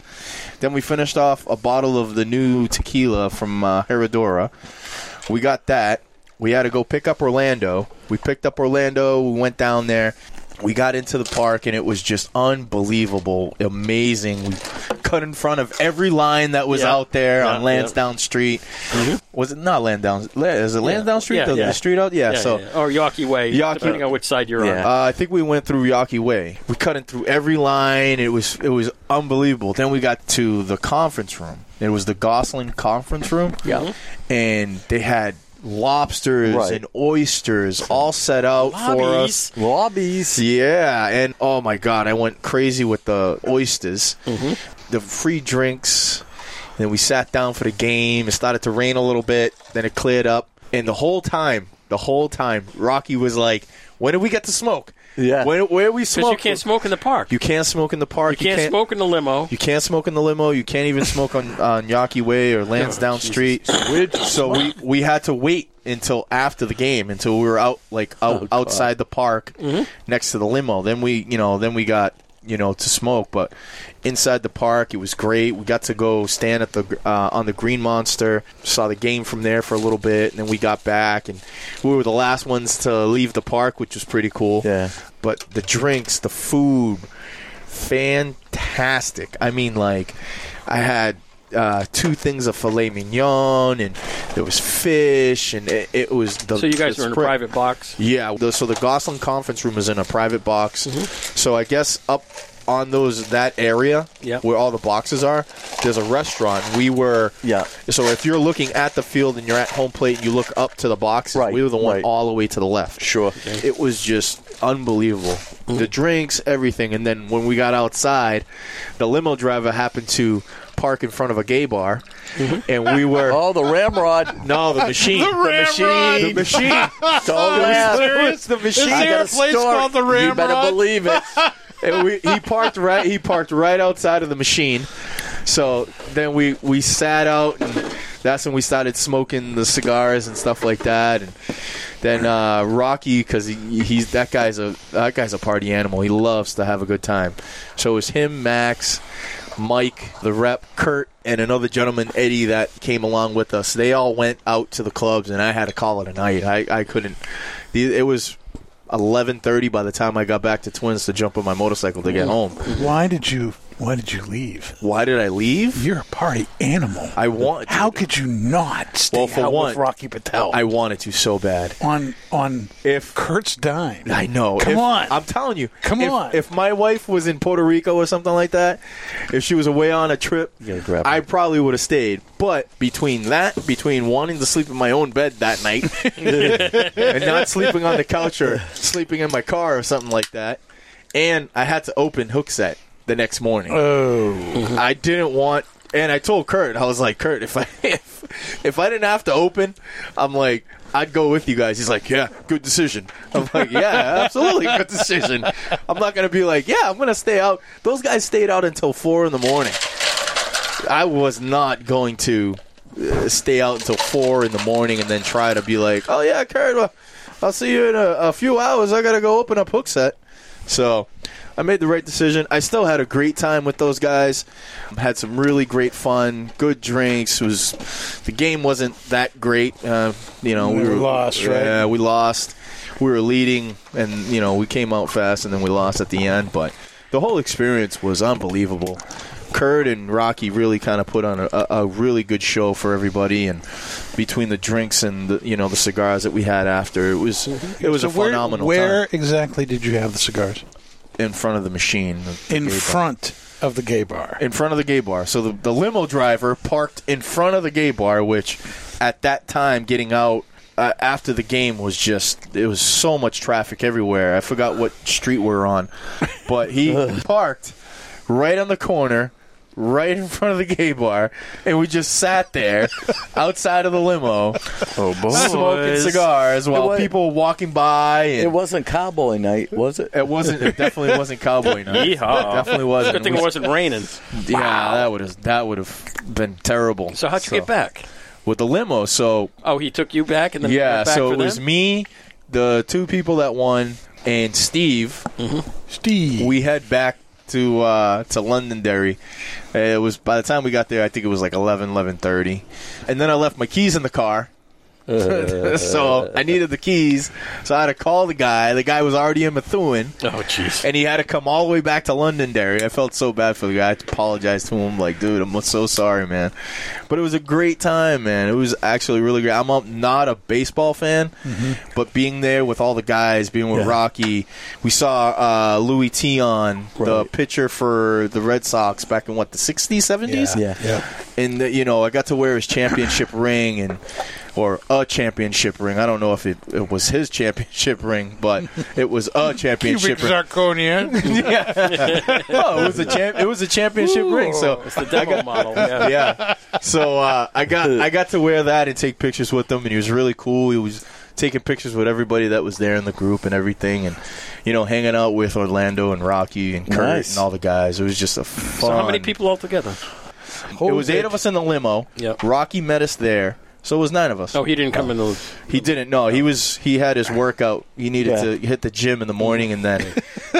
S12: Then we finished off a bottle of the new tequila from uh, Herradura. We got that. We had to go pick up Orlando. We picked up Orlando. We went down there. We got into the park and it was just unbelievable, amazing. We cut in front of every line that was
S1: Yeah.
S12: out there
S1: Yeah, Mm-hmm.
S12: on Lansdowne Street. Was it not Lansdowne? La- Is it Lansdowne Street?
S1: Yeah,
S12: the,
S1: yeah.
S12: the street out? Yeah. so
S1: or Yawkey Way,
S12: Yawkey-
S1: depending on which side you're on.
S12: uh, I think we went through Yaki Way. We cut in through every line. It was it was unbelievable. Then we got to the conference room. It was the Gosling conference room.
S1: Yeah.
S12: and they had lobsters
S13: Right.
S12: and oysters all set out for us.
S13: Lobbies.
S12: Yeah, and oh my god, I went crazy with the oysters,
S1: Mm-hmm.
S12: the free drinks. Then we sat down for the game. It started to rain a little bit. Then it cleared up, and the whole time, the whole time, Rocky was like, "When do we get to smoke?
S13: Yeah.
S12: when, where we
S1: Because
S12: smoke?
S1: you can't smoke in the park.
S12: You can't smoke in the
S1: You
S12: park.
S1: can't, smoke in the limo.
S12: You can't smoke in the limo. You can't even smoke on, on Yaki Way or Lansdowne Street. so we, we had to wait until after the game, until we were out like out, outside the park next to the limo. Then we you know then we got you know to smoke, but inside the park it was great. We got to go stand at the gr- uh, on the Green Monster, saw the game from there for a little bit, and then we got back and we were the last ones to leave the park, which was pretty cool.
S13: Yeah.
S12: But the drinks, the food fantastic. I mean, like, I had uh, two things of filet mignon, and there was fish, and it, it was the.
S1: so you guys
S12: the
S1: are in a
S12: spread-
S1: private box.
S12: Yeah. the- so the Goslin conference room is in a private box.
S13: Mm-hmm.
S12: So I guess up on those that area
S1: Yeah.
S12: where all the boxes are, there's a restaurant. We were.
S13: Yeah.
S12: So if you're looking at the field and you're at home plate and you look up to the boxes,
S13: Right,
S12: we were the one
S13: right.
S12: all the way to the left.
S13: Sure. Mm-hmm.
S12: It was just unbelievable. The drinks, everything. And then when we got outside, the limo driver happened to park in front of a gay bar, and we were.
S13: Oh, the ramrod.
S12: No, the machine. the, machine. The machine.
S13: Don't laugh.
S12: It's the machine.
S13: I got a story. You better believe it.
S12: And we, he parked right. He parked right outside of the machine. So then we we sat out, and that's when we started smoking the cigars and stuff like that. And then uh, Rocky, because he, he's that guy's a that guy's a party animal. He loves to have a good time. So it was him, Max, Mike, the rep, Kurt, and another gentleman, Eddie, that came along with us. They all went out to the clubs, and I had to call it a night. I I couldn't. the- It was. 11:30 by the time I got back to Twins to jump on my motorcycle to get home.
S4: Why did you Why did you leave?
S12: Why did I leave?
S4: You're a party animal.
S12: I want.
S4: How could you not stay
S12: well, for
S4: out
S12: one,
S4: with Rocky Patel?
S12: I wanted to so bad.
S4: on on if Kurt's dime.
S12: I know.
S4: Come
S12: If-
S4: on.
S12: I'm telling you.
S4: Come
S12: if-
S4: on.
S12: If my wife was in Puerto Rico or something like that, if she was away on a trip, I probably would have stayed. But between that, between wanting to sleep in my own bed that night and not sleeping on the couch or sleeping in my car or something like that, and I had to open hook set the next morning.
S4: Oh.
S12: I didn't want, and I told Kurt, I was like, Kurt, if I if, if I didn't have to open, I'm like, I'd go with you guys. He's like, yeah, good decision. I'm like, yeah, absolutely, good decision. I'm not gonna be like, yeah, I'm gonna stay out. Those guys stayed out until four in the morning. I was not going to uh, stay out until four in the morning and then try to be like, oh yeah, Kurt, well, I'll see you in a, a few hours. I gotta go open up hook set. So I made the right decision. I still had a great time with those guys. Had some really great fun. Good drinks. It was the game wasn't that great. Uh, you know,
S4: We lost, right?
S12: Yeah, Uh, we lost. We were leading, and you know, we came out fast, and then we lost at the end. But the whole experience was unbelievable. Kurt and Rocky really kind of put on a, a- a really good show for everybody, and between the drinks and the, you know the cigars that we had after, it was it was
S4: So
S12: a
S4: where-
S12: phenomenal
S4: Where
S12: time
S4: exactly did you have the cigars?
S12: in front of the machine. the- the
S4: In
S12: gay bar.
S4: front of the gay bar.
S12: in front of the gay bar. So the, the limo driver parked in front of the gay bar, which at that time, getting out uh, after the game was just, it was so much traffic everywhere. I forgot what street we're on, but he parked right on the corner. Right in front of the gay bar, and we just sat there outside of the limo, oh boy. smoking
S13: Boys.
S12: cigars
S13: It
S12: while
S13: wa-
S12: people were walking by. And
S13: It wasn't cowboy night, was it?
S12: it wasn't. It definitely wasn't cowboy night.
S1: Yeehaw.
S12: It definitely wasn't.
S1: Good thing it
S12: was-
S1: wasn't raining.
S12: Yeah, that would have that would have been terrible.
S1: So how'd you get back?
S12: With the limo, so
S1: Oh, he took you back and then
S12: yeah,
S1: went back
S12: so
S1: for
S12: it was
S1: them?
S12: me, the two people that won, and Steve.
S1: Mm-hmm.
S4: Steve,
S12: we head back to uh, to Londonderry. Uh, It was by the time we got there, I think it was like 11, 11.30. and then I left my keys in the car. so I needed the keys, so I had to call the guy. The guy was already in Methuen.
S1: Oh, jeez.
S12: And he had to come all the way back to Londonderry. I felt so bad for the guy. I apologized to him, like, dude, I'm so sorry, man. But it was a great time, man. It was actually really great. I'm um, not a baseball fan, but being there with all the guys, being
S4: Mm-hmm.
S12: with
S4: Yeah.
S12: Rocky, we saw uh, Louis Tion, the
S4: Right.
S12: pitcher for the Red Sox back in what the 60s, 70s
S4: Yeah. Yeah.
S12: and uh, you know I got to wear his championship ring and or a championship ring. I don't know if it, it was his championship ring, but it was a championship ring.
S4: zirconia.
S12: yeah. no, it was a champ- it was a championship ring. So
S1: It's the demo model. Yeah.
S12: yeah. So uh, I got I got to wear that and take pictures with him, and he was really cool. He was taking pictures with everybody that was there in the group and everything, and you know hanging out with Orlando and Rocky and Kurt
S13: Nice.
S12: and all the guys. It was just a fun.
S1: So how many people altogether?
S12: It was eight of us in the limo.
S1: Yep.
S12: Rocky met us there. So it was nine of us.
S1: Oh, he didn't come in the.
S12: He didn't. No, he was. He had his workout. He needed
S13: Yeah.
S12: to hit the gym in the morning and then,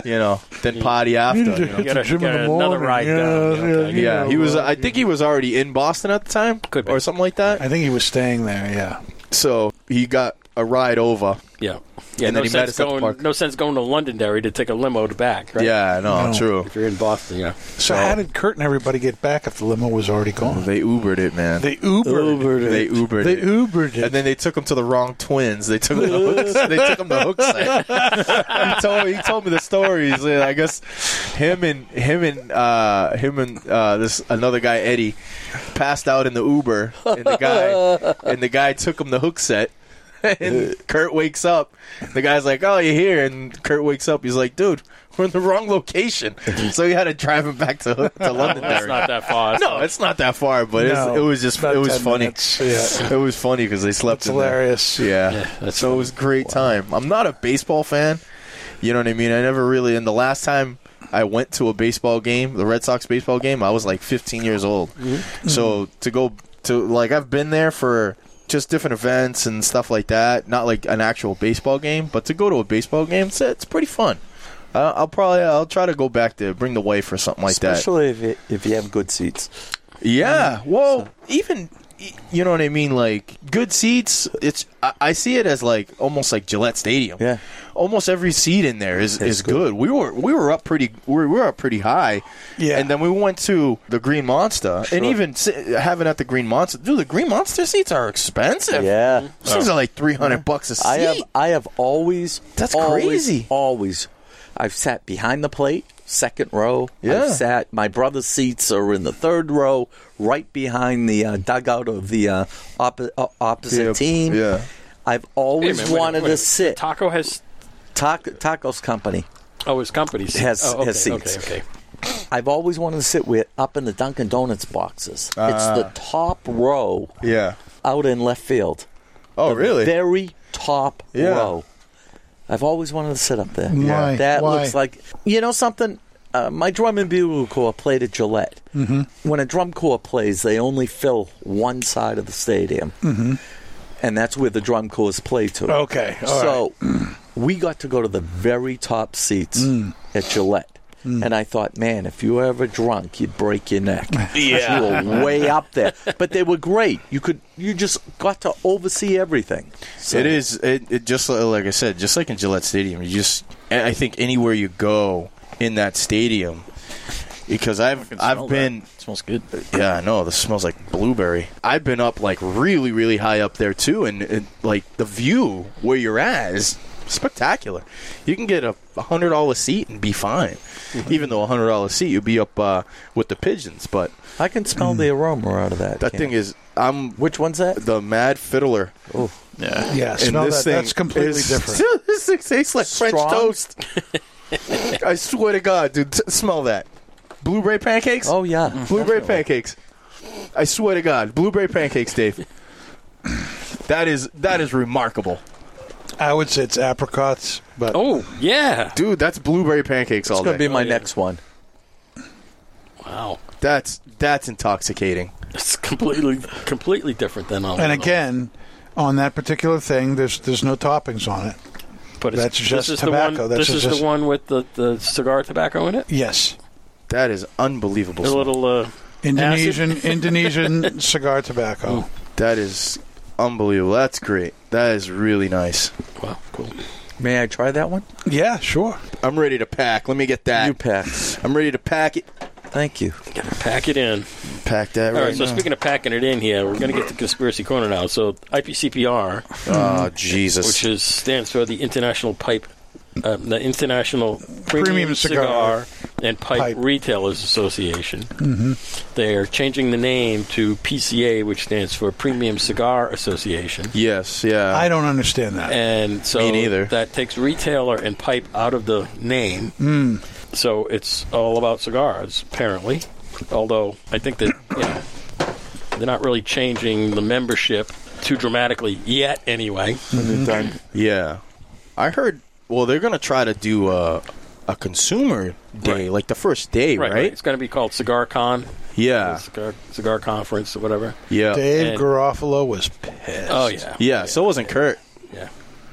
S12: you know, then potty after.
S4: Needed to
S12: you
S4: hit the
S12: know.
S1: Gotta-
S4: gym in
S1: gotta
S4: the morning.
S1: another ride
S4: yeah,
S1: down.
S4: yeah,
S1: Okay.
S4: you
S12: Yeah,
S4: know,
S12: he was.
S4: uh,
S12: I think he was already in Boston at the time,
S1: Could be.
S12: or something like that.
S4: I think he was staying there. Yeah.
S12: So he got a ride over.
S1: Yeah. Yeah,
S12: And
S1: no
S12: then he met
S1: sense
S12: us at the
S1: going.
S12: park.
S1: No sense going to Londonderry to take a limo to back. Right?
S12: Yeah, no,
S4: No.
S12: true.
S1: If you're in Boston, yeah.
S4: So, how did Kurt and everybody get back if the limo was already gone?
S12: They Ubered it, man.
S4: They Ubered.
S13: Ubered
S12: They
S13: it.
S12: Ubered
S4: They
S12: it.
S4: Ubered it.
S12: and then they took him to the wrong twins. They took him to hook, they took him to hook set. he, told, he told me the stories. And I guess him and him and uh, him and uh, this another guy Eddie passed out in the Uber, and the guy and the guy took him to hook set. And Kurt wakes up. The guy's like, "Oh, you're here." And Kurt wakes up. He's like, "Dude, we're in the wrong location." So he had to drive him back to to London.
S1: That's not that far.
S12: No, it's not that far, but
S4: No,
S12: it's, it was just
S4: about
S12: it was
S4: 10
S12: funny.
S4: minutes, yeah.
S12: It was funny because they slept.
S4: It's
S12: in there.
S4: hilarious.
S12: Yeah,
S1: that's
S12: so it was a great time. I'm not a baseball fan. You know what I mean? I never really. And the last time I went to a baseball game, the Red Sox baseball game, I was like 15 years old.
S4: Mm-hmm.
S12: So to go to like I've been there for just different events and stuff like that. Not like an actual baseball game, but to go to a baseball game, it's, it's pretty fun. Uh, I'll probably I'll try to go back to bring the wife or something like that.
S13: Especially if you, if you have good seats.
S12: Yeah. Well, even you know what I mean? Like good seats. It's I, I see it as like almost like Gillette Stadium. Yeah. Almost every seat in there is, is good. We were we were up pretty we were, we were up pretty high. Yeah. And then we went to the Green Monster,
S13: Sure.
S12: and even si- having at the Green Monster, dude, the Green Monster seats are expensive. Yeah. Those things are like three hundred bucks a seat.
S13: I have I have always
S12: That's
S13: always,
S12: crazy.
S13: Always, I've sat behind the plate, second row.
S12: Yeah.
S13: I've sat. My brother's seats are in the third row, right behind the uh, dugout of the uh, oppo- uh, opposite
S1: Yeah,
S13: team.
S1: yeah.
S13: I've
S1: Wait a
S13: always
S1: minute, wait a-
S13: wanted
S1: wait a-
S13: to sit.
S1: Taco has
S13: Taco, Tacos Company
S1: Oh, his company's
S13: has
S1: oh, okay,
S13: has seats.
S1: Okay, okay.
S13: I've always wanted to sit with up in the Dunkin' Donuts boxes. it's
S12: Ah.
S13: the top row.
S12: Yeah.
S13: Out in left field.
S12: Oh,
S13: The
S12: really?
S13: Very top
S12: Yeah.
S13: row. I've always wanted to sit up there.
S12: Why?
S13: That
S12: Why?
S13: looks like you know something. Uh, my drum and bugle corps played at Gillette. Mm-hmm. When a drum corps plays, they only fill one side of the stadium,
S4: Mm-hmm.
S13: and that's where the drum corps play to.
S4: Okay, all
S13: so we got to go to the very top seats at Gillette. And I thought, man, if you were ever drunk, you'd break your neck.
S3: Yeah.
S13: you were way up there, but they were great. You could, you just got to oversee everything. So-
S12: It is. It, it just li- like I said, just like in Gillette Stadium, you just. I I think anywhere you go in that stadium, because I've I've been
S6: smells good.
S12: Yeah, I know. This smells like blueberry. I've been up like really, really high up there too, and, and like the view where you're at is spectacular. You can get a hundred dollar seat and be fine, even though a hundred dollar seat you'd be up uh, with the pigeons. But
S13: I can smell the aroma out of that.
S12: That
S13: can.
S12: thing is. I'm.
S13: Which one's that?
S12: The Mad Fiddler.
S13: Oh,
S12: yeah,
S4: Yeah, smell that. That's completely different.
S12: this thing tastes like French toast. I swear to God, dude, t- smell that. Blueberry pancakes?
S13: Oh yeah,
S12: blueberry pancakes. I swear to God, blueberry pancakes, Dave. that is that is remarkable.
S4: I would say it's apricots, but
S1: oh yeah,
S12: dude, that's blueberry pancakes all
S4: gonna
S12: day.
S4: be my Oh, yeah.
S12: next
S13: one.
S1: Wow,
S12: that's that's intoxicating.
S1: It's completely completely different than um, all.
S4: and again, on that particular thing, there's there's no toppings on it.
S1: But it's-
S4: that's just
S1: this is
S4: tobacco.
S1: The one,
S4: that's
S1: this is
S4: just
S1: the one with the, the cigar tobacco in it.
S4: Yes,
S12: that is unbelievable.
S1: The little uh,
S4: Indonesian
S1: acid.
S4: Indonesian cigar tobacco.
S12: That is unbelievable. That's great. That is really nice.
S1: Wow, cool.
S13: May I try that one?
S4: Yeah, sure.
S12: I'm ready to pack. Let me get that. You
S13: pack.
S12: I'm ready to pack it.
S13: Thank you.
S1: Pack it in.
S12: Pack that
S1: All
S12: right,
S1: right. So
S12: now.
S1: speaking of packing it in here, we're going to get to conspiracy corner now. So IPCPR.
S12: Oh, Jesus.
S1: Which is stands for the International Pipe, uh, the International Premium,
S4: Premium Cigar.
S1: and Pipe,
S4: Pipe.
S1: Retailers Association.
S4: Mhm.
S1: They are changing the name to PCA, which stands for Premium Cigar Association.
S12: Yes, yeah.
S4: I don't understand that.
S1: Oh. And so
S4: Me neither.
S1: that takes retailer and pipe out of the name.
S4: Mm.
S1: So it's all about cigars, apparently. Although I think that you know they're not really changing the membership too dramatically yet, anyway.
S12: Yeah, I heard. Well, they're gonna try to do a, a consumer day, like the first day, right?
S1: It's going to be called Cigar Con.
S12: Yeah.
S1: Cigar, cigar Conference or whatever.
S12: Yeah.
S4: Dave
S1: And-
S4: Garofalo was pissed.
S1: Oh, yeah.
S12: Yeah. So wasn't Kurt.
S1: Yeah.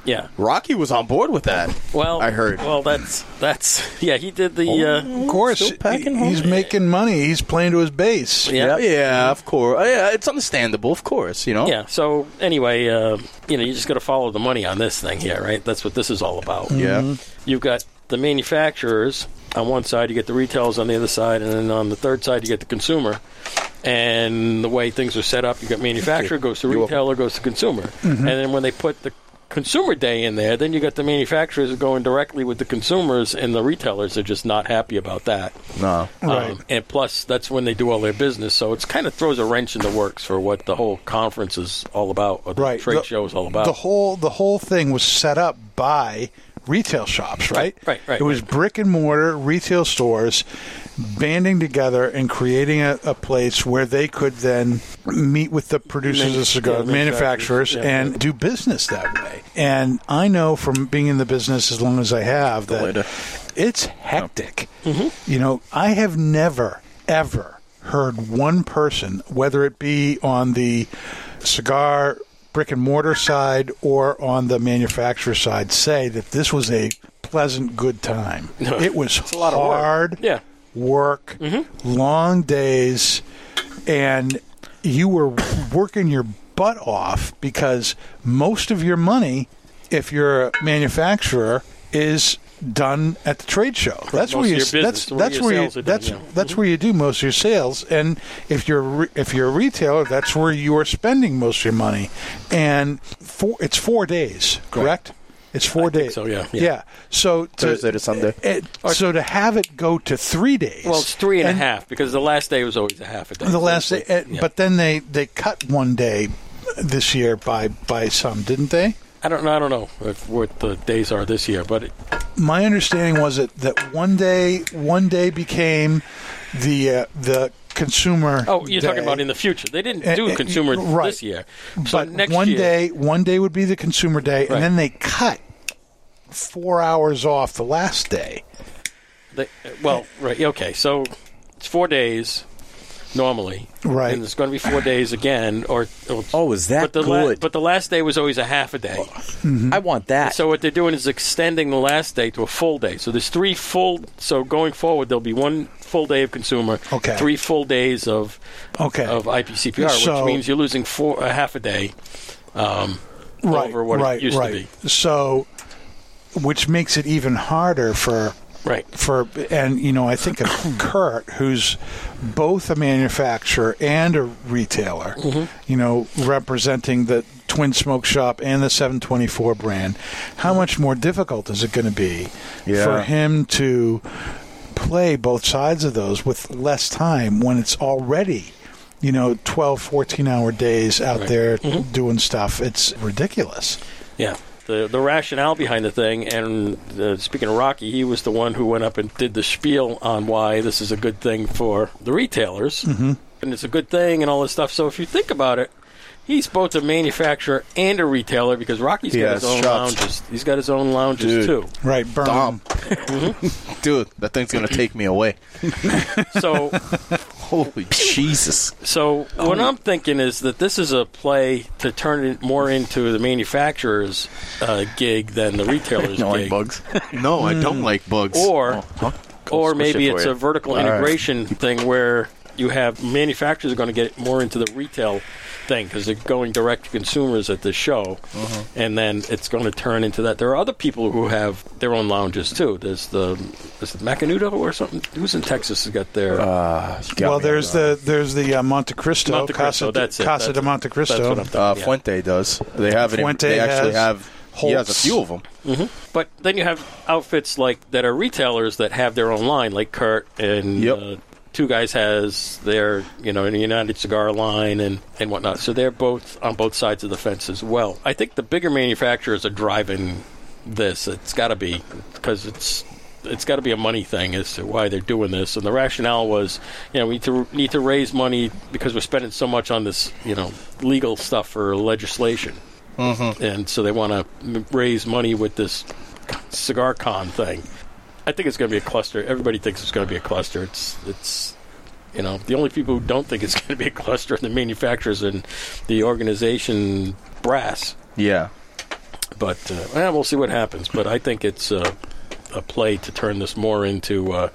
S1: Yeah.
S12: Rocky was on board with that.
S1: Well,
S12: I heard.
S1: Well, that's that's yeah. He did the. uh,
S4: of course, he's making money. He's playing to his base.
S1: Yeah.
S12: Yeah, of course. Oh, Yeah, it's understandable, of course. You know.
S1: Yeah. So anyway, uh, you know, you just got to follow the money on this thing here, right? That's what this is all about.
S12: Yeah. Mhm.
S4: Mm-hmm.
S1: You've got the manufacturers on one side, you get the retailers on the other side, and then on the third side, you get the consumer. And the way things are set up, you got manufacturer goes to
S12: You're welcome.
S1: retailer goes to consumer,
S12: Mhm.
S1: and then when they put the consumer day in there, then you got the manufacturers going directly with the consumers, and the retailers are just not happy about that.
S12: No.
S1: Um, and plus, that's when they do all their business. So it's kind of throws a wrench in the works for what the whole conference is all about, or the
S4: Right.
S1: trade
S4: The-
S1: show is all about.
S4: The whole the whole thing was set up by retail shops, right?
S1: Right, right,
S4: It was
S1: right.
S4: brick and mortar retail stores banding together and creating a, a place where they could then meet with the producers
S1: Manu-
S4: of cigar
S1: yeah,
S4: manufacturers
S1: manufacturers, yeah.
S4: and do business that way. And I know from being in the business as long as I have that it's hectic.
S1: Mm-hmm.
S4: You know, I have never, ever heard one person, whether it be on the cigar brick and mortar side or on the manufacturer side, say that this was a pleasant, good time.
S1: No.
S4: It was
S1: It's a lot of work.
S4: hard
S1: Yeah.
S4: work, long days, and you were working your butt off because most of your money, if you're a manufacturer, is done at the trade show. That's
S1: Most
S4: where
S1: of
S4: you
S1: your business,
S4: that's
S1: where
S4: that's
S1: your
S4: where you,
S1: sales are done,
S4: that's
S1: yeah.
S4: that's where you do most of your sales. And if you're a re- if you're a retailer, that's where you are spending most of your money. And four, it's four days, correct? It's four days.
S1: so, yeah, yeah.
S4: yeah. So to,
S12: Thursday to Sunday.
S4: it- so to have it go to three days.
S1: Well, it's three and a half
S4: and-
S1: because the last day was always a half a day.
S4: The last
S1: So
S4: day,
S1: it's
S4: eh,
S1: like- yeah.
S4: but then they they cut one day this year by by some, didn't they?
S1: I don't know. I don't know if, what the days are this year, but it,
S4: My understanding was that that one day one day became the uh, the consumer.
S1: oh, you're talking
S4: day.
S1: about in the future. They didn't
S4: Eh,
S1: do
S4: eh,
S1: consumer
S4: right.
S1: this year. So
S4: but
S1: next
S4: one
S1: year,
S4: day one day would be the consumer day,
S1: Right.
S4: and then they cut four hours off the last day.
S1: They, well, right. Okay, so it's four days normally.
S4: Right.
S1: And it's going to be four days again, or, or
S13: oh, is that
S1: but the la-
S13: good?
S1: but the last day was always a half a day.
S13: I want that.
S1: So what they're doing is extending the last day to a full day. So there's three full. So going forward, there'll be one full day of consumer,
S4: Okay.
S1: three full days of
S4: Okay.
S1: of IPCPR,
S4: So-
S1: which means you're losing four a half a day um, over what it used to be.
S4: So, which makes it even harder for
S1: Right.
S4: for and you know I think of Kurt, who's both a manufacturer and a retailer.
S12: Mm-hmm.
S4: You know, representing the Twin Smoke Shop and the 724 brand. How much more difficult is it going to be
S12: Yeah.
S4: for him to play both sides of those with less time when it's already you know 12 14 hour days out
S1: Right.
S4: there
S12: Mm-hmm.
S4: doing stuff it's ridiculous
S1: Yeah. The, the rationale behind the thing, and uh, speaking of Rocky, he was the one who went up and did the spiel on why this is a good thing for the retailers,
S12: Mm-hmm.
S4: Mhm.
S1: and it's a good thing, and all this stuff. So if you think about it, he's both a manufacturer and a retailer because Rocky's
S12: He
S1: got
S12: has
S1: his own
S12: shops.
S1: lounges. He's got his own lounges
S12: Dude.
S1: too.
S4: Right, burn.
S12: Dom. Dude, that thing's gonna take me away.
S1: So
S12: Holy Jesus!
S1: So what I'm thinking is that this is a play to turn it more into the manufacturer's uh, gig than the retailer's
S12: Don't like
S1: gig.
S12: bugs. No, I don't
S4: Mm.
S12: like bugs.
S1: Or, or
S12: squish
S1: maybe
S12: it for
S1: it's
S12: you.
S1: a vertical
S12: All right.
S1: integration thing where you have manufacturers are going to get more into the retail thing because they're going direct to consumers at the show,
S4: Mm-hmm.
S1: and then it's going to turn into that. There are other people who have their own lounges too. There's the is it Macanudo or something? Who's in Texas has got their
S12: Uh,
S4: well there's the there's the uh, monte cristo
S1: Monte Cristo,
S4: casa,
S1: that's it,
S4: casa
S1: that's
S4: de
S1: it.
S4: monte cristo
S1: That's what I'm thinking,
S12: uh,
S1: yeah.
S12: Fuente does. They have it. in-
S4: Fuente
S12: they actually
S4: has
S12: have. He has a
S4: Holtz.
S12: few of them.
S1: hmm But then you have outfits like that are retailers that have their own line, like Kurt and
S12: Yep.
S1: uh, Two Guys has their you know United Cigar line and and whatnot. So they're both on both sides of the fence as well. I think the bigger manufacturers are driving this. It's got to be because it's. It's got to be a money thing as to why they're doing this, and the rationale was, you know, we need to need to raise money because we're spending so much on this, you know, legal stuff for legislation and so they want to m- raise money with this cigar con thing. I think it's going to be a cluster. Everybody thinks it's going to be a cluster. It's it's you know the only people who don't think it's going to be a cluster are the manufacturers and the organization brass.
S12: Yeah.
S1: But uh, well, we'll see what happens. But I think it's a, a play to turn this more into a,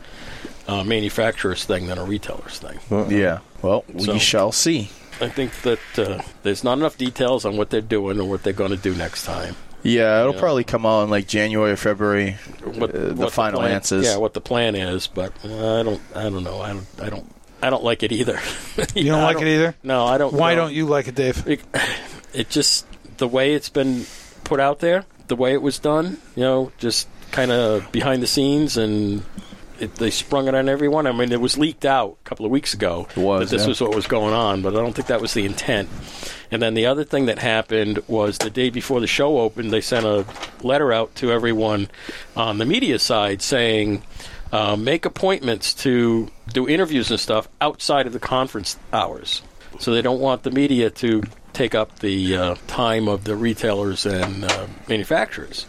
S1: a manufacturer's thing than a retailer's thing.
S12: Yeah. Well,
S1: So-
S12: we shall see.
S1: I think that uh, there's not enough details on what they're doing or what they're going to do next time.
S12: Yeah, it'll
S1: Yeah.
S12: probably come out in like January or February.
S1: what,
S12: uh, the
S1: what
S12: final
S1: plan-
S12: answers.
S1: Yeah, what the plan is, but uh, I don't. I don't know. I don't. I don't. I don't like it either.
S4: you don't
S1: I
S4: like it either
S1: No, I don't.
S4: why
S1: no.
S4: don't you like it dave
S1: It, it just the way it's been put out there, the way it was done. You know, just kind of behind the scenes, and it, they sprung it on everyone. I mean, it was leaked out a couple of weeks ago
S12: was,
S1: that this
S12: yeah.
S1: was what was going on, but I don't think that was the intent. And then the other thing that happened was the day before the show opened, they sent a letter out to everyone on the media side saying. Uh, make appointments to do interviews and stuff outside of the conference hours so they don't want the media to take up the uh, time of the retailers and uh, manufacturers.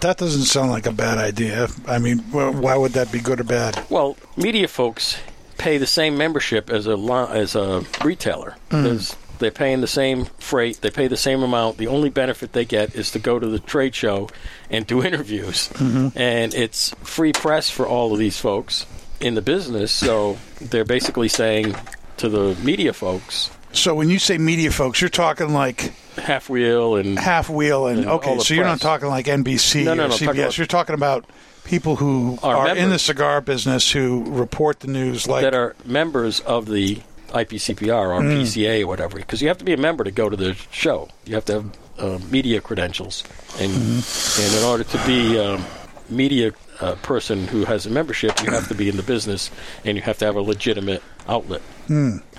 S4: that doesn't sound like a bad idea i mean wh- why would that be good or bad
S1: Well, media folks pay the same membership as a lo- as a retailer.
S4: Mm.
S1: There's- They're paying the same freight. They pay the same amount. The only benefit they get is to go to the trade show and do interviews,
S4: Mhm.
S1: and it's free press for all of these folks in the business. So they're basically saying to the media folks,
S4: So when you say media folks, you're talking like
S1: half wheel and
S4: half wheel and,
S1: and all
S4: okay.
S1: the
S4: So you're not
S1: press.
S4: talking like NBC
S1: No, no,
S4: or
S1: no, I'm talking
S4: CBS.
S1: about-
S4: you're talking about people who
S1: Are
S4: are, in the
S1: members.
S4: cigar business who report the news like
S1: that are members of the IPCPR or
S4: Mm.
S1: PCA or whatever. Because you have to be a member to go to the show. You have to have uh, media credentials, and and in order to be um, media uh, person who has a membership, you have to be in the business and you have to have a legitimate outlet.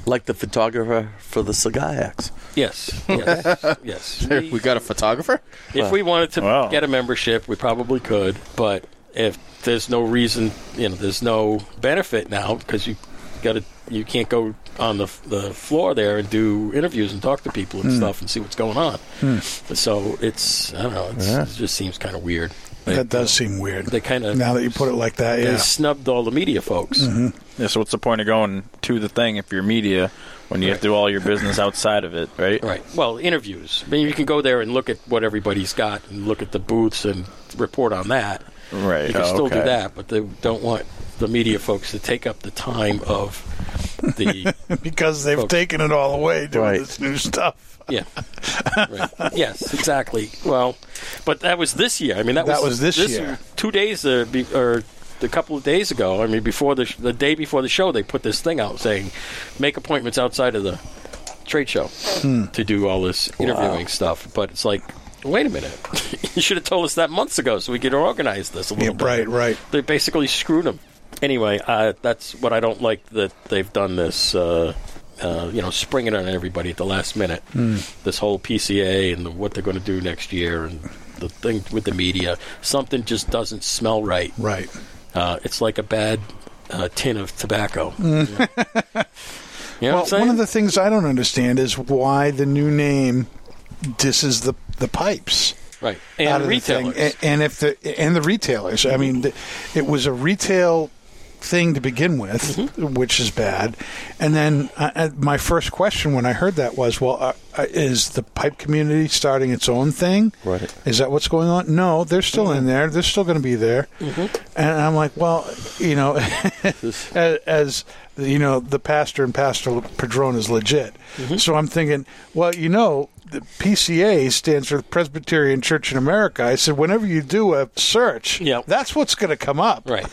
S13: Like the photographer for the Sagayax.
S1: Yes, yes, yes.
S12: There, we got a photographer.
S1: If we wanted to
S12: Wow.
S1: get a membership, we probably could, but if there's no reason, you know, there's no benefit now because you got to you can't go on the the floor there and do interviews and talk to people and
S4: Hmm.
S1: stuff and see what's going on.
S4: Hmm.
S1: So it's I don't know, it's,
S4: Yeah.
S1: it just seems kind of weird.
S4: That does seem weird.
S1: They kind of
S4: Now that you put it like that,
S1: they
S4: yeah.
S1: snubbed all the media folks.
S4: Mhm.
S6: Yeah, so what's the point of going to the thing if you're media when you have to do all your business outside of it, right?
S1: Right. Well, interviews. I mean, you can go there and look at what everybody's got and look at the booths and report on that.
S6: Right.
S1: You can
S6: Oh,
S1: still do
S6: okay.
S1: that, but they don't want the media folks to take up the time of the
S4: because they've taken it all away doing
S1: Right.
S4: this new stuff.
S1: yeah. Right. Yes, exactly. Well, but that was this year. I mean, that,
S4: That was this year.
S1: Two days uh, be, or a couple of days ago. I mean, before the sh- the day before the show, they put this thing out saying, make appointments outside of the trade show
S4: Hmm.
S1: to do all this interviewing stuff. But it's like, wait a minute, you should have told us that months ago so we could organize this a
S4: Yeah,
S1: little bit.
S4: right, right.
S1: They basically screwed them. Anyway, uh, that's what I don't like that they've done this. Uh, uh, you know, springing on everybody at the last minute.
S4: Hmm.
S1: This whole PCA and the, what they're going to do next year and the thing with the media, something just doesn't smell right.
S4: Right.
S1: Uh, it's like a bad uh, tin of tobacco.
S4: Mm.
S1: You know
S4: well,
S1: what I'm
S4: one of
S1: saying?
S4: the things I don't understand is why the new name disses the the pipes.
S1: Right. And
S4: out of the
S1: retailers.
S4: thing. eh, A- and if the and the retailers. I mean, th- it was a retail thing to begin with, which is bad. And then uh, uh, my first question when I heard that was, well, uh, uh, is the pipe community starting its own thing?
S13: Right.
S4: Is that what's going on? No, they're still in there. They're still going to be there. And I'm like, well, you know, as, as you know, the pastor and pastor padron is legit. So I'm thinking, well, you know, the PCA stands for Presbyterian Church in America. I said, whenever you do a search, that's what's going to come up,
S1: right?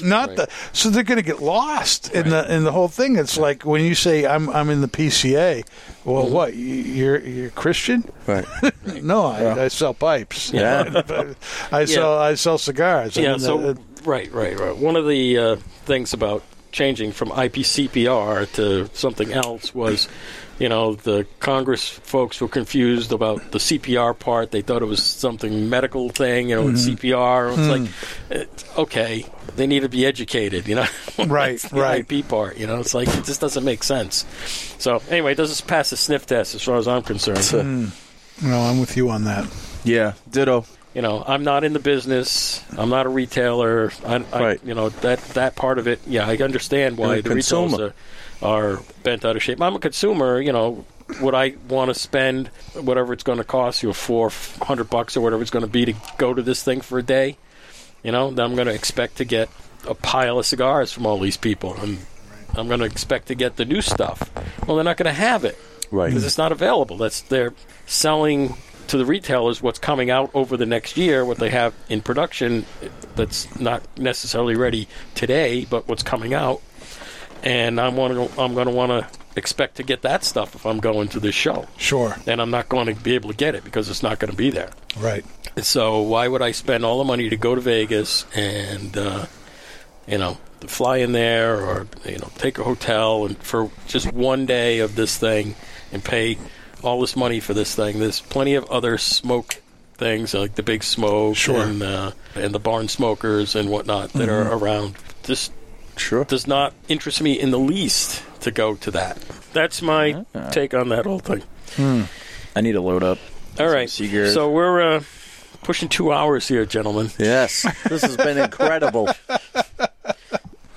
S4: Not the so they're going to get lost in the in the whole thing. It's like when you say I'm I'm in the PCA. Well, what you- you're you're Christian?
S13: Mm-hmm. Right.
S4: no, I,
S13: Yeah.
S4: I sell pipes.
S13: Yeah.
S4: I
S1: Yeah.
S4: sell I sell cigars. I
S1: yeah,
S4: mean, uh,
S1: so
S4: that-
S1: right, right, right. One of the uh, things about changing from IPCPR to something else was, you know, the Congress folks were confused about the CPR part. They thought it was something medical thing, you know, with
S4: Mhm.
S1: CPR. It's
S4: Mm.
S1: like, eh, okay, they need to be educated, you know.
S4: Right,
S1: It's the
S4: right.
S1: IP part, you know, it's like it just doesn't make sense. So anyway, it doesn't pass the sniff test as far as I'm concerned.
S4: Mm. No, I'm with you on that.
S12: Yeah, ditto.
S1: you know, I'm not in the business. I'm not a retailer. I, I, You know that that part of it. Yeah, I understand why
S13: You're a
S1: the retailers
S13: consumer.
S1: are, are bent out of shape. I'm a consumer. You know, would I want to spend whatever it's going to cost you, know, four hundred bucks or whatever it's going to be to go to this thing for a day? You know, then I'm going to expect to get a pile of cigars from all these people, and I'm going to expect to get the new stuff. Well, they're not going to have it,
S13: Right.
S1: Because it's not available. That's they're selling to the retailers what's coming out over the next year, what they have in production that's not necessarily ready today, but what's coming out. And I'm want to I'm going to want to expect to get that stuff if I'm going to this show.
S4: Sure.
S1: And I'm not going to be able to get it because it's not going to be there.
S4: Right.
S1: So why would I spend all the money to go to Vegas and uh, you know fly in there or you know take a hotel and for just one day of this thing and pay all this money for this thing? There's plenty of other smoke things like the big smoke
S4: Sure.
S1: and uh, and the barn smokers and whatnot that are
S4: Mhm.
S1: around. This sure does not interest me in the least to go to that. That's my take on that whole thing.
S6: I need to load up.
S1: All right,
S6: Seager.
S1: so we're uh, pushing two hours here, gentlemen.
S13: Yes, this has been incredible.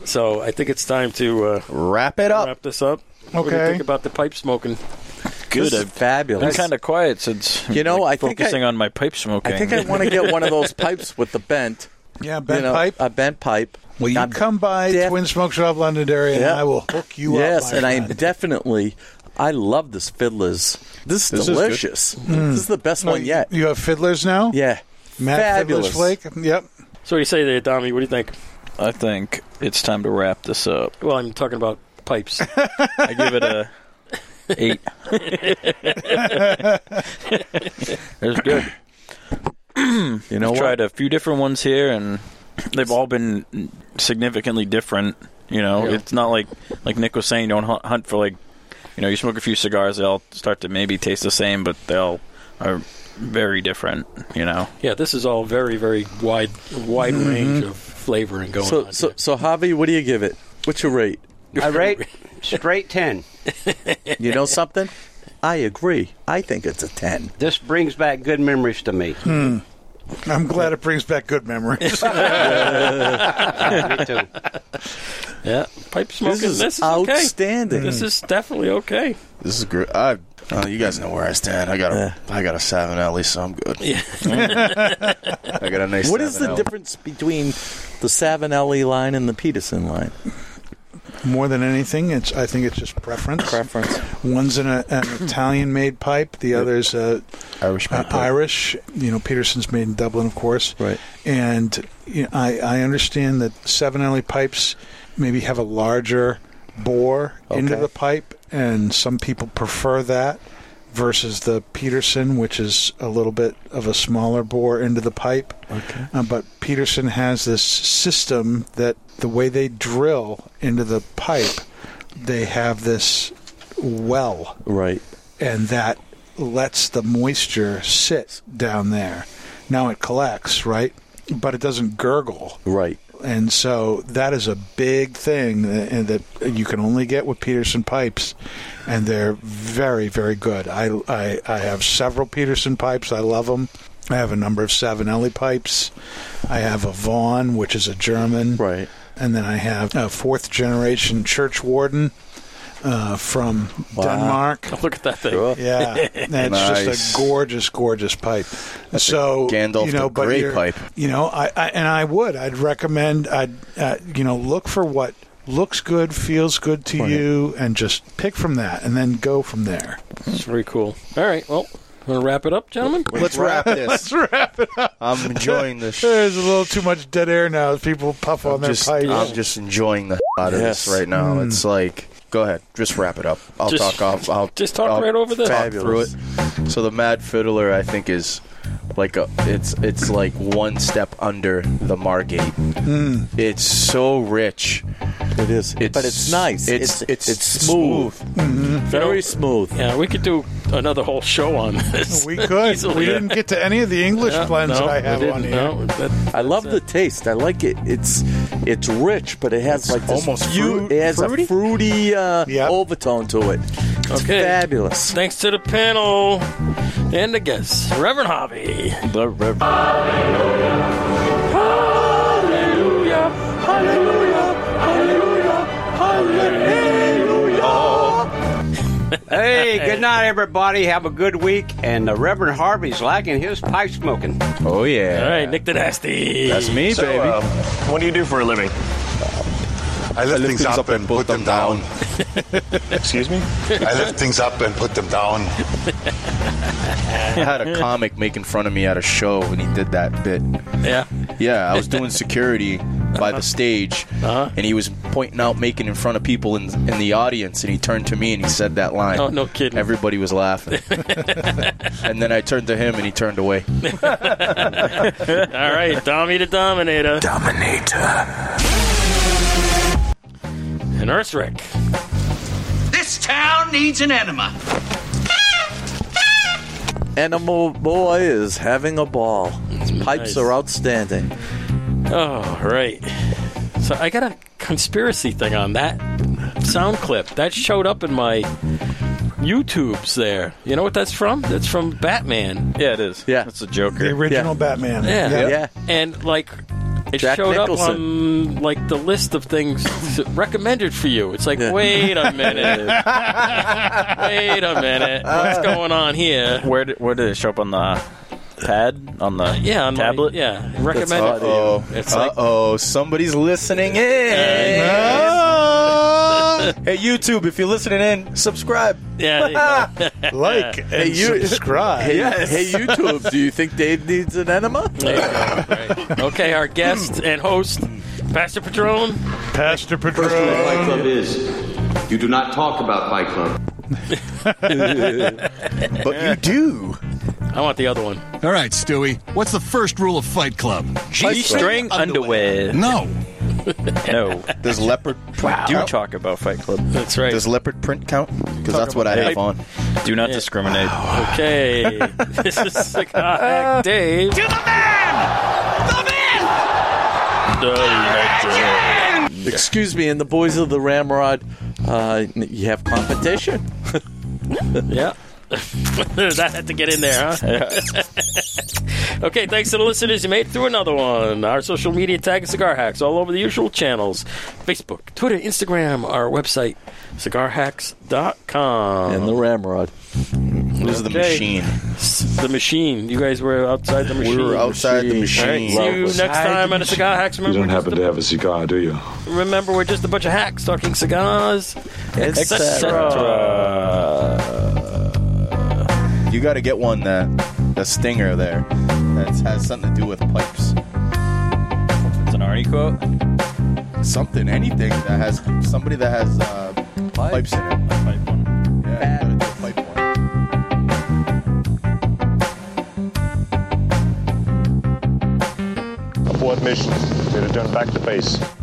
S1: So I think it's time to uh,
S12: wrap it up.
S1: Wrap this up. What do you
S13: Okay.
S1: think about the pipe smoking?
S13: Good. This is fabulous.
S6: Been kind of quiet since
S13: You know,
S6: like,
S13: I think
S6: focusing
S13: I-
S6: on my pipe smoking.
S13: I think I want to get one of those pipes with the bent.
S4: Yeah, bent
S13: you know,
S4: pipe.
S13: A bent pipe.
S4: Well, you
S13: I'm-
S4: come by Twin Smoke Shop Londonderry, and
S13: Yeah.
S4: I will hook you
S13: yes,
S4: up.
S13: and
S4: my
S13: I'm
S4: friend.
S13: definitely I love this Fiddler's. This is
S4: This is good.
S13: delicious. This is the best
S4: Mm. No,
S13: one yet.
S4: Oh, You have Fiddlers now?
S13: Yeah.
S4: Matt
S13: Fabulous.
S4: Fiddler's Flake? Yep.
S1: So what do you say there, Tommy? What do you think?
S6: I think it's time to wrap this up.
S1: Well, I'm talking about pipes.
S6: I give it a eight. It's good. you know,
S13: what?
S6: tried a few different ones here, and they've all been significantly different. You know,
S13: Yeah.
S6: it's not like like Nick was saying, don't hu- hunt for like, you know, you smoke a few cigars, they'll start to maybe taste the same, but they'll are very different. You know,
S1: yeah, this is all very, very wide, wide
S4: Mm-hmm.
S1: range of flavoring going
S13: so,
S1: on.
S13: so, so, Javi, what do you give it? What's your rate?
S5: I rate straight 10.
S13: You know something? I agree. I think it's a 10.
S5: This brings back good memories to me.
S4: Hmm. I'm glad it brings back good memories.
S5: me too.
S1: Yeah, pipe smoking. This
S12: This
S1: is,
S12: is
S1: okay.
S12: outstanding.
S1: This is definitely okay.
S12: This is great. I, uh, you guys know where I stand. I got a, I got a Savinelli, so I'm good.
S1: Yeah.
S12: I got a nice.
S13: What is the
S12: Savinelli.
S13: difference between the Savinelli line and the Peterson line?
S4: More than anything, it's I think it's just preference.
S13: Preference.
S4: One's an, uh, an Italian-made pipe. The other's a
S12: Irish.
S4: uh, Irish. You know, Peterson's made in Dublin, of course. Right. And you know, I I understand that seven alley pipes maybe have a larger bore into
S13: Okay.
S4: the pipe, and some people prefer that versus the Peterson, which is a little bit of a smaller bore into the pipe.
S13: Okay.
S4: Uh, but Peterson has this system that the way they drill into the pipe, they have this well
S13: Right.
S4: and that lets the moisture sit down there. Now it collects, right? But it doesn't gurgle.
S13: Right.
S4: And so that is a big thing tha- and that you can only get with Peterson pipes, and they're very, very good. I, I, I have several Peterson pipes. I love them. I have a number of Savinelli pipes. I have a Vaughn, which is a German.
S13: Right.
S4: And then I have a fourth generation church warden uh, from
S1: Wow.
S4: Denmark.
S1: Look at that thing.
S4: Yeah, that's just a gorgeous, gorgeous pipe. so
S12: Gandalf
S4: you know,
S12: the
S4: but
S12: Grey
S4: you're-
S12: pipe.
S4: You know, I, I and I would. I'd recommend. I'd uh, you know look for what looks good, feels good to you, and just pick from that, and then go from there.
S1: It's very cool. All right, well, want to wrap it up, gentlemen?
S12: Let's wrap this.
S4: Let's wrap it up.
S12: I'm enjoying this.
S4: There's a little too much dead air now. People puff on
S12: I'm
S4: their
S12: just,
S4: pipes.
S12: I'm just enjoying the out of
S4: Yes.
S12: this right now.
S4: Mm.
S12: It's like, go ahead, just wrap it up. I'll
S1: Hmm. Just-
S12: talk off. I'll
S1: just talk
S12: I'll
S1: right over this.
S12: Talk through
S1: Fabulous.
S12: it. So the Mad Fiddler, I think, is like a it's it's like one step under the Margate.
S4: Mm.
S12: It's so rich.
S13: It is,
S12: it's,
S13: But it's nice.
S12: It's it's,
S13: it's smooth. Very smooth.
S1: Yeah, we could do another whole show on this.
S4: we could.
S1: Easily.
S4: we didn't get to any of the English
S1: Yeah,
S4: blends
S1: no,
S4: I
S1: we
S4: have on
S1: didn't,
S4: here.
S1: no, that-
S13: I love the taste. I like it. It's it's rich, but it has like this
S12: almost
S13: few-
S12: fruit-
S13: it has
S12: fruity?
S13: a fruity uh, overtone to it. It's
S1: Okay.
S13: fabulous.
S1: Thanks to the panel and the guests, Reverend Hobby.
S6: The Reverend.
S1: Hallelujah! Hallelujah! Hallelujah! Hallelujah!
S5: Hey, good night, everybody. Have a good week. And the Reverend Harvey's liking his pipe smoking.
S12: Oh yeah.
S1: All right, Nick the Nasty.
S12: That's me,
S7: So,
S12: baby.
S7: uh, what do you do for a living?
S8: I lift, things, up, and put them down.
S7: Excuse me?
S8: I lift things up and put them down.
S12: I had a comic making fun of me at a show when he did that bit.
S1: Yeah.
S12: Yeah, I was doing security by the stage,
S1: Uh-huh.
S12: and he was pointing out making in front of people in in the audience, and he turned to me and he said that line.
S1: Oh, no kidding.
S12: Everybody was laughing, and then I turned to him and he turned away.
S1: All right, Dommy the Dominator.
S12: Dominator.
S1: And Earthrick.
S9: This town needs an enema.
S13: Animal Boy is having a ball. His
S1: nice.
S13: pipes are outstanding.
S1: Oh, right. So I got a conspiracy thing on that sound clip. That showed up in my YouTubes there. You know what that's from? That's from Batman.
S6: Yeah, it is.
S13: Yeah,
S6: it's a Joker.
S4: The original Batman.
S1: Yeah.
S4: Yeah.
S1: And like it
S6: Jack
S1: showed up
S6: Nicholson.
S1: on like the list of things recommended for you. It's like, wait a minute. wait a minute. What's going on here?
S6: Where did, where did it show up on the pad on the
S1: Yeah, on my-
S6: tablet?
S1: yeah,
S12: Uh
S1: recommended for you.
S12: oh!
S1: It's
S12: Uh
S1: like
S12: oh! Somebody's listening in.
S1: Hey.
S12: Oh, hey, YouTube, if you're listening in, subscribe.
S1: Yeah.
S4: like and
S13: Hey, you-
S4: subscribe.
S13: Hey, hey, YouTube, do you think Dave needs an enema?
S1: okay, our guest and host, Pastor Patron.
S4: Pastor Patron.
S10: First rule of Fight Club is you do not talk about Fight Club.
S12: but you do.
S1: I want the other one.
S11: All right, Stewie. What's the first rule of Fight Club?
S6: G-string underwear.
S11: No.
S6: no.
S12: Does leopard print
S6: We do
S12: count?
S6: talk about Fight Club.
S1: That's right.
S12: Does leopard print count? Because that's what I have on.
S6: Do not discriminate.
S1: Okay. this is Sick Hack Dave. To the man! The man!
S13: Excuse me, and the boys of the Ramrod, uh, n- you have competition?
S1: yeah. that had to get in there, huh? okay, thanks to the listeners. You made it through another one. Our social media tag is Cigar Hacks all over the usual channels Facebook, Twitter, Instagram, our website, cigarhacks.com.
S13: And the Ramrod.
S12: This is the machine.
S1: The machine. You guys were outside the machine.
S12: We were outside the machine.
S1: All right, see you next time on the Cigar Hacks.
S7: You
S1: Remember,
S7: don't
S1: we're
S7: happen to have a cigar, do you?
S1: just- remember, we're just a bunch of hacks talking cigars, etc.
S12: You got to get one that the stinger there that has something to do with pipes.
S6: It's an Arnie quote.
S12: Something, anything that has somebody that has uh, pipes in it.
S6: Pipe one.
S12: Yeah, you gotta do a pipe one.
S7: Abort mission. We're returned back to base.